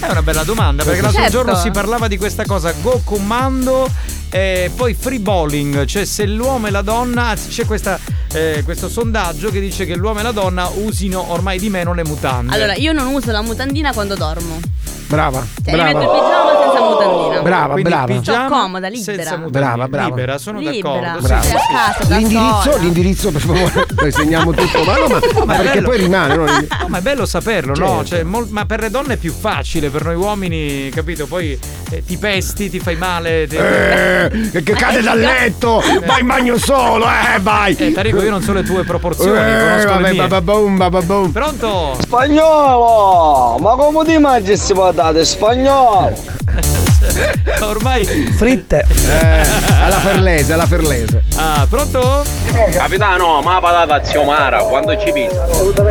Speaker 9: È una bella domanda, perché l'altro
Speaker 32: Certo.
Speaker 9: giorno si parlava di questa cosa, go comando e poi free bowling, cioè se l'uomo e la donna, anzi, c'è questa, eh, questo sondaggio che dice che l'uomo e la donna usino ormai di meno le mutande.
Speaker 20: Allora, io non uso la mutandina quando dormo.
Speaker 10: Brava,
Speaker 20: Cioè, mi metto il pigiama senza mutandina.
Speaker 10: Brava,
Speaker 9: Quindi
Speaker 10: brava.
Speaker 9: pigiama
Speaker 20: Sto comoda, libera.
Speaker 9: senza mutande.
Speaker 10: Brava, brava.
Speaker 9: Libera, sono
Speaker 20: Libera.
Speaker 9: d'accordo.
Speaker 10: Brava.
Speaker 9: Sì, sì, sì.
Speaker 10: l'indirizzo, l'indirizzo, per
Speaker 9: <laughs>
Speaker 10: favore, poi segniamo tutto. Ma no, ma,
Speaker 20: <laughs>
Speaker 10: ma
Speaker 9: Ma è
Speaker 10: perché
Speaker 9: bello.
Speaker 10: poi rimane. no?
Speaker 9: No, ma è bello saperlo, no?
Speaker 10: Certo.
Speaker 9: Cioè, mol- ma per le donne è più facile, per noi uomini, capito? Poi eh, ti pesti, ti fai male. ti-
Speaker 10: Eh, che cade dal letto, vai in bagno solo, eh, vai.
Speaker 9: Eh, Tarico, io non so le tue proporzioni,
Speaker 10: Eh,
Speaker 9: conosco le
Speaker 10: vabbè,
Speaker 9: mie.
Speaker 10: bababoom, bababoom.
Speaker 9: Pronto?
Speaker 5: Spagnolo! Ma come ti mangi queste patate, spagnolo?
Speaker 9: <laughs> Ormai
Speaker 1: fritte.
Speaker 10: Eh, alla ferlese, alla ferlese.
Speaker 9: Ah, pronto?
Speaker 35: Capitano, ma patata zio Mara, quando ci pisa?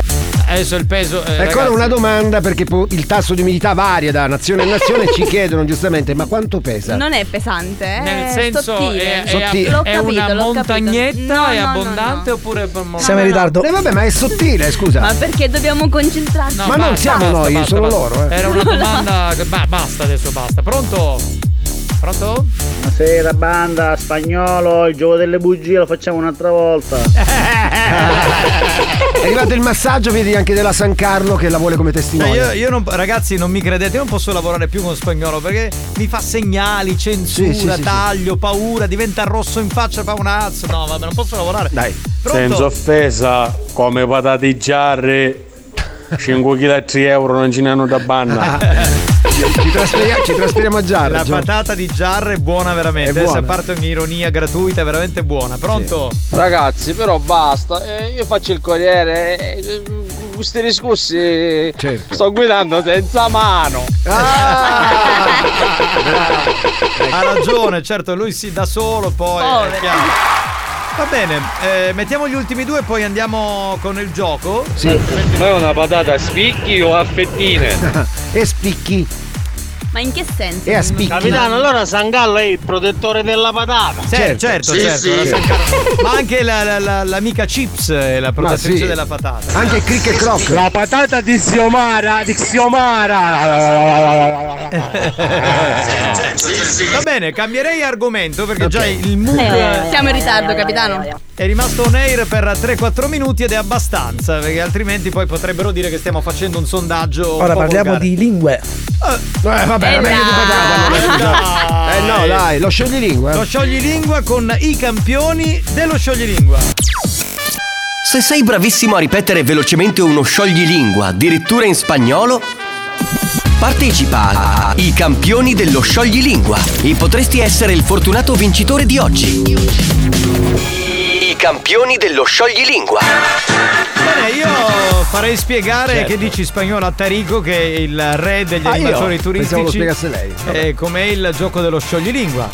Speaker 9: Adesso il peso. eh,
Speaker 10: Ecco
Speaker 9: ragazzi,
Speaker 10: una domanda perché po- il tasso di umidità varia da nazione a nazione ci chiedono giustamente ma quanto pesa?
Speaker 20: Non è pesante, eh.
Speaker 9: Nel senso, è,
Speaker 20: sottile.
Speaker 9: è-
Speaker 10: Sottile.
Speaker 20: L'ho
Speaker 9: è una
Speaker 20: capito, l'ho
Speaker 9: montagnetta,
Speaker 20: capito. No,
Speaker 9: è
Speaker 20: no, no,
Speaker 9: abbondante oppure.
Speaker 1: Siamo in ritardo.
Speaker 10: Eh, vabbè ma è sottile scusa.
Speaker 20: Ma perché dobbiamo concentrarci?
Speaker 10: Ma non siamo noi, sono loro, eh.
Speaker 9: Era
Speaker 10: <laughs>
Speaker 9: una domanda. che- ba- basta adesso, basta. Pronto? Pronto?
Speaker 25: Buonasera banda, spagnolo, il gioco delle bugie lo facciamo un'altra volta.
Speaker 10: È arrivato il massaggio, vedi anche della San Carlo che la vuole come
Speaker 9: Cioè,
Speaker 10: testimone.
Speaker 9: io, io non- ragazzi, non mi credete, io non posso lavorare più con spagnolo perché mi fa segnali, censura,
Speaker 10: Sì, sì, sì, sì.
Speaker 9: taglio, paura, diventa rosso in faccia, fa un azzo. No, vabbè, non posso lavorare. Dai,
Speaker 31: Senza offesa, come patate giarre, 5 kg a 3 euro non ce ne hanno da banna.
Speaker 10: Ah. Ci, trasferiamo, ci trasferiamo a Giarra.
Speaker 9: La
Speaker 10: Gio.
Speaker 9: patata di Giarra è buona veramente.
Speaker 10: È
Speaker 9: Adesso a
Speaker 10: buona.
Speaker 9: parte un'ironia gratuita, è veramente buona. Pronto?
Speaker 5: Ragazzi, però basta, eh, io faccio il corriere, eh, eh, questi discorsi sto guidando senza mano.
Speaker 9: Ha ragione, certo, lui si da solo, poi è chiaro. Va bene, eh, mettiamo gli ultimi due e poi andiamo con il gioco.
Speaker 10: Sì.
Speaker 35: Ma è una patata a spicchi o a fettine?
Speaker 10: E spicchi.
Speaker 20: Ma in che senso?
Speaker 10: E a spicchi.
Speaker 25: Capitano, allora Sangallo è il protettore della patata.
Speaker 9: Certo, certo, certo, la San
Speaker 10: <laughs>
Speaker 9: Carlo- Ma anche la- la- la- l'amica Chips è la protettrice
Speaker 32: sì.
Speaker 9: della patata.
Speaker 10: Anche cric e croc.
Speaker 32: La patata di Xiomara, di Xiomara.
Speaker 9: <laughs> Va bene, cambierei argomento perché già il mood
Speaker 20: Eh,
Speaker 9: è
Speaker 20: siamo in ritardo, capitano.
Speaker 9: rimasto on air per 3-4 minuti ed è abbastanza perché altrimenti poi potrebbero dire che stiamo facendo un sondaggio. un
Speaker 1: Ora
Speaker 9: po'
Speaker 1: parliamo
Speaker 9: volgare.
Speaker 1: di lingue.
Speaker 10: Eh, vabbè, era meglio di patata. allora, scusa. Eh no, dai, lo scioglilingua.
Speaker 9: Lo scioglilingua con i campioni dello scioglilingua.
Speaker 2: Se sei bravissimo a ripetere velocemente uno scioglilingua, addirittura in spagnolo, partecipa a I campioni dello scioglilingua e potresti essere il fortunato vincitore di oggi. I campioni dello scioglilingua.
Speaker 9: Bene, io Oh, farei spiegare che dici spagnolo a Tarico che è il re degli
Speaker 10: Certo. Ah, io?
Speaker 9: animatori turistici.
Speaker 10: Pensavo lo spiegasse lei.
Speaker 9: Eh, com'è il gioco dello scioglilingua?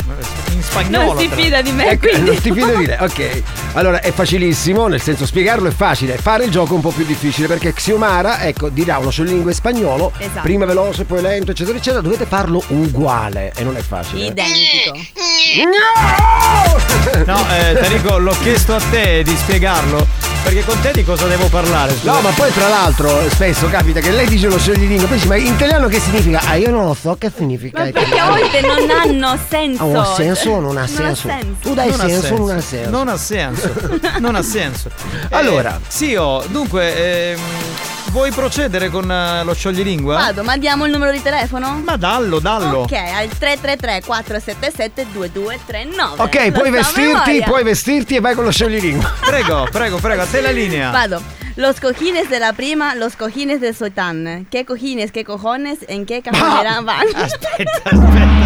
Speaker 9: In spagnolo.
Speaker 20: Non si
Speaker 9: tra-
Speaker 20: fida di me,
Speaker 10: Ecco,
Speaker 20: quindi.
Speaker 10: non ti
Speaker 20: <laughs>
Speaker 10: fido di lei. Ok. Allora è facilissimo, nel senso spiegarlo è facile, fare il gioco è un po' più difficile perché Xiomara, ecco, dirà uno scioglilingua in spagnolo,
Speaker 20: Esatto.
Speaker 10: prima veloce, poi lento, eccetera, eccetera, dovete farlo uguale e non è facile. eh.
Speaker 20: Identico.
Speaker 9: No, eh, Tarico, l'ho chiesto a te di spiegarlo. Perché con te di cosa devo parlare? scusa?
Speaker 10: No, ma poi tra l'altro spesso capita che lei dice lo scioglilingua, poi dici ma in italiano che significa? Ah, io non lo so che significa.
Speaker 20: Ma perché a volte non hanno senso.
Speaker 10: Ha un senso o Ah, non ha senso? Tu dai
Speaker 9: Non ha
Speaker 10: senso o non ha senso?
Speaker 9: Non ha senso. Non ha
Speaker 10: <laughs>
Speaker 9: senso.
Speaker 10: Allora.
Speaker 9: sì, oh, dunque, ehm, vuoi procedere con eh, lo scioglilingua?
Speaker 20: Vado, ma diamo il numero di telefono?
Speaker 9: Ma dallo, dallo.
Speaker 20: Ok, al 333 477 2239.
Speaker 10: Ok, puoi vestirti, puoi vestirti e vai con lo scioglilingua.
Speaker 9: Prego, prego, prego, a te la linea.
Speaker 20: Vado. Los cojines de la prima, los cojines de Soitán. ¿Qué cojines, qué cojones, en qué cajonera van? <laughs>
Speaker 9: Eh,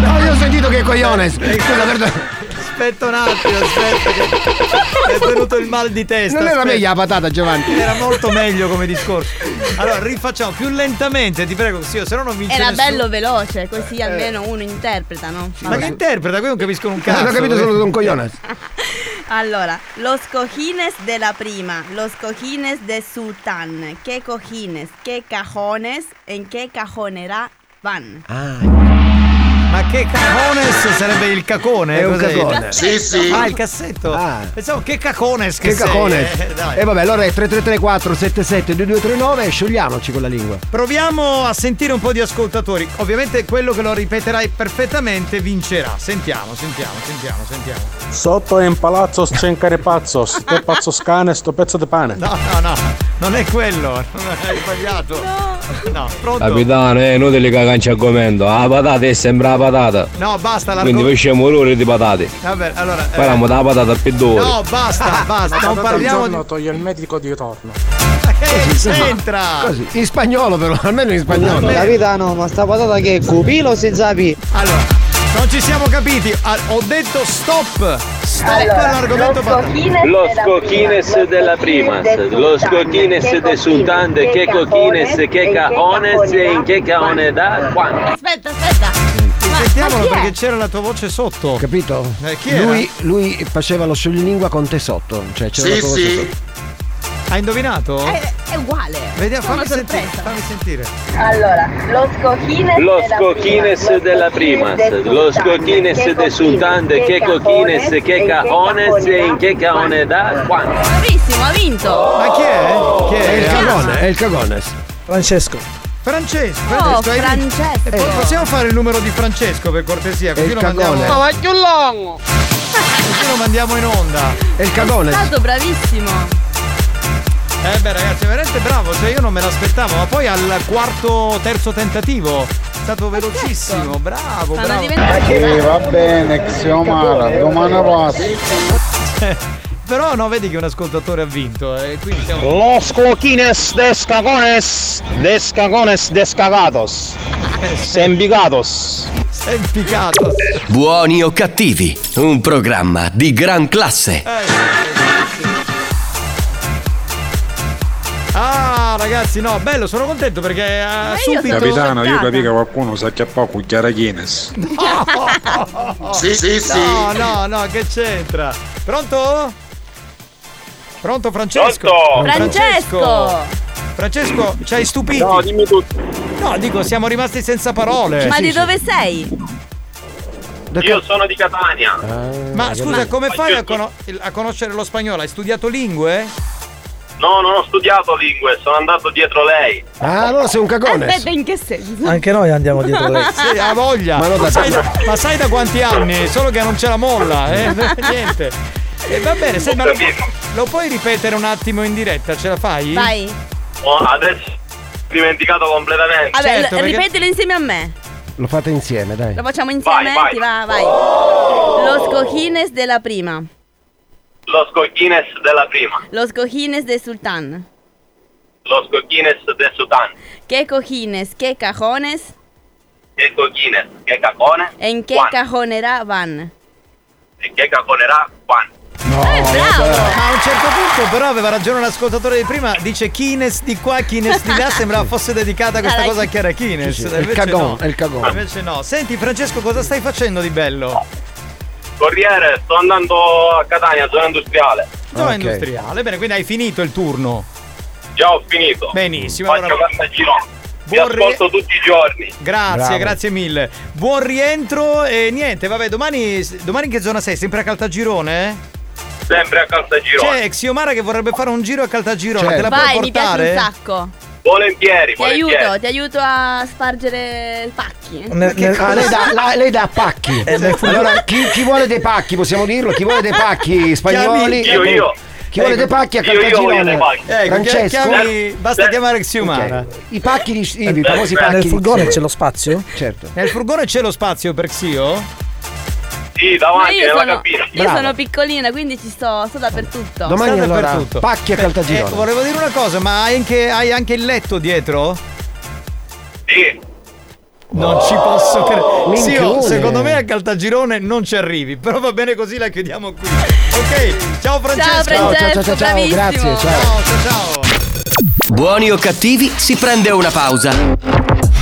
Speaker 10: No, io ho sentito che coglione. Scusa, perdono.
Speaker 9: aspetta un attimo, aspetta. Che... È venuto il mal di testa.
Speaker 10: Non era
Speaker 9: aspetta.
Speaker 10: meglio la patata, Giovanni.
Speaker 9: Era molto meglio come discorso. Allora, rifacciamo più lentamente, ti prego, sì, oh, se no non vince
Speaker 20: Era
Speaker 9: nessuno.
Speaker 20: bello veloce, così almeno uno interpreta, no?
Speaker 9: Ma che interpreta? Qui non capiscono un cazzo. eh.
Speaker 10: Hanno Eh, capito solo Don Coglione.
Speaker 20: Allora, los cojines de la prima, los cojines de sultán, qué cojines, qué cajones, en qué cajonera van.
Speaker 9: Ah, ecco. Ma che cajones sarebbe il cacone?
Speaker 10: È un
Speaker 9: Cos'è?
Speaker 10: cacone. Sì, sì.
Speaker 9: Ah, il cassetto. Pensavo che cacones che,
Speaker 10: Che
Speaker 9: sei,
Speaker 10: cacone.
Speaker 9: eh, dai.
Speaker 10: E vabbè, allora è 3334 77 2239 e sciogliamoci con la lingua.
Speaker 9: Proviamo a sentire un po' di ascoltatori. Ovviamente quello che lo ripeterai perfettamente vincerà. Sentiamo, sentiamo, sentiamo, sentiamo.
Speaker 18: Sotto è un palazzo scencare pazzo, ste pazzo scane, sto pezzo di pane.
Speaker 9: No, Ah, no, no, non è quello. Non
Speaker 10: <laughs>
Speaker 9: hai sbagliato. No, pronto.
Speaker 26: Capitano, è inutile che cancia argomento. Ah, La patata è sempre la patata.
Speaker 9: No, basta
Speaker 26: Quindi
Speaker 9: l'argomento.
Speaker 26: facciamo l'ora di patate.
Speaker 9: Vabbè, allora. eh,
Speaker 26: Parliamo della patata per due ore.
Speaker 9: No,
Speaker 32: Ah,
Speaker 9: basta,
Speaker 24: <laughs>
Speaker 9: basta, non parliamo di.
Speaker 32: toglie il medico di ritorno.
Speaker 9: Eh, C'entra!
Speaker 10: Così, in spagnolo però, almeno in spagnolo.
Speaker 30: Capitano, ma sta patata che è cupilo se zapi?
Speaker 9: Allora, non ci siamo capiti. Ah, ho detto stop! Stop
Speaker 35: Allora,
Speaker 9: all'argomento
Speaker 35: lo Los coquines de la primas, los coquines de sultán, que coquines, que cajones, en que cajones da Juan.
Speaker 20: Aspetta, aspetta.
Speaker 9: Sentiamolo
Speaker 20: chi è?
Speaker 9: perché c'era la tua voce sotto.
Speaker 10: Capito?
Speaker 9: Eh, chi era?
Speaker 10: Lui, lui faceva lo scioglilingua con te sotto. Cioè, c'era
Speaker 9: Sì,
Speaker 10: la tua voce
Speaker 9: sì.
Speaker 10: sotto.
Speaker 9: Hai indovinato?
Speaker 20: È, è uguale.
Speaker 9: Vediamo,
Speaker 20: Sono
Speaker 9: fammi sentire,
Speaker 20: sorpresa.
Speaker 9: fammi sentire.
Speaker 20: Allora, los cojines
Speaker 35: Los coquines de la primas, los coquines de sultán, que coquines, que cajones, en que cajones da Juan.
Speaker 20: Bravissimo, ha vinto.
Speaker 9: Ma chi è? Eh, Chi
Speaker 20: Eh,
Speaker 10: È il
Speaker 9: è?
Speaker 10: cagone, è il cagones.
Speaker 1: Francesco.
Speaker 9: Francesco,
Speaker 20: Oh,
Speaker 9: Francesco, hai vinto.
Speaker 20: Francesco.
Speaker 9: E poi possiamo fare il numero di Francesco per cortesia, così
Speaker 10: il
Speaker 9: lo mandiamo,
Speaker 10: cagone.
Speaker 9: No, ma-
Speaker 6: più lungo.
Speaker 9: così lo mandiamo in onda.
Speaker 10: È il
Speaker 20: È
Speaker 10: cagone.
Speaker 20: stato bravissimo.
Speaker 9: Eh beh ragazzi, veramente bravo, cioè io non me l'aspettavo, ma poi al quarto, terzo tentativo è stato velocissimo, bravo, bravo.
Speaker 20: Stanno
Speaker 32: Che Eh, va bene, Xiomara, domani prossima.
Speaker 9: <laughs> Però no, vedi che un ascoltatore ha vinto, eh, e quindi siamo... <laughs>
Speaker 31: Los coquines descagones, descagones descagados, sembigados.
Speaker 9: Sempicato.
Speaker 2: Buoni o cattivi, un programma di gran classe.
Speaker 9: Ah ragazzi, no, bello, sono contento perché ha subito...
Speaker 32: Capitano, io capisco che qualcuno sa acchiappò con Chiara Guinness.
Speaker 9: Sì, sì, sì. Oh, No, no, no, che c'entra? Pronto? Pronto Francesco?
Speaker 35: Pronto?
Speaker 9: Francesco! Francesco, ci hai stupito? No,
Speaker 35: dimmi tutto.
Speaker 9: No, dico, siamo rimasti senza parole.
Speaker 20: Ma di dove sei?
Speaker 35: Io sono di certo. Catania.
Speaker 9: Eh, Ma scusa, come fai a, cono- a conoscere lo spagnolo? Hai studiato lingue?
Speaker 35: No, non ho studiato lingue, sono andato dietro lei.
Speaker 10: Ah, allora sei un
Speaker 20: Aspetta, in che senso?
Speaker 1: Anche noi andiamo dietro lei.
Speaker 9: <laughs> Sì, ha voglia.
Speaker 1: Ma
Speaker 9: Ma,
Speaker 1: no, da-
Speaker 9: sai, ma sai da quanti anni? Solo che non ce la molla,
Speaker 20: <laughs>
Speaker 9: eh? <laughs> Niente. E va bene, senti, ma lo, pu- lo puoi ripetere un attimo in diretta? Ce la fai?
Speaker 20: Vai.
Speaker 35: Oh, adesso ho dimenticato completamente.
Speaker 20: Vabbè,
Speaker 9: Certo,
Speaker 20: l-
Speaker 9: perché-
Speaker 20: ripetelo insieme a me.
Speaker 10: Lo fate insieme, dai.
Speaker 20: Lo facciamo insieme?
Speaker 35: Vai,
Speaker 20: Ti va, vai. Los cojines de la prima.
Speaker 35: Los coquines della prima,
Speaker 20: Los cojines de sultán.
Speaker 35: los coquines de Sudán,
Speaker 20: ¿Qué cojines? ¿Qué cajones?
Speaker 35: che coquines, che cacone,
Speaker 20: ¿En qué
Speaker 35: Juan.
Speaker 20: cajonera van?
Speaker 35: e che caconerà Juan.
Speaker 9: Oh,
Speaker 20: Eh,
Speaker 9: Ma a un certo punto però aveva ragione l'ascoltatore di prima, dice Kines di qua, Kines di
Speaker 20: <laughs>
Speaker 9: là, sembrava fosse dedicata questa
Speaker 10: Alla-
Speaker 9: cosa a Chiara Kines.
Speaker 10: Sì, sì, è il
Speaker 9: Invece
Speaker 10: cagone,
Speaker 9: no.
Speaker 10: è il cagone.
Speaker 9: Invece no. Senti Francesco cosa stai facendo di bello?
Speaker 35: Corriere, sto andando a Catania, zona industriale.
Speaker 9: Zona industriale, bene, quindi hai finito il turno.
Speaker 35: Già ho finito.
Speaker 9: Benissimo,
Speaker 35: Faccio
Speaker 9: allora-
Speaker 35: passaggino. Vi
Speaker 9: Buon ri-
Speaker 35: ascolto tutti i giorni.
Speaker 9: Grazie,
Speaker 35: Bravo.
Speaker 9: grazie mille. Buon rientro e niente, vabbè, domani, domani in che zona sei? Sempre a Caltagirone?
Speaker 35: Sempre a Caltagirone.
Speaker 9: C'è Xiomara che vorrebbe fare un giro a Caltagirone, Cioè, te la
Speaker 10: Certo.
Speaker 20: Vai,
Speaker 9: puoi
Speaker 20: mi piace
Speaker 9: portare?
Speaker 20: un sacco.
Speaker 35: Volentieri,
Speaker 20: Ti aiuto,
Speaker 35: volentieri.
Speaker 20: ti aiuto a spargere il pacchi.
Speaker 9: Mm.
Speaker 1: Ne- ne-
Speaker 10: Ah, lei, dà, la- lei dà pacchi. <laughs> Allora, chi, chi vuole dei pacchi, possiamo dirlo? Chi vuole dei pacchi spagnoli?
Speaker 35: Chiami- Io, io.
Speaker 10: Chi vuole
Speaker 35: Ecco,
Speaker 10: dei pacchi a
Speaker 35: io, io voglio
Speaker 10: Caltagirone?
Speaker 35: dei pacchi. Ecco,
Speaker 10: Francesco.
Speaker 9: chiami- basta chiamare Xiomara.
Speaker 10: Ok. I pacchi di i, i famosi pacchi.
Speaker 1: Nel
Speaker 10: di-
Speaker 1: furgone c'è lo spazio?
Speaker 10: Certo.
Speaker 9: Nel furgone c'è lo spazio per
Speaker 10: oh?
Speaker 9: Xio?
Speaker 35: Sì,
Speaker 20: Ma
Speaker 35: davanti
Speaker 20: io
Speaker 35: nella
Speaker 20: sono,
Speaker 35: cabina.
Speaker 20: io sono piccolina, quindi ci sto, sto dappertutto.
Speaker 10: Domani
Speaker 9: State
Speaker 10: allora
Speaker 9: dappertutto.
Speaker 10: pacchi a
Speaker 9: Beh,
Speaker 10: Caltagirone.
Speaker 9: eh, volevo dire una cosa, ma hai anche, hai anche il letto dietro?
Speaker 35: Sì.
Speaker 9: Non ci posso credere. Sì, oh,
Speaker 4: Minchione.
Speaker 9: secondo me a Caltagirone non ci arrivi. Però va bene così, la chiudiamo qui. Ok, ciao Francesco.
Speaker 2: grazie,
Speaker 9: ciao.
Speaker 2: Buoni o cattivi, si prende una pausa.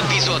Speaker 2: Avviso a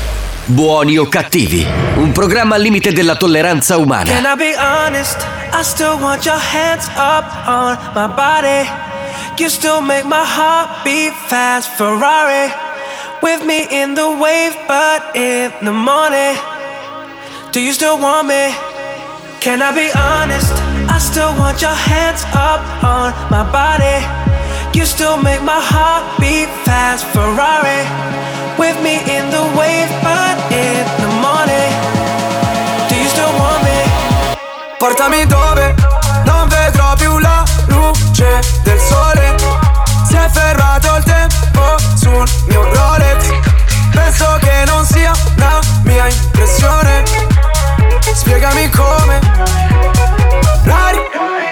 Speaker 2: Buoni o cattivi, un programma al limite della tolleranza umana.
Speaker 22: Can I be honest? I still want your hands up on my body. You still make my heart beat fast, Ferrari. With me in the wave, but in the morning. Do you still want me? Can I be honest? I still want your hands up on my body. You still make my heart beat fast, Ferrari. With me in the wave, but in the morning. Do you still want me?
Speaker 14: Portami dove non vedrò più la luce del sole. Si è fermato il tempo sul mio Rolex. Penso che non sia la mia impressione. Spiegami come. Rari,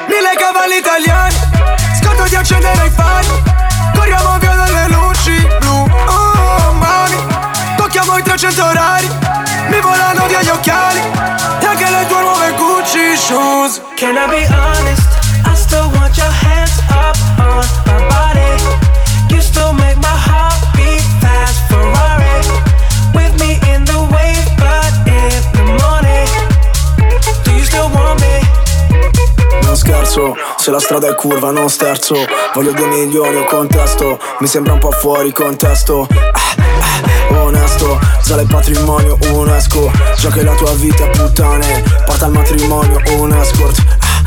Speaker 14: mille cavalli italiani. Scotto di accendere i fari. Corriamo via dalle luci blu. Oh, mami. Tocchiamo i 300 orari. Mi volano via gli occhiali. E anche le tue nuove Gucci shoes.
Speaker 22: Can I be honest? I still want your hands up on my body. You still make my heart beat fast, Ferrari. With me in the wave, but in the morning. Do you still want me?
Speaker 14: Non scherzo, se la strada è curva non sterzo Voglio due migliori o contesto Mi sembra un po' fuori contesto Ah, ah, Onesto, sale il patrimonio UNESCO Già che la tua vita è puttane Porta al matrimonio un escort Ah, ah,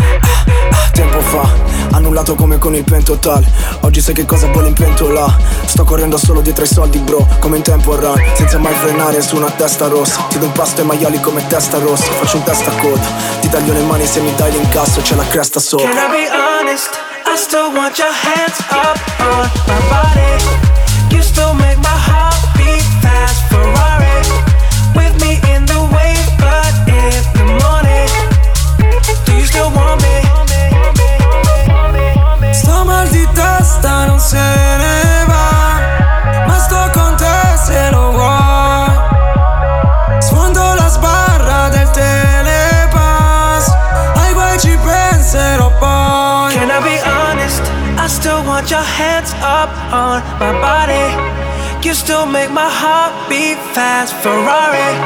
Speaker 14: ah, Tempo fa, annullato come con il pentotal Oggi sai che cosa vuole in pentola Sto correndo solo dietro ai soldi bro Come in tempo run, senza mai frenare su una testa rossa Ti do impasto ai maiali come testa rossa Faccio un testa a coda Ti taglio le mani se mi dai l'incasso C'è la cresta sopra
Speaker 22: Can I be honest? I still want your hands up on my body. You still make my heart beat fast, Ferrari. With me in the wave, but in the morning. Do you still want me?
Speaker 14: Sto mal di testa, non se ne va. Ma sto con te se lo vuoi. Sfondo la sbarra del telepass. Ai guai ci penserò poi.
Speaker 22: Can I be honest? I still want your hands up on my body. You still make my heart beat fast, Ferrari.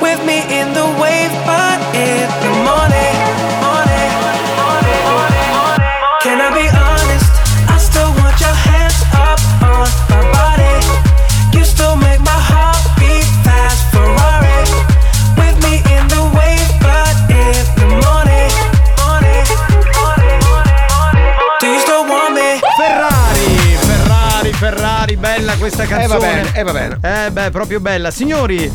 Speaker 22: With me in the wave, but in the morning. morning, morning, morning, morning. Can I be honest? I still want your hands up on my body. You still make my heart beat fast, Ferrari. With me in the wave, but in the morning, morning, morning, morning, morning. Do you still want me?
Speaker 9: Ferrari, Ferrari, Ferrari, bella questa canzone.
Speaker 10: va bene, eh, va bene.
Speaker 9: Eh beh, proprio bella. Signori,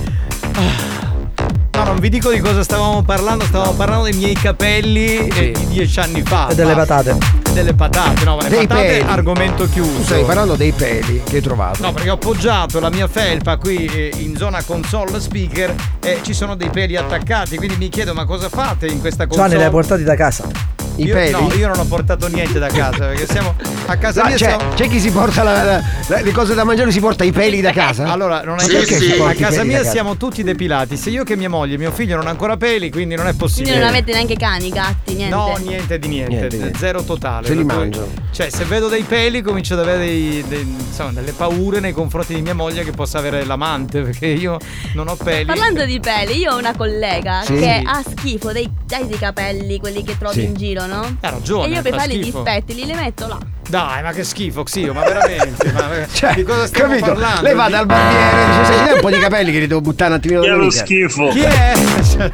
Speaker 9: ah, no, non vi dico di cosa stavamo parlando, stavamo parlando dei miei capelli eh, di dieci anni fa.
Speaker 1: E delle
Speaker 9: Ma-
Speaker 1: patate.
Speaker 9: Delle patate, no, ma le
Speaker 10: Dei
Speaker 9: patate
Speaker 10: peli.
Speaker 9: argomento chiuso.
Speaker 10: Tu stai parlando dei peli che hai trovato.
Speaker 9: No, perché ho appoggiato la mia felpa qui eh, in zona console speaker e ci sono dei peli attaccati, quindi mi chiedo ma cosa fate in questa
Speaker 1: Giovanni, li
Speaker 9: console?
Speaker 1: hai portati da casa.
Speaker 9: io, No, io non ho portato niente da casa perché siamo a casa
Speaker 10: No,
Speaker 9: mia.
Speaker 10: Ah, c'è,
Speaker 9: siamo-
Speaker 10: c'è chi si porta la- la- la- le cose da mangiare, si porta i peli da casa?
Speaker 9: Allora, non hai
Speaker 10: Ma perché si
Speaker 9: a
Speaker 10: porta i
Speaker 9: casa
Speaker 10: peli da
Speaker 9: mia siamo tutti depilati, sia io che mia moglie, mio figlio non ha ancora peli, quindi non è
Speaker 20: Quindi
Speaker 9: possibile.
Speaker 20: non avete neanche cani, gatti, niente.
Speaker 9: No, niente di niente,
Speaker 10: Niente, niente.
Speaker 9: zero totale.
Speaker 10: Se li
Speaker 9: Per cui
Speaker 10: mangio.
Speaker 9: Cioè, se vedo dei peli comincio ad avere dei, dei- insomma, delle paure nei confronti di mia moglie che possa avere l'amante, <laughs> perché io non ho peli.
Speaker 20: Parlando di peli, io ho una collega
Speaker 9: Sì.
Speaker 20: che ha schifo dei, dai dei capelli, quelli che trovi
Speaker 9: Sì.
Speaker 20: in giro, no?
Speaker 9: Ha ragione,
Speaker 20: E io per
Speaker 9: fa
Speaker 20: fare i
Speaker 9: schifo.
Speaker 20: dispetti li metto là.
Speaker 9: Dai, ma che schifo, Xio, ma veramente.
Speaker 10: <laughs>
Speaker 9: ma di cosa stiamo
Speaker 10: Cioè, Capito?
Speaker 9: parlando?
Speaker 10: Lei va dal barbiere e dice:
Speaker 9: <laughs>
Speaker 10: Senti, dai un po' di capelli che li devo buttare un attimino
Speaker 9: Chi è lo
Speaker 10: domenica."
Speaker 9: schifo? Chi è? <laughs> Cioè,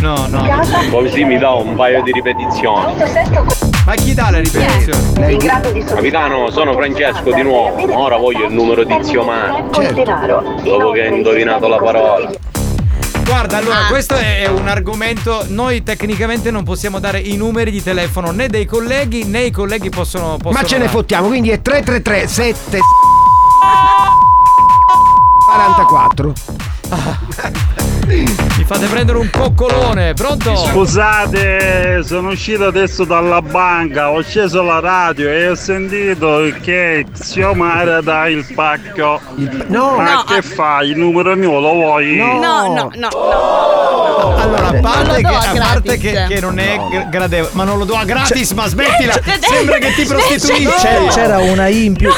Speaker 9: No, no.
Speaker 35: Così mi do un paio di ripetizioni.
Speaker 9: Ma chi dà la ripetizione?
Speaker 35: Capitano, sono Francesco di nuovo, ma ora voglio il numero di zio Mario. Dopo che hai indovinato la parola.
Speaker 9: Guarda,
Speaker 25: Ah.
Speaker 9: allora, questo è un argomento. Noi tecnicamente non possiamo dare i numeri di telefono né dei colleghi né i colleghi possono. possono
Speaker 10: Ma ce ne
Speaker 9: dare.
Speaker 10: fottiamo, quindi è 333 7 44.
Speaker 9: Mi fate prendere un coccolone, pronto?
Speaker 25: Scusate, sono uscito adesso dalla banca, ho sceso la radio e ho sentito che Xiomara dà il pacco.
Speaker 10: no.
Speaker 25: Ma
Speaker 10: No,
Speaker 25: che fai? Il numero mio lo vuoi?
Speaker 20: no, no. no.
Speaker 9: Oh. Allora, a
Speaker 25: Non lo
Speaker 9: parte,
Speaker 25: do
Speaker 9: che,
Speaker 25: a
Speaker 9: a parte che- che non è gra- gradevole, ma non lo do a gratis, ma smettila!
Speaker 25: Cioè,
Speaker 9: Sembra che ti prostituisci!
Speaker 1: C'era, c'era una I in più.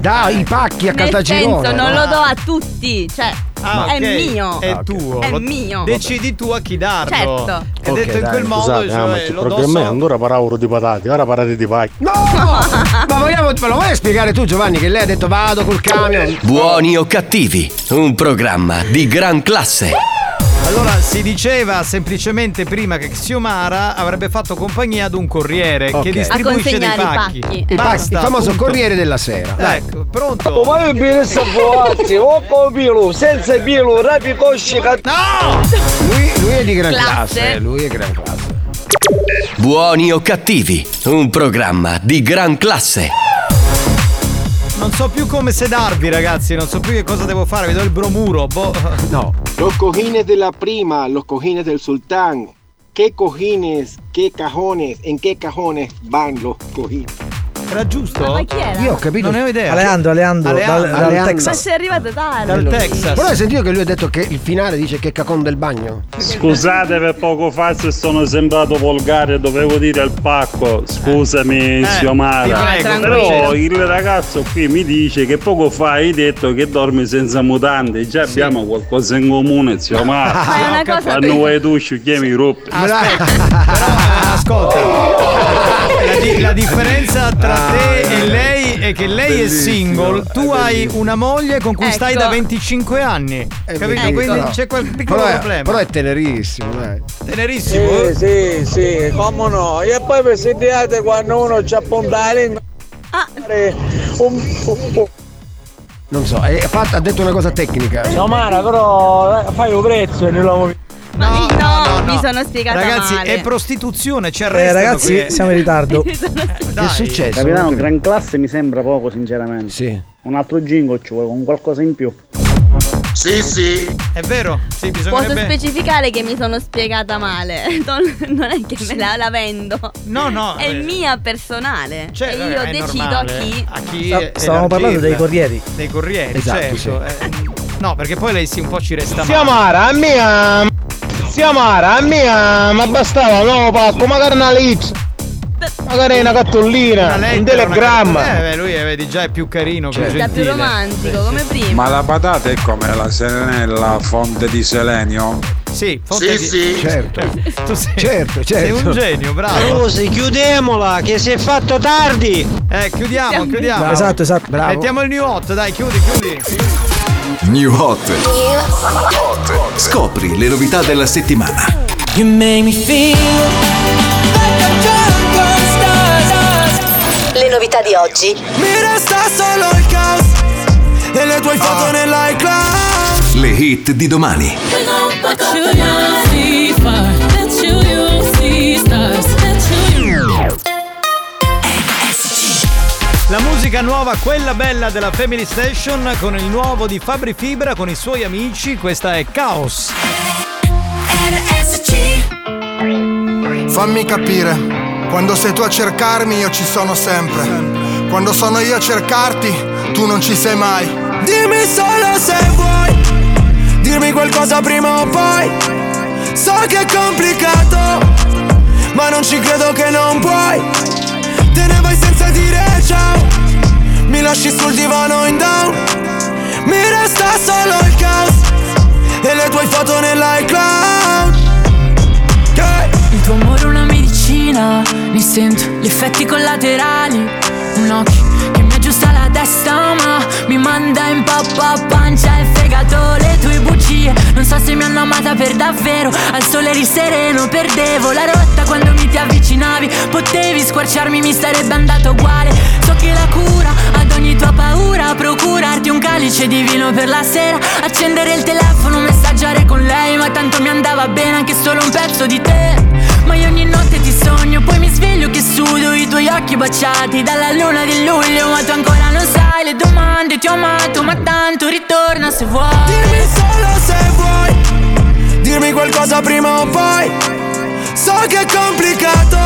Speaker 10: Dai, i pacchi
Speaker 20: Nel senso, non lo do a tutti, cioè,
Speaker 9: Ah,
Speaker 20: è
Speaker 9: ok,
Speaker 20: mio.
Speaker 9: È tuo.
Speaker 20: È
Speaker 9: lo-
Speaker 20: mio.
Speaker 9: Decidi tu a chi darlo.
Speaker 20: Certo.
Speaker 9: È detto in quel modo,
Speaker 31: scusate, ah, ma
Speaker 9: cioè,
Speaker 31: che
Speaker 9: lo do
Speaker 31: programma è?
Speaker 9: solo-
Speaker 31: Allora paravo di patate, ora parate di pacchi.
Speaker 10: Ma vogliamo, me lo vuoi spiegare tu, Giovanni, che lei ha detto vado col camion?
Speaker 2: Buoni o cattivi, un programma di gran classe.
Speaker 9: Allora, si diceva semplicemente prima che Xiomara avrebbe fatto compagnia ad un corriere
Speaker 10: Ok.
Speaker 9: che
Speaker 10: A
Speaker 9: distribuisce dei
Speaker 10: consegnare i
Speaker 9: pacchi.
Speaker 10: pacchi. Il pacchi- il famoso Corriere della Sera.
Speaker 9: Ecco, pronto. Eh,
Speaker 5: Oh, ma io mi resta fuazzi, o Oh, con pilo, senza pilo, rapi cosci
Speaker 9: No!
Speaker 10: Lui, lui è di gran
Speaker 2: Classe.
Speaker 10: classe. lui è gran classe.
Speaker 2: Buoni o cattivi, un programma di gran classe.
Speaker 9: Non so più come sedarvi, ragazzi, non so più che cosa devo fare, vedo il bromuro. Boh.
Speaker 10: No.
Speaker 4: Los cojines de la prima, los cojines del sultán. ¿Qué cojines, qué cajones, en qué cajones van los cojines?
Speaker 9: Era giusto?
Speaker 4: Ma
Speaker 20: chi era?
Speaker 10: Io ho capito.
Speaker 4: Non ne ho
Speaker 10: idea.
Speaker 1: Aleandro, Aleandro, dal- dal
Speaker 20: Ma sei arrivato tardi.
Speaker 10: Però hai sentito che lui ha detto che il finale dice che è cacon del bagno?
Speaker 25: Scusate per poco fa se sono sembrato volgare, dovevo dire il pacco. Scusami,
Speaker 10: Eh,
Speaker 25: Xiomara.
Speaker 10: ti prego.
Speaker 25: Però
Speaker 10: Tranquillo.
Speaker 25: il ragazzo qui mi dice che poco fa hai detto che dormi senza mutande. Già abbiamo qualcosa in comune, Xiomara.
Speaker 9: Ma è una cosa
Speaker 25: Quando
Speaker 9: bella.
Speaker 25: vuoi tu sciucchiami i
Speaker 9: Ah,
Speaker 25: gruppi.
Speaker 9: Aspetta, però, ascolta. La, di- la differenza tra te e lei è che lei è
Speaker 25: Bellissimo,
Speaker 9: single, tu hai una moglie con cui stai
Speaker 10: Ecco.
Speaker 9: da 25 anni. Capito?
Speaker 10: Ecco.
Speaker 9: Quindi
Speaker 10: No.
Speaker 9: c'è quel piccolo
Speaker 10: però è,
Speaker 9: problema.
Speaker 10: Però è tenerissimo, dai.
Speaker 9: Tenerissimo. eh?
Speaker 5: Sì, sì, sì, come no. E poi vi sentiate quando uno c'ha puntare in... Un, un, un...
Speaker 10: Non so, è fatto- ha detto una cosa tecnica.
Speaker 5: Xiomara, però eh, fai un prezzo e non
Speaker 20: No, no, mi
Speaker 9: no.
Speaker 20: sono spiegata
Speaker 9: Ragazzi,
Speaker 20: male. <laughs>
Speaker 9: è prostituzione, ci
Speaker 1: Eh,
Speaker 9: arrestano
Speaker 1: ragazzi,
Speaker 9: qui.
Speaker 1: siamo in ritardo.
Speaker 9: Dai.
Speaker 25: Capitano, gran classe mi sembra poco, sinceramente. Sì. Un altro jingo ci vuole, con qualcosa in più.
Speaker 9: Sì, sì. È vero? Sì,
Speaker 20: Posso
Speaker 9: bisognerebbe
Speaker 20: specificare che mi sono spiegata male. <laughs> Non, non è che me la, la vendo.
Speaker 9: No, no,
Speaker 20: È
Speaker 9: eh.
Speaker 20: mia personale. e
Speaker 9: eh,
Speaker 20: io
Speaker 9: è
Speaker 20: decido
Speaker 9: normale.
Speaker 20: a chi.
Speaker 9: A chi
Speaker 1: Sta-
Speaker 9: è
Speaker 1: stavamo parlando
Speaker 9: l'argilla.
Speaker 1: dei corrieri.
Speaker 9: Dei corrieri,
Speaker 1: Esatto,
Speaker 9: certo. Eh, no, perché poi lei si un po' ci resta
Speaker 5: Xiomara, a mia... Xiomara, a mia... Ma bastava, no, pacco, magari una lex. Magari una
Speaker 9: Una lettera,
Speaker 5: cartolina, un
Speaker 9: una carta-
Speaker 5: telegramma.
Speaker 9: Eh, beh, lui eh, vedi, già è più carino.
Speaker 1: Cioè,
Speaker 9: Più
Speaker 20: Già
Speaker 9: Cioè,
Speaker 20: più
Speaker 9: gentile.
Speaker 20: romantico, come prima.
Speaker 21: Ma la patata è come la serenella fonte di selenio?
Speaker 9: Sì, forse
Speaker 21: Sì,
Speaker 9: di-
Speaker 21: sì.
Speaker 10: Certo.
Speaker 9: Tu sei,
Speaker 10: certo,
Speaker 9: Sei un
Speaker 21: certo.
Speaker 9: genio, bravo. Rosi, chiudemola, che si è fatto tardi. Eh, chiudiamo, chiudiamo.
Speaker 1: Bravo. Esatto, esatto, bravo.
Speaker 9: Mettiamo il new hot, dai, chiudi, chiudi.
Speaker 23: New Hot. Scopri le novità della settimana.
Speaker 22: You make me feel like a drunk on stars. Le novità di oggi. Mi resta solo il caos e le tue foto nell'iCloud.
Speaker 23: Le hit di domani.
Speaker 9: La musica nuova, quella bella della Family Station con il nuovo di Fabri Fibra con i suoi amici, questa è Chaos.
Speaker 24: Fammi capire, quando sei tu a cercarmi io ci sono sempre. Quando sono io a cercarti, tu non ci sei mai.
Speaker 22: Dimmi solo se vuoi Dirmi qualcosa prima o poi So che è complicato Ma non ci credo che non puoi Te ne vai
Speaker 14: lasci sul divano in down Mi resta solo il caos E le tue foto nell'iCloud
Speaker 6: Il tuo amore è una medicina, ne sento gli effetti collaterali. Un occhio che mi aggiusta la testa, ma mi manda in pappa pancia e fegato le tue bugie. Non so se mi hanno amata per davvero, al sole eri sereno, perdevo la rotta quando mi ti avvicinavi. Potevi squarciarmi, mi sarebbe andato uguale. So che la cura ad ogni tua paura, procurarti un calice di vino per la sera, accendere il telefono, messaggiare con lei, ma tanto mi andava bene anche solo un pezzo di te. Ma io ogni notte ti sogno, poi mi sveglio che sudo i tuoi occhi baciati dalla luna di luglio, ma tu ancora non sai le domande, ti ho amato, ma tanto ritorna se vuoi.
Speaker 14: Dimmi solo se vuoi Dirmi qualcosa prima o poi So che è complicato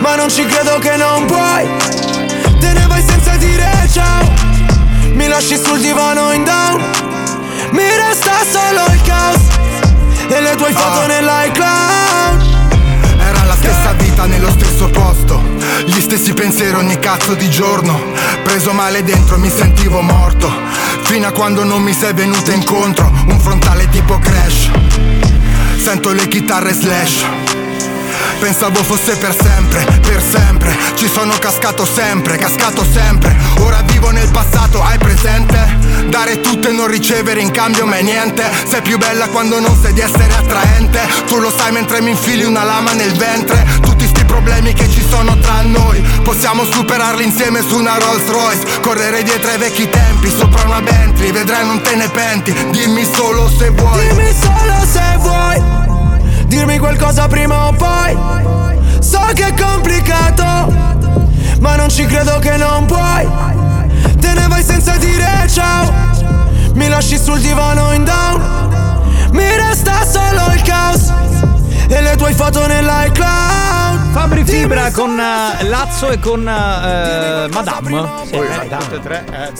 Speaker 14: Ma non ci credo che non puoi Te ne vai senza dire ciao Mi lasci sul divano in down Mi resta solo il caos E le tue foto nell'iCloud
Speaker 24: Ah. Era la stessa vita nello stesso posto Gli stessi pensieri ogni cazzo di giorno Preso male dentro mi sentivo morto Fino a quando non mi sei venuta incontro Un frontale tipo crash Sento le chitarre slash Pensavo fosse per sempre, per sempre Ci sono cascato sempre, cascato sempre Ora vivo nel passato, hai presente? Dare tutto e non ricevere in cambio mai niente Sei più bella quando non sai di essere attraente Tu lo sai mentre mi infili una lama nel ventre Tutti sti problemi che ci sono tra noi Possiamo superarli insieme su una Rolls Royce Correre dietro ai vecchi tempi, sopra una Bentley Vedrai non te ne penti, dimmi solo se vuoi
Speaker 14: Dimmi solo se vuoi Dirmi qualcosa prima o poi So che è complicato Ma non ci credo che non puoi Te ne vai senza dire ciao Mi lasci sul divano in down Mi resta solo il caos E le tue foto nell'iCloud
Speaker 9: Fabri Fibra con eh, Lazzo e con eh, Madame. Sì,
Speaker 4: e tre, eh,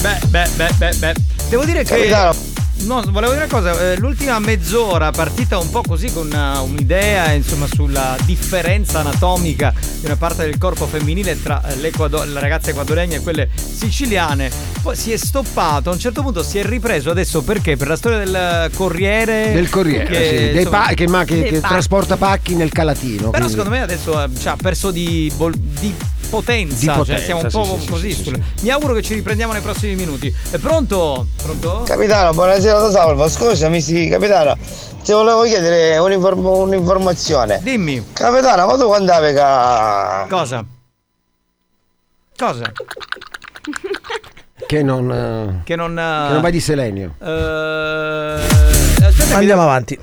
Speaker 9: Beh, beh, beh, beh, beh. Devo dire che.
Speaker 4: Capitano.
Speaker 9: No, volevo dire una cosa, eh, l'ultima mezz'ora partita un po' così con eh, un'idea insomma sulla differenza anatomica di una parte del corpo femminile tra eh, le, equado- le ragazze equadoregne e quelle siciliane, poi si è stoppato, a un certo punto si è ripreso adesso perché? Per la storia del eh, Corriere
Speaker 10: Del Corriere, sì, dei
Speaker 9: insomma-
Speaker 10: pa- che, ma che,
Speaker 9: Dei
Speaker 10: che
Speaker 9: pa-
Speaker 10: trasporta pacchi nel calatino.
Speaker 9: però
Speaker 10: quindi.
Speaker 9: secondo me adesso eh, cioè, ha perso di, bol- di potenza.
Speaker 10: Di
Speaker 9: cioè,
Speaker 10: potenza,
Speaker 9: siamo un
Speaker 10: sì,
Speaker 9: po'
Speaker 10: sì, sì,
Speaker 9: così. sul- Mi auguro che ci riprendiamo nei prossimi minuti. È pronto? Pronto?
Speaker 4: Capitano, buonasera da Salvo, scusami, sì, capitano, ti volevo chiedere un'inform- un'informazione.
Speaker 9: Dimmi.
Speaker 4: Capitano, ma tu quando avevi ca...
Speaker 9: Cosa? Cosa?
Speaker 10: Che non. eh,
Speaker 9: Che non. eh,
Speaker 10: che non vai di Selenio.
Speaker 9: aspetta,
Speaker 42: Andiamo avanti.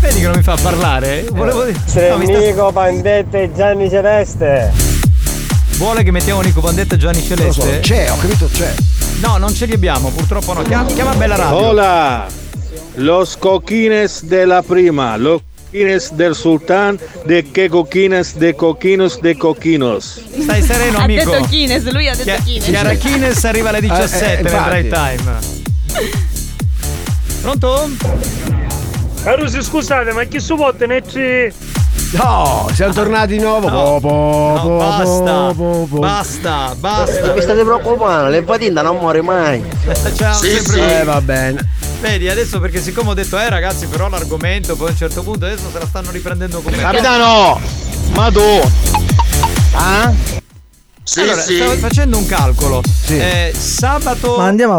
Speaker 9: Vedi che non mi fa parlare?
Speaker 10: Eh.
Speaker 9: Volevo dire. no, mi sta-
Speaker 20: Nico Pandetta e Gianni Celeste.
Speaker 9: Vuole che mettiamo Nico Bandetta e Gianni Celeste?
Speaker 20: Non lo so,
Speaker 10: c'è, ho capito c'è.
Speaker 9: No, non ce li abbiamo, purtroppo no. Chiama, chiama Bella Radio.
Speaker 18: Hola, los coquines de la prima, los coquines del sultán, de que coquines, de coquinos, de coquinos.
Speaker 9: Stai sereno,
Speaker 20: Ha
Speaker 9: amico.
Speaker 20: detto
Speaker 9: Kines, lui ha detto
Speaker 20: Kines.
Speaker 9: Chiara Kines arriva alle
Speaker 20: Eh, eh,
Speaker 9: 17 nel
Speaker 20: infatti.
Speaker 9: drive time. Pronto?
Speaker 43: Carusi, scusate, ma chi supporta Netri?
Speaker 10: No, siamo tornati di nuovo. Po, po, po, po, po, po.
Speaker 9: Basta, basta.
Speaker 4: Mi state preoccupando, l'epatinda non muore mai.
Speaker 9: Ciao, sempre lui.
Speaker 10: Eh, va bene.
Speaker 9: Vedi, adesso perché siccome ho detto, eh ragazzi, però l'argomento poi a un certo punto adesso se la stanno riprendendo come...
Speaker 44: Capitano, ma tu...
Speaker 9: Ah?
Speaker 44: Sì,
Speaker 9: allora,
Speaker 44: sì.
Speaker 9: stavo facendo un calcolo. Eh, sabato...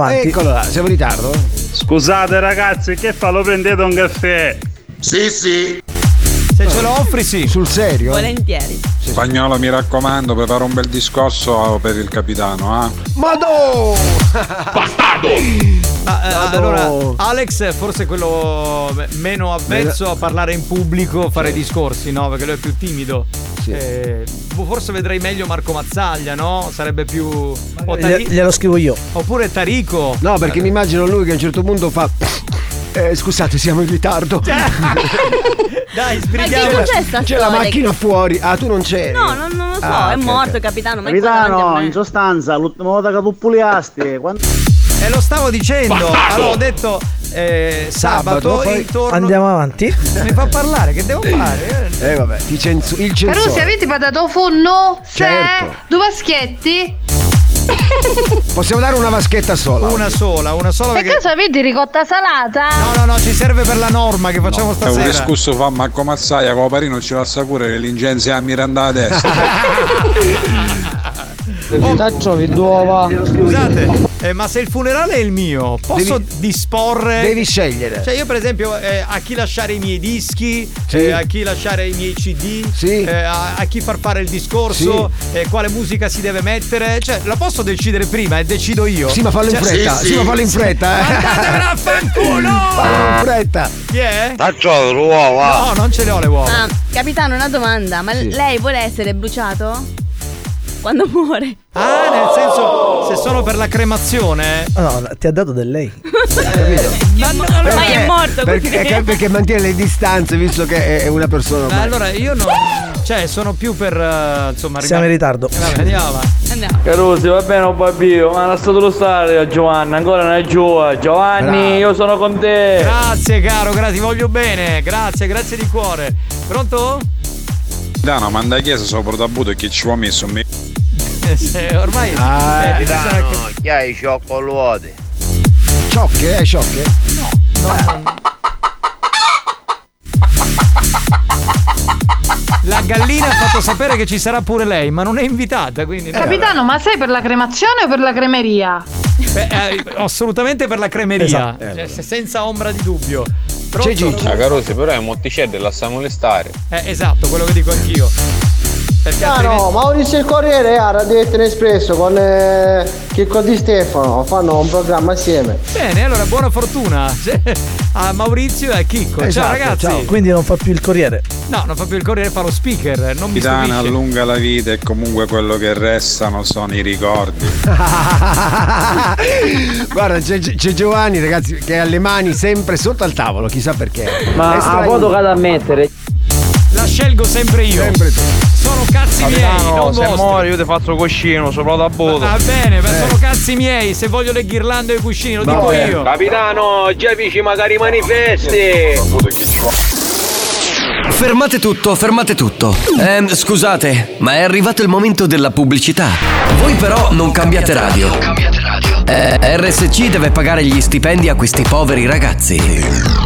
Speaker 10: Eccolo là, siamo in ritardo?
Speaker 18: Scusate ragazzi, che fa? Lo prendete un caffè? Sì, sì.
Speaker 9: Se ce lo offri sì.
Speaker 10: Sul serio?
Speaker 1: Volentieri.
Speaker 21: Spagnolo, mi raccomando, prepara un bel discorso per il capitano, eh.
Speaker 10: Madò!
Speaker 9: Bastardo! allora, Alex è forse quello meno avvezzo a parlare in pubblico, fare discorsi, no? Perché lui è più timido. Eh, boh, forse vedrei meglio Marco Mazzaglia, no? Sarebbe più. o Tari-
Speaker 42: Glie- Glielo scrivo io.
Speaker 9: Oppure Tarico.
Speaker 10: No, perché mi immagino lui che a un certo punto fa. Eh, scusate, siamo in ritardo.
Speaker 9: Cioè,
Speaker 10: <laughs>
Speaker 9: Dai,
Speaker 10: C'è
Speaker 9: sbrighiamo.
Speaker 10: la-
Speaker 1: cos'è sta
Speaker 10: C'è la
Speaker 1: storia?
Speaker 10: macchina fuori. Ah, tu non c'eri.
Speaker 1: No, non, non lo so,
Speaker 10: Ah,
Speaker 1: è
Speaker 10: ok,
Speaker 1: morto
Speaker 10: ok.
Speaker 1: capitano, ma è qua davanti a
Speaker 20: Capitano,
Speaker 1: me.
Speaker 20: in sostanza, l'ultima volta che tu puliasti, quando...
Speaker 9: E Eh, lo stavo dicendo,
Speaker 1: Bastardo!
Speaker 9: avevo detto eh, sabato,
Speaker 10: Sabato, poi-
Speaker 9: intorno.
Speaker 1: Andiamo avanti.
Speaker 9: Mi fa parlare, che devo fare?
Speaker 10: Eh vabbè, ti censu- il censore.
Speaker 6: Però se avete patatofu no, se
Speaker 10: Certo.
Speaker 6: due vaschietti.
Speaker 10: Possiamo dare una vaschetta sola.
Speaker 9: Una sola, una sola
Speaker 6: Per
Speaker 9: perché
Speaker 6: caso avete ricotta salata? No,
Speaker 9: no, no, ci serve per la norma che
Speaker 21: È
Speaker 9: facciamo
Speaker 21: un
Speaker 9: stasera.
Speaker 21: discusso fa Marco Mazzaia, con Parino ci lascia pure che l'ingenza è a Miranda a
Speaker 9: <laughs>
Speaker 21: destra.
Speaker 9: Taccio d'uova. Oh. Scusate, eh, ma se il funerale è il mio, posso disporre.
Speaker 10: Devi scegliere.
Speaker 9: Cioè, io, per esempio, eh, a chi lasciare i miei dischi, eh, a chi lasciare i miei CD, eh, a, a chi far fare il discorso, eh, quale musica si deve mettere. Cioè, la posso decidere prima e decido io.
Speaker 10: Sì, ma fallo in
Speaker 9: Cioè-
Speaker 10: fretta. Sì, ma fallo in fretta. Eh.
Speaker 9: Andatevene a fanculo!
Speaker 10: Fallo in fretta.
Speaker 9: Chi è?
Speaker 31: Taccio l'uova!
Speaker 9: No, non ce le ho le uova.
Speaker 20: Ah, capitano, una domanda, ma
Speaker 9: Sì.
Speaker 20: lei vuole essere bruciato? Quando muore?
Speaker 9: Ah, nel senso, se sono per la cremazione. eh.
Speaker 1: No, no, ti ha dato del lei.
Speaker 9: Ma no, allora-
Speaker 10: Perché-
Speaker 9: <laughs>
Speaker 10: Perché, perché- eh, perché mantiene le distanze, visto che è- è una persona.
Speaker 9: Ma
Speaker 10: ormai.
Speaker 9: allora io non. Cioè, sono più per. eh, insomma,
Speaker 1: Siamo in
Speaker 9: rimanere-
Speaker 1: ritardo.
Speaker 9: Eh, vabbè, andiamo avanti.
Speaker 7: Carusi, va bene, oh babbio, ma lasciatelo stare a Giovanna, ancora non è giù. eh. Giovanni,
Speaker 9: Bravo.
Speaker 7: io sono con te.
Speaker 9: Eh, Grazie caro, grazie, ti voglio bene, grazie, grazie di cuore. Pronto?
Speaker 21: Dano, manda a chiesa sopra tabuto e chi ci può messo? Me-
Speaker 9: Eh, sì, ormai... eh, ci sarà che-
Speaker 31: chi hai cioccolate?
Speaker 10: Sciocche, eh, sciocche?
Speaker 9: La gallina ha fatto sapere che ci sarà pure lei, ma non è invitata, quindi...
Speaker 6: Capitano, ma sei per la cremazione o per la cremeria?
Speaker 9: Beh, eh, assolutamente per la cremeria,
Speaker 26: Esatto.
Speaker 9: Cioè, se- senza ombra di dubbio. Eh, Pronto?
Speaker 26: Ah, Carosi, però è Monticelli, lascia molestare.
Speaker 9: Eh, esatto, quello che dico anch'io. Perché
Speaker 19: No, no, Maurizio il Corriere ha Radio Etna Espresso con eh, Chicco Di Stefano, fanno un programma assieme.
Speaker 9: Bene, allora buona fortuna a Maurizio e a Chicco.
Speaker 10: Esatto,
Speaker 9: Esatto, ciao ragazzi.
Speaker 1: Quindi non fa più il corriere.
Speaker 9: No, non fa più il corriere, fa lo speaker, non mi
Speaker 21: Dana
Speaker 9: stupisce.
Speaker 21: allunga la vita e comunque quello che restano sono i ricordi.
Speaker 9: Eh,
Speaker 10: Guarda, c'è, c'è Giovanni, ragazzi, che ha le mani sempre sotto al tavolo, chissà perché.
Speaker 7: Ma
Speaker 10: È
Speaker 7: a
Speaker 10: strano.
Speaker 7: voto vado a mettere.
Speaker 9: La scelgo sempre io.
Speaker 10: Sempre tu.
Speaker 9: Sono cazzi miei, non
Speaker 26: se
Speaker 9: vostri.
Speaker 26: muori io ti faccio il cuscino, sopra da boto.
Speaker 9: Va bene,
Speaker 10: Eh.
Speaker 9: ma sono cazzi miei. Se voglio le ghirlande o i cuscini, lo dico io.
Speaker 35: Capitano, già dici magari manifesti.
Speaker 2: Fermate tutto, fermate tutto. Ehm, scusate, ma è arrivato il momento della pubblicità. Voi però non cambiate radio. Eh, RSC deve pagare gli stipendi a questi poveri ragazzi.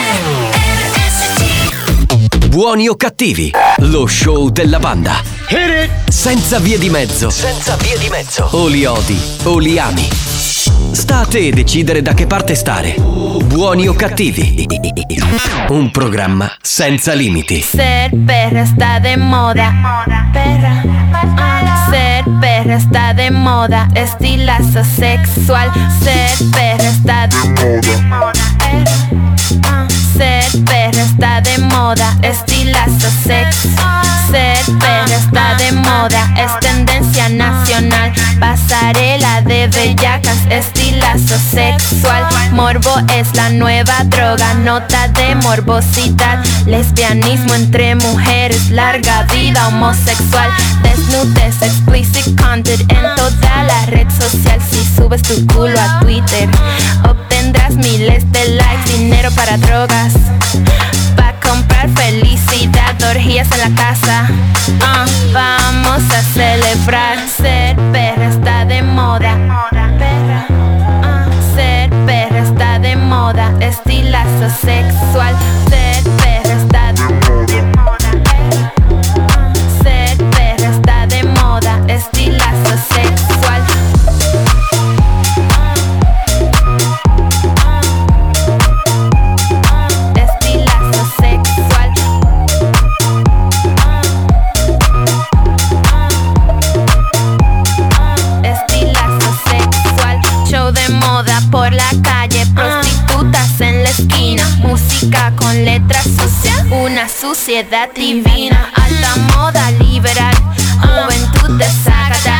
Speaker 2: Buoni o cattivi, lo show della banda. Senza vie di mezzo. Senza vie di mezzo. O li odi o li ami. Sta a te decidere da che parte stare. Buoni o cattivi. Un programma senza limiti.
Speaker 11: Ser perra está de moda. Perra. Ser perra está de moda. Estilazo sexual. Ser perra está de moda. Perra. Ser perra está de moda. Estilazo sexual. Ser perra está de moda. Es tendencia nacional. Pasarela de bellacas. Estilazo sexual. Morbo es la nueva droga. Nota de morbosidad. Lesbianismo entre mujeres. Larga vida homosexual. Desnudez, explicit content en toda la red social. Si subes tu culo a Twitter, obtendrás miles de likes. Dinero para drogas. Pa' comprar felicidad, orgías en la casa. Ah, vamos a celebrar. Ser perra está de moda. Perra. Ah, ser perra está de moda. Estilazo sexual. Ser perra está de moda. Ah, Ser perra está de moda. Estilazo sexual. Estilazo sexual. con letras sucias, una suciedad divina, alta moda liberal, juventud de Zagata,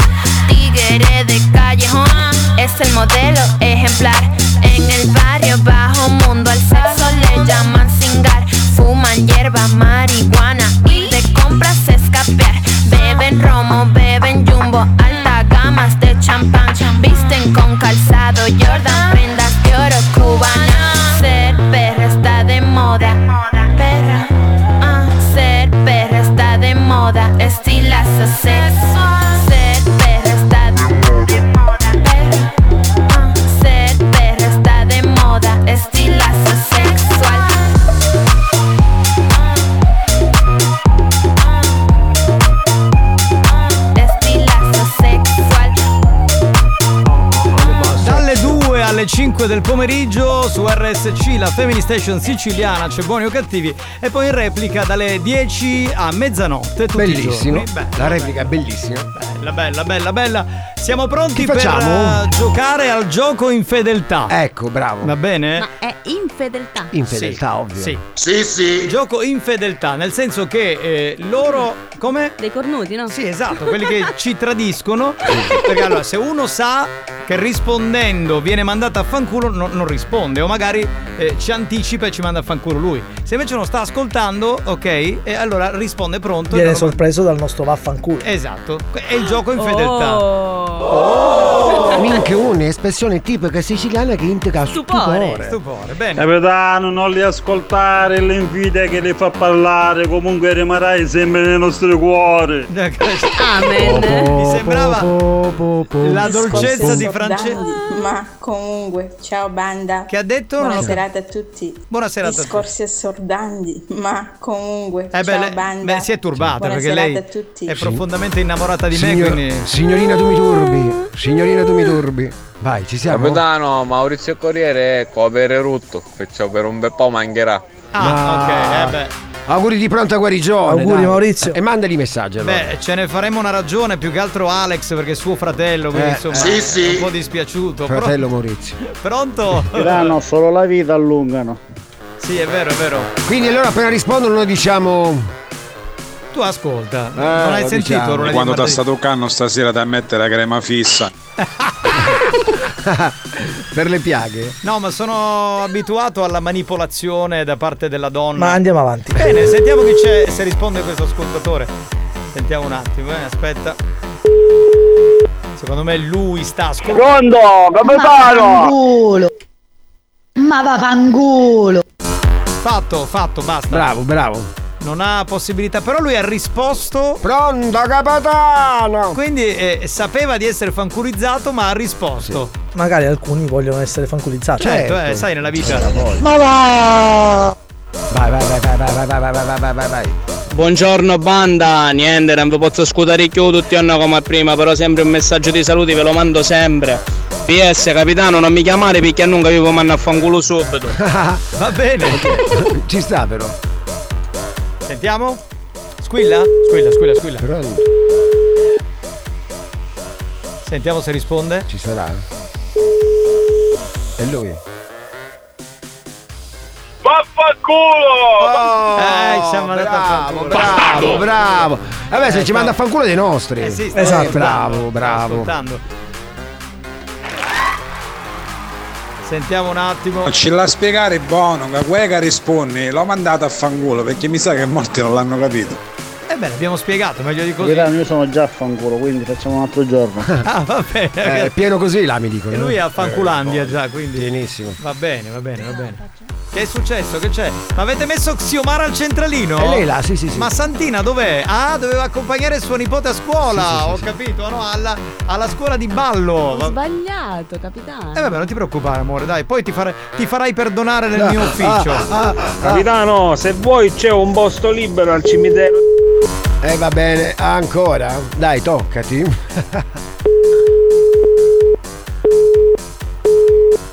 Speaker 11: tigre de callejón, es el modelo ejemplar. En el barrio bajo mundo al sexo le llaman singar, fuman hierba, marihuana y de compras escapear. Beben romo, beben jumbo, alta gamas de champán. Visten con calzado Jordan, prendas de oro cubana. Ser perra está de moda. Perra. ah, ser perra está de moda. Estilazo sexo. Ser perra está de moda. Perra. ah, ser perra está de moda. Estilazo sexual. Estilazo sexual.
Speaker 9: Dalle 2 alle 5 del pomeriggio su RSC, la Family Station siciliana, c'è buoni o cattivi, e poi in replica dalle 10 a mezzanotte. Tutti
Speaker 10: Bellissimo.
Speaker 9: I giorni.
Speaker 10: La replica è bellissima.
Speaker 9: Bella, bella, bella, bella. Siamo pronti
Speaker 10: Che
Speaker 9: per
Speaker 10: facciamo?
Speaker 9: eh, giocare al gioco infedeltà.
Speaker 10: Ecco, bravo.
Speaker 9: Va bene?
Speaker 20: È infedeltà.
Speaker 10: Infedeltà,
Speaker 9: Sì,
Speaker 10: ovvio.
Speaker 9: Sì. sì, Gioco infedeltà, nel senso che eh, loro. Come?
Speaker 20: Dei cornuti, no? Sì,
Speaker 9: esatto, Quelli che ci tradiscono. Perché allora, se uno sa che rispondendo viene mandato a fanculo, no- non risponde. O magari eh, ci anticipa e ci manda a fanculo lui. Se invece non sta ascoltando, ok, e allora risponde pronto. e
Speaker 45: Viene
Speaker 9: loro-
Speaker 45: sorpreso dal nostro vaffanculo.
Speaker 9: Esatto, è il gioco infedeltà.
Speaker 10: Oh. Minchia, un'espressione tipica siciliana che indica stupore.
Speaker 9: Stupore,
Speaker 25: E vedano, Eh, non li ascoltare, l'invidia che li fa parlare, comunque rimarrai sempre nel
Speaker 9: <laughs>
Speaker 25: nostro cuore.
Speaker 9: Mi sembrava la dolcezza di Francesco.
Speaker 3: Ma comunque, ciao banda.
Speaker 9: Che ha detto?
Speaker 3: Buona
Speaker 9: Non lo so.
Speaker 3: serata a tutti.
Speaker 9: Buona serata a tutti.
Speaker 3: Discorsi assordandi, ma comunque,
Speaker 9: Eh beh,
Speaker 3: ciao
Speaker 9: lei-
Speaker 3: banda.
Speaker 9: beh, si è turbata
Speaker 3: Buona
Speaker 9: perché
Speaker 3: serata
Speaker 9: lei
Speaker 3: a tutti.
Speaker 9: è profondamente innamorata di me,
Speaker 10: Signor-
Speaker 9: quindi
Speaker 10: Signorina tu mi turbi, signorina tu mi turbi. Vai, ci siamo.
Speaker 46: Capitano, Maurizio Corriere, covere rutto, perciò per un bel po' mancherà.
Speaker 10: Ma-
Speaker 9: Ah, ok, eh beh.
Speaker 10: Auguri di pronta guarigione.
Speaker 9: Auguri,
Speaker 10: Maurizio. E mandali messaggio allora.
Speaker 9: Beh, ce ne faremo una ragione, più che altro Alex perché è suo fratello, quindi
Speaker 10: Eh,
Speaker 9: insomma
Speaker 10: sì,
Speaker 9: è
Speaker 10: sì.
Speaker 9: un po' dispiaciuto. Pro-
Speaker 10: Fratello Maurizio.
Speaker 9: <laughs> pronto?
Speaker 4: Tirano, solo la vita allungano.
Speaker 9: sì, è vero, è vero.
Speaker 10: Quindi allora appena rispondono noi diciamo...
Speaker 9: Tu ascolta, non hai
Speaker 10: Eh, lo
Speaker 9: sentito
Speaker 10: diciamo.
Speaker 9: Rune, di
Speaker 21: Quando t'ha
Speaker 9: martedì?
Speaker 21: stato canno stasera da mettere la crema fissa.
Speaker 10: per le piaghe.
Speaker 9: No, ma sono abituato alla manipolazione da parte della donna.
Speaker 45: Ma andiamo avanti.
Speaker 9: Bene, sentiamo chi c'è, se risponde questo ascoltatore. Sentiamo un attimo, eh, aspetta. Secondo me lui sta ascoltando.
Speaker 5: Ma va fangulo!
Speaker 9: Fatto, fatto, basta.
Speaker 10: Bravo, bravo.
Speaker 9: Non ha possibilità, però lui ha risposto.
Speaker 10: Pronto, capitano!
Speaker 9: Quindi eh, sapeva di essere fancurizzato, ma ha risposto.
Speaker 45: Magari alcuni vogliono essere
Speaker 10: Ah,
Speaker 45: fanculizzati.
Speaker 9: Certo, eh, sai, nella vita.
Speaker 45: Ma va!
Speaker 10: Vai, vai, vai, vai, vai, vai, vai, vai, vai, vai, vai, vai.
Speaker 4: Buongiorno banda, niente, non vi posso scudare più tutti anno come prima, però sempre un messaggio di saluti ve lo mando sempre. PS capitano non mi chiamare perché non vi mando a fanculo subito.
Speaker 9: <laughs> Va bene.
Speaker 10: <laughs> Ci sta però.
Speaker 9: Sentiamo? Squilla? Squilla, squilla, squilla. Sentiamo se risponde.
Speaker 10: Ci sarà. E lui?
Speaker 9: Vaffanculo! Oh, Eh, siamo andati a fanculo.
Speaker 10: Bravo, bravo. Vabbè, se
Speaker 9: Eh,
Speaker 10: ci
Speaker 9: no.
Speaker 10: manda a fanculo dei nostri.
Speaker 9: Eh sì, sta
Speaker 10: esatto.
Speaker 9: ascoltando,
Speaker 10: Bravo,
Speaker 9: sta
Speaker 10: bravo.
Speaker 9: ascoltando. Sentiamo un attimo.
Speaker 21: Ce l'ha spiegare buono, che Guega risponde, l'ho mandato a fanculo perché mi sa che molti non l'hanno capito.
Speaker 9: Eh beh, l'abbiamo spiegato, meglio di <laughs> così.
Speaker 4: Capitano io sono già a fanculo, quindi facciamo un
Speaker 10: <laughs>
Speaker 4: altro giorno.
Speaker 9: Ah, va bene.
Speaker 10: Eh, è pieno così là, mi dicono.
Speaker 9: E lui è a Fanculandia già, quindi.
Speaker 10: Eh, boh. Pienissimo.
Speaker 9: Va bene, va bene, va bene. Che è successo? Che c'è? Ma avete messo Xiomara al centralino?
Speaker 10: E lei là, sì, sì, sì.
Speaker 9: Ma Santina dov'è? Ah, doveva accompagnare suo nipote a scuola, ho capito, no? Alla, alla scuola di ballo. Va-
Speaker 47: sbagliato, capitano.
Speaker 9: Eh vabbè, non ti preoccupare, amore, dai, poi ti, fare- ti farai perdonare nel
Speaker 10: Ah,
Speaker 9: mio ufficio.
Speaker 4: Capitano, se vuoi c'è Eh. un posto libero al cimitero.
Speaker 10: Eh va bene, ancora. Dai,
Speaker 19: <laughs>
Speaker 10: toccati.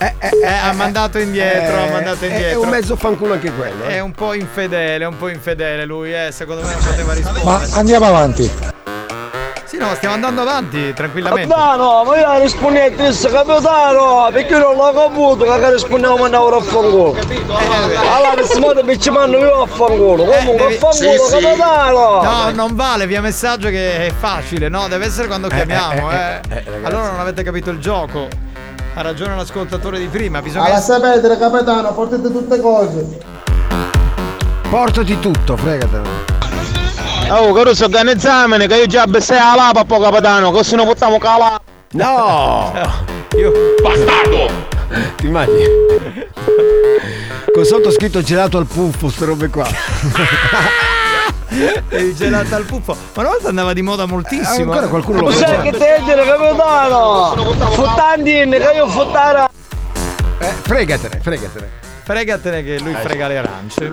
Speaker 9: Eh, ha mandato indietro,
Speaker 10: Eh,
Speaker 9: ha mandato
Speaker 10: è-
Speaker 9: indietro.
Speaker 10: È un mezzo fanculo anche quello. eh.
Speaker 9: È un po' infedele, è un po' infedele lui, eh, secondo me non poteva rispondere.
Speaker 48: Ma andiamo avanti.
Speaker 9: Sì, Sì, no, stiamo andando avanti tranquillamente.
Speaker 5: no, ma io rispondete adesso capitano, perché io non l'ho caputo che rispondevo ma andavo a fanculo. Eh, Allora adesso mo mi ci mando io a
Speaker 9: Eh,
Speaker 5: fanculo, comunque a fanculo capitano.
Speaker 9: No, non vale via messaggio che è facile, no? Deve essere quando chiamiamo, eh. allora non avete capito il gioco. Ha ragione l'ascoltatore di prima, bisogna.
Speaker 19: Alla sapete, capitano, portate tutte cose.
Speaker 10: Portati tutto, fregatelo.
Speaker 5: Oh, caro so organizzamene che io già bestai a lapa po capitano, così non possiamo calare. <laughs>
Speaker 10: No!
Speaker 9: Io
Speaker 5: bastardo!
Speaker 10: Ti immagini? Con sottoscritto gelato al puffo, ste robe qua.
Speaker 9: <laughs> Il gelato al puffo. Ma una volta andava di moda moltissimo.
Speaker 10: Eh, ancora qualcuno
Speaker 5: Ma sai che te dire capitano? Fottandine che io fottara.
Speaker 10: Eh, fregatene, fregatene. Eh,
Speaker 9: Fregatene che lui frega le arance.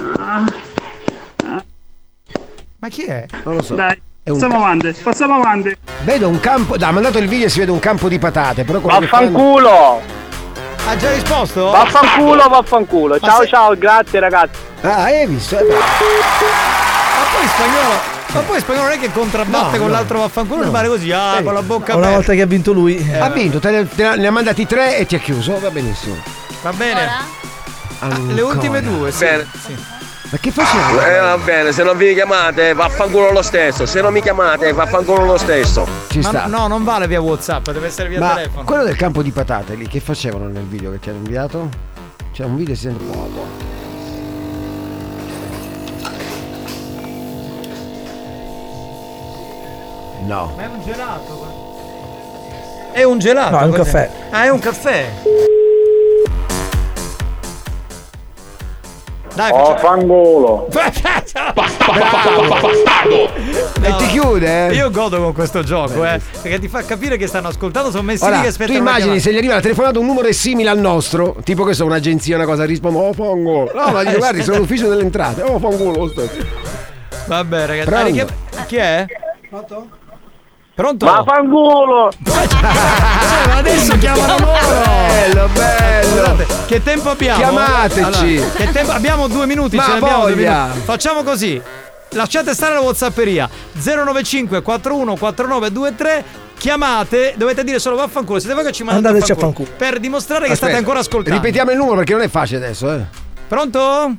Speaker 9: Ma chi è?
Speaker 10: Non lo so.
Speaker 9: Dai,
Speaker 10: È un
Speaker 9: passiamo
Speaker 10: ca-
Speaker 9: avanti, passiamo avanti.
Speaker 10: Vedo un campo. Dai, ha mandato il video e si vede un campo di patate. Però quello che
Speaker 5: Vaffanculo!
Speaker 9: Ha già risposto?
Speaker 5: Vaffanculo, vaffanculo.
Speaker 10: Ma
Speaker 5: Ciao
Speaker 10: se-
Speaker 5: ciao, grazie ragazzi.
Speaker 10: fanno- Ah, hai visto? Eh, beh.
Speaker 9: Ma poi spagnolo. Ma poi spagnolo non è che contrabbatte
Speaker 10: No,
Speaker 9: con
Speaker 10: no.
Speaker 9: l'altro vaffanculo, mi pare così, ah, con la bocca
Speaker 10: Una
Speaker 9: aperta.
Speaker 10: volta
Speaker 1: che ha vinto lui.
Speaker 10: ha vinto, te ne, te ne ha- ne ha mandati tre e ti ha chiuso. Ah, Va benissimo.
Speaker 9: Va bene. Le
Speaker 10: Ancora.
Speaker 9: ultime due, sì.
Speaker 35: Bene.
Speaker 10: Ma che facciamo?
Speaker 35: Eh va bene, se non vi chiamate vaffanculo lo stesso, se non mi chiamate vaffanculo lo stesso.
Speaker 10: Ci
Speaker 9: Ma
Speaker 10: sta.
Speaker 9: no, non vale via WhatsApp, deve essere via
Speaker 10: Ma
Speaker 9: telefono.
Speaker 10: quello del campo di patate lì, che facevano nel video che ti hanno inviato? C'è un video che si sente poco. No.
Speaker 9: Ma è un gelato. È un gelato.
Speaker 1: No, è un
Speaker 9: cos'è?
Speaker 1: caffè.
Speaker 9: Ah, è un caffè. Dai, certo. <laughs>
Speaker 5: Oh, fangolo.
Speaker 9: Bastardo!
Speaker 10: E ti chiude? eh?
Speaker 9: Io godo con questo gioco, eh. Perché ti fa capire che stanno ascoltando, sono messi lì
Speaker 10: Ora,
Speaker 9: che
Speaker 10: tu
Speaker 9: aspettano. la
Speaker 10: immagini
Speaker 9: chiamata.
Speaker 10: se gli arriva la telefonata un numero è simile al nostro, tipo che so, un'agenzia, una cosa, rispondo, oh pongo. No, ma dico, guardi, sono l'ufficio delle entrate, oh pongo lo stesso.
Speaker 9: Vabbè, ragazzi.
Speaker 10: Pronto?
Speaker 9: dai, richiam- Chi è? Pronto?
Speaker 5: Ma fangolo!
Speaker 9: Eh, ma adesso chiamano loro! Bello, bello! che tempo abbiamo?
Speaker 10: Chiamateci.
Speaker 9: Allora, che tempo- Abbiamo due minuti,
Speaker 10: Ma
Speaker 9: ce l'abbiamo due
Speaker 10: voglia.
Speaker 9: minuti. Facciamo così. Lasciate stare la Whatsapperia 095 41 4923 Chiamate, dovete dire solo vaffanculo. Siete voi che ci mandate
Speaker 10: Andateci a
Speaker 9: Per dimostrare che state
Speaker 10: Aspetta,
Speaker 9: ancora ascoltando.
Speaker 10: Ripetiamo il numero perché non è facile adesso, eh.
Speaker 9: Pronto?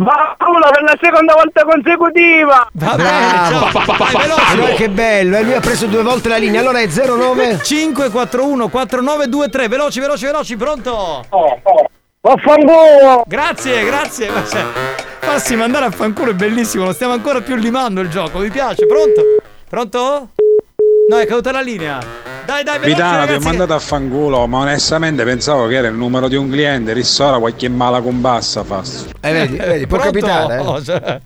Speaker 5: Vaffanculo per la seconda volta consecutiva!
Speaker 9: Va
Speaker 10: Eh,
Speaker 9: bene, ciao. Vai, veloci.
Speaker 10: Allora, Eh, che bello, eh, lui ha preso due volte la linea. Allora è 09
Speaker 9: 541 4923 Veloci, veloci, veloci, pronto?
Speaker 5: Vaffanculo!
Speaker 9: Grazie, grazie. Ma cioè, farsi mandare a fanculo è bellissimo, lo stiamo ancora più limando il gioco, mi piace. Pronto? Pronto? No, è caduta la linea. Dai, dai, veloci
Speaker 21: Vitano ti ho
Speaker 9: ragazzi. che-
Speaker 21: mandato a fanculo, ma onestamente pensavo che era il numero di un cliente, rissora qualche mala combassa fasso.
Speaker 10: Eh, vedi, vedi, può
Speaker 9: Pronto?
Speaker 10: capitare, eh.
Speaker 9: Oh, cioè.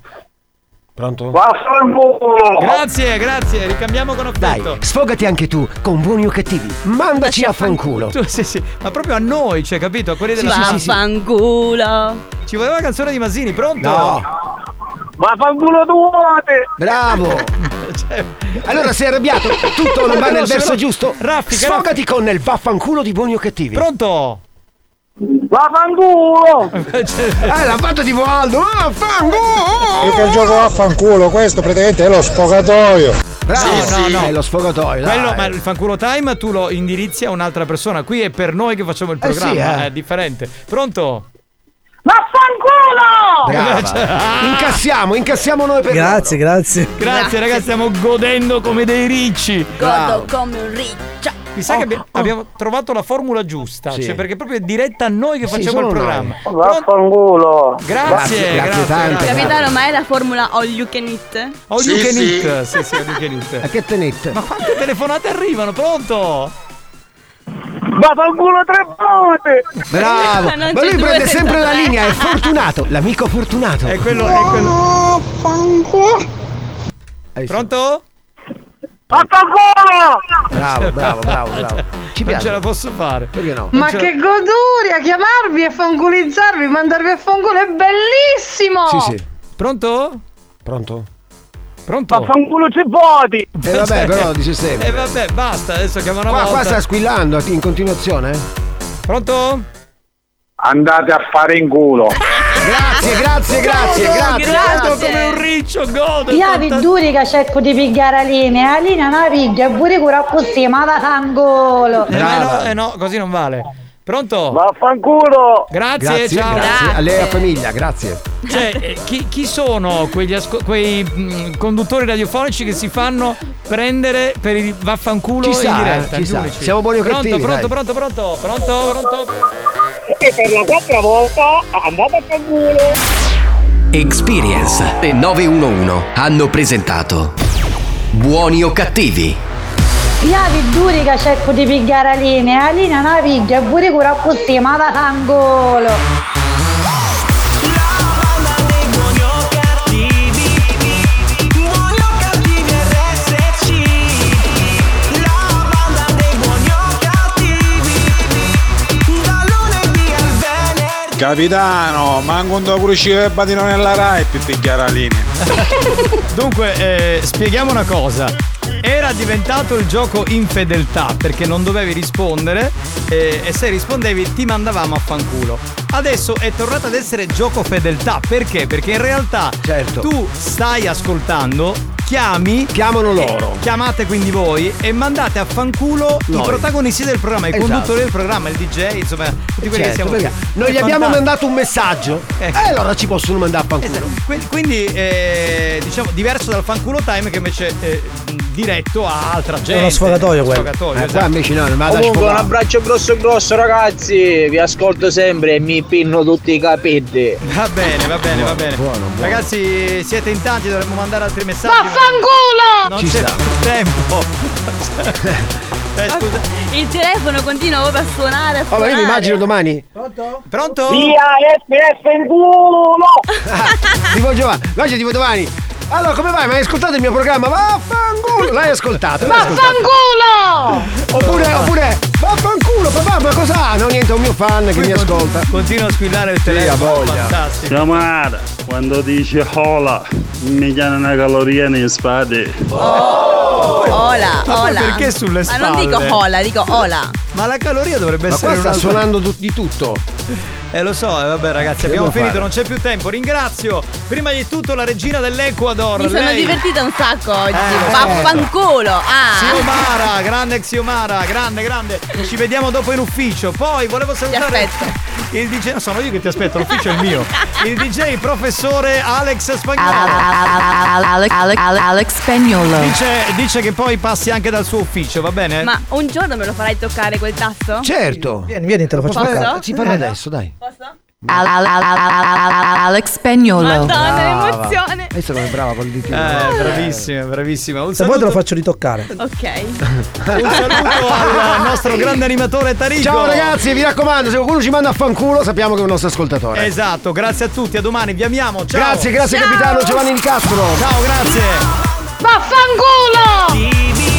Speaker 10: Pronto?
Speaker 5: Vaffanculo!
Speaker 9: Grazie, grazie, ricambiamo con
Speaker 10: Dai,
Speaker 9: affetto.
Speaker 10: sfogati anche tu con buoni o cattivi. Mandaci a fanculo.
Speaker 9: Tu- sì, sì, ma proprio a noi, cioè, capito? A quelli della
Speaker 20: Vaffanculo.
Speaker 9: Ci voleva la canzone di Masini, pronto?
Speaker 10: No.
Speaker 5: Vaffanculo tuote!
Speaker 10: Bravo!
Speaker 9: <laughs> Cioè,
Speaker 10: Allora sei arrabbiato,
Speaker 9: <laughs>
Speaker 10: tutto non va nel
Speaker 9: Veloce,
Speaker 10: verso
Speaker 9: veloce.
Speaker 10: giusto.
Speaker 9: Raffica,
Speaker 10: Sfogati con il vaffanculo di buoni o cattivi.
Speaker 9: Pronto?
Speaker 5: Vaffanculo!
Speaker 10: Eh, l'ha fatto tipo Aldo. Ah, fanculo!
Speaker 21: Io che gioco a fanculo, questo praticamente è lo sfogatoio.
Speaker 10: Bravo,
Speaker 9: Sì,
Speaker 10: no,
Speaker 9: sì.
Speaker 10: no, è lo sfogatoio. dai.
Speaker 9: Quello, ma il fanculo time tu lo indirizzi a un'altra persona. Qui è per noi che facciamo il
Speaker 10: Eh sì,
Speaker 9: programma,
Speaker 10: eh.
Speaker 9: è differente. Pronto?
Speaker 5: Vaffanculo!
Speaker 10: Brava. <laughs> Incassiamo, incassiamo noi per
Speaker 1: Grazie, grazie.
Speaker 9: Grazie ragazzi, stiamo godendo come dei ricci.
Speaker 20: Godo come un riccio. Oh,
Speaker 9: Mi sa che abbi- abbiamo trovato la formula giusta,
Speaker 10: Sì.
Speaker 9: cioè perché proprio è diretta a noi che
Speaker 10: Sì,
Speaker 9: facciamo
Speaker 10: solo
Speaker 9: il
Speaker 10: noi.
Speaker 9: programma.
Speaker 5: Vaffanculo!
Speaker 9: Grazie,
Speaker 10: Grazie, grazie
Speaker 9: grazie.
Speaker 10: tante.
Speaker 9: grazie.
Speaker 20: Capitano, ma è la formula all you can eat?
Speaker 9: All you
Speaker 10: Sì,
Speaker 9: can
Speaker 10: sì.
Speaker 9: eat. Sì, sì, all you can eat.
Speaker 10: A che tenete?
Speaker 9: Ma <laughs> quante telefonate arrivano? Pronto?
Speaker 5: Vaffanculo tre volte!
Speaker 10: Bravo.
Speaker 20: Non
Speaker 10: Ma
Speaker 20: c'è
Speaker 10: lui
Speaker 20: due
Speaker 10: prende
Speaker 20: senza
Speaker 10: sempre la
Speaker 20: tre.
Speaker 10: linea, è fortunato, l'amico fortunato.
Speaker 9: È quello, è quello.
Speaker 10: Hai visto?
Speaker 9: Pronto?
Speaker 5: Vaffanculo!
Speaker 10: Bravo, bravo, bravo, bravo.
Speaker 9: Cioè,
Speaker 10: Ci
Speaker 9: Non ce la
Speaker 10: piace.
Speaker 9: posso fare.
Speaker 10: Perché no?
Speaker 6: Ma
Speaker 9: ce-
Speaker 6: che goduria chiamarvi e fanculizzarvi, mandarvi a fanculo è bellissimo!
Speaker 10: Sì, sì.
Speaker 9: Pronto?
Speaker 10: Pronto?
Speaker 9: <laughs> Pronto?
Speaker 5: Vaffanculo tre volte!
Speaker 10: E Eh,
Speaker 9: <laughs>
Speaker 10: vabbè, però dice sempre.
Speaker 9: E Cioè, eh, vabbè, basta, adesso chiamo una
Speaker 10: Qua,
Speaker 9: volta.
Speaker 10: qua sta squillando eh. in continuazione. eh?
Speaker 9: Pronto?
Speaker 5: Andate a fare in culo!
Speaker 10: Grazie, grazie, grazie, grazie.
Speaker 3: Ah, Grazie.
Speaker 9: come un riccio, godo.
Speaker 3: Io vi duri che cerco di pigliare la linea, la linea non la piglia, pure cura così, ma da cangolo.
Speaker 9: Eh, no, eh, no, così non vale. Pronto?
Speaker 10: Vaffanculo!
Speaker 9: Grazie,
Speaker 10: grazie,
Speaker 9: ciao.
Speaker 10: Grazie. A lei e alla famiglia, grazie.
Speaker 9: Cioè, eh, chi, chi sono quegli asco- quei mm, conduttori radiofonici che si fanno prendere per il vaffanculo
Speaker 10: Ci
Speaker 9: in
Speaker 10: sa,
Speaker 9: diretta?
Speaker 10: ci sa.
Speaker 9: giurici?
Speaker 10: eh, Siamo buoni o
Speaker 9: pronto,
Speaker 10: cattivi,
Speaker 9: Pronto,
Speaker 10: dai.
Speaker 9: pronto, pronto, pronto, pronto.
Speaker 14: E per la quarta volta andate a fanculo.
Speaker 2: Experience e 911 hanno presentato Buoni o cattivi?
Speaker 3: Io vi duri che cerco di pigliare la linea, la linea non la piglia, pure cura così, ma da cangolo.
Speaker 21: Capitano, manco un dopo uscire il badino nella Rai per pigliare la linea.
Speaker 9: Dunque, eh, spieghiamo una cosa. Era diventato il gioco infedeltà perché non dovevi rispondere eh, e se rispondevi ti mandavamo a fanculo. Adesso è tornato ad essere gioco fedeltà perché? Perché in realtà
Speaker 10: Certo.
Speaker 9: tu stai ascoltando, chiami. eh,
Speaker 10: Chiamano loro.
Speaker 9: Chiamate quindi voi e mandate a fanculo i
Speaker 10: Noi.
Speaker 9: protagonisti del programma, i
Speaker 10: Esatto.
Speaker 9: conduttori del programma, il DJ, insomma, tutti quelli che
Speaker 10: Certo,
Speaker 9: siamo
Speaker 10: perché
Speaker 9: qui.
Speaker 10: Noi
Speaker 9: È
Speaker 10: gli abbiamo
Speaker 9: fantastico.
Speaker 10: mandato un messaggio.
Speaker 9: Ecco.
Speaker 10: E allora ci possono mandare a fanculo.
Speaker 9: Que- Quindi, eh, diciamo, diverso dal fanculo time che invece eh, diretto a altra gente.
Speaker 1: uno sfogatoio quello.
Speaker 9: Sfogatoio,
Speaker 10: Eh,
Speaker 9: esatto.
Speaker 10: qua invece no, non vado a
Speaker 23: Comunque un
Speaker 10: sfogare.
Speaker 23: abbraccio grosso grosso ragazzi, vi ascolto sempre e mi pinno tutti i capelli.
Speaker 9: Va bene, va bene, va bene. Ragazzi, siete in tanti, dovremmo mandare altri messaggi.
Speaker 6: Vaffanculo!
Speaker 9: Non
Speaker 23: Ci
Speaker 9: c'è
Speaker 23: sta.
Speaker 9: più tempo.
Speaker 10: <laughs>
Speaker 9: Eh, scusa.
Speaker 20: Il telefono continua proprio a suonare. A
Speaker 10: Oh, ma
Speaker 20: suonare.
Speaker 9: Eh,
Speaker 10: io mi immagino domani.
Speaker 9: Pronto?
Speaker 10: Via eh.
Speaker 23: FF in culo!
Speaker 10: <laughs> Tipo Giovanni, guarda tipo domani. Allora, come vai? Ma hai ascoltato il mio programma? Vaffanculo! L'hai ascoltato? l'hai ascoltato. Oppure, oppure, vaffanculo, papà, ma cos'ha? No, niente, è un mio fan che mi ascolta.
Speaker 9: Continua a squillare il
Speaker 10: telefono.
Speaker 9: Fantastico.
Speaker 25: Chiamare, quando dice hola, mi chiama una caloria nelle spade.
Speaker 20: Ola,
Speaker 9: Ma poi
Speaker 20: ola.
Speaker 9: perché sulle
Speaker 20: Ma non dico
Speaker 9: spalle?
Speaker 20: ola, dico ola.
Speaker 9: Ma la caloria dovrebbe
Speaker 10: Ma
Speaker 9: essere.
Speaker 10: qua sta
Speaker 9: un'altra-
Speaker 10: suonando tu- di tutto.
Speaker 9: Eh lo so, eh, vabbè ragazzi,
Speaker 10: Che
Speaker 9: abbiamo
Speaker 10: devo
Speaker 9: finito,
Speaker 10: fare?
Speaker 9: non c'è più tempo. Ringrazio prima di tutto la regina dell'Ecuador.
Speaker 20: Mi sono
Speaker 9: lei-
Speaker 20: divertita un sacco oggi.
Speaker 9: Eh,
Speaker 20: Vaffanculo. Ah.
Speaker 9: Xiomara, grande Xiomara, grande, grande. Ci vediamo dopo in ufficio. Poi volevo salutare il DJ. no, sono io che ti aspetto, l'ufficio è il mio. Il DJ professore Alex Spagnolo.
Speaker 32: Alex Spagnolo.
Speaker 9: Dice, dice che poi passi anche dal suo ufficio, va bene?
Speaker 20: Ma un giorno me lo farai toccare quel tasto?
Speaker 10: Certo.
Speaker 1: Vieni, vieni, te lo faccio
Speaker 20: Posso?
Speaker 1: toccare.
Speaker 10: Ci parla adesso, dai.
Speaker 32: Alex Spagnolo.
Speaker 1: Ah,
Speaker 20: Madonna,
Speaker 10: Brava.
Speaker 20: emozione.
Speaker 10: Lei sono brava col ditino.
Speaker 9: Eh, bravissima, bravissima. Un
Speaker 1: Se vuoi te
Speaker 9: saluto,
Speaker 1: lo faccio ritoccare.
Speaker 20: Ok.
Speaker 9: un saluto al nostro grande animatore Tarico.
Speaker 10: Ciao ragazzi, vi raccomando, se qualcuno ci manda a fanculo, sappiamo che è un nostro ascoltatore.
Speaker 9: Esatto, grazie a tutti, a domani, vi amiamo. Ciao.
Speaker 10: Grazie, grazie capitano Giovanni Nicastro.
Speaker 9: Ciao, grazie.
Speaker 6: Vaffanculo!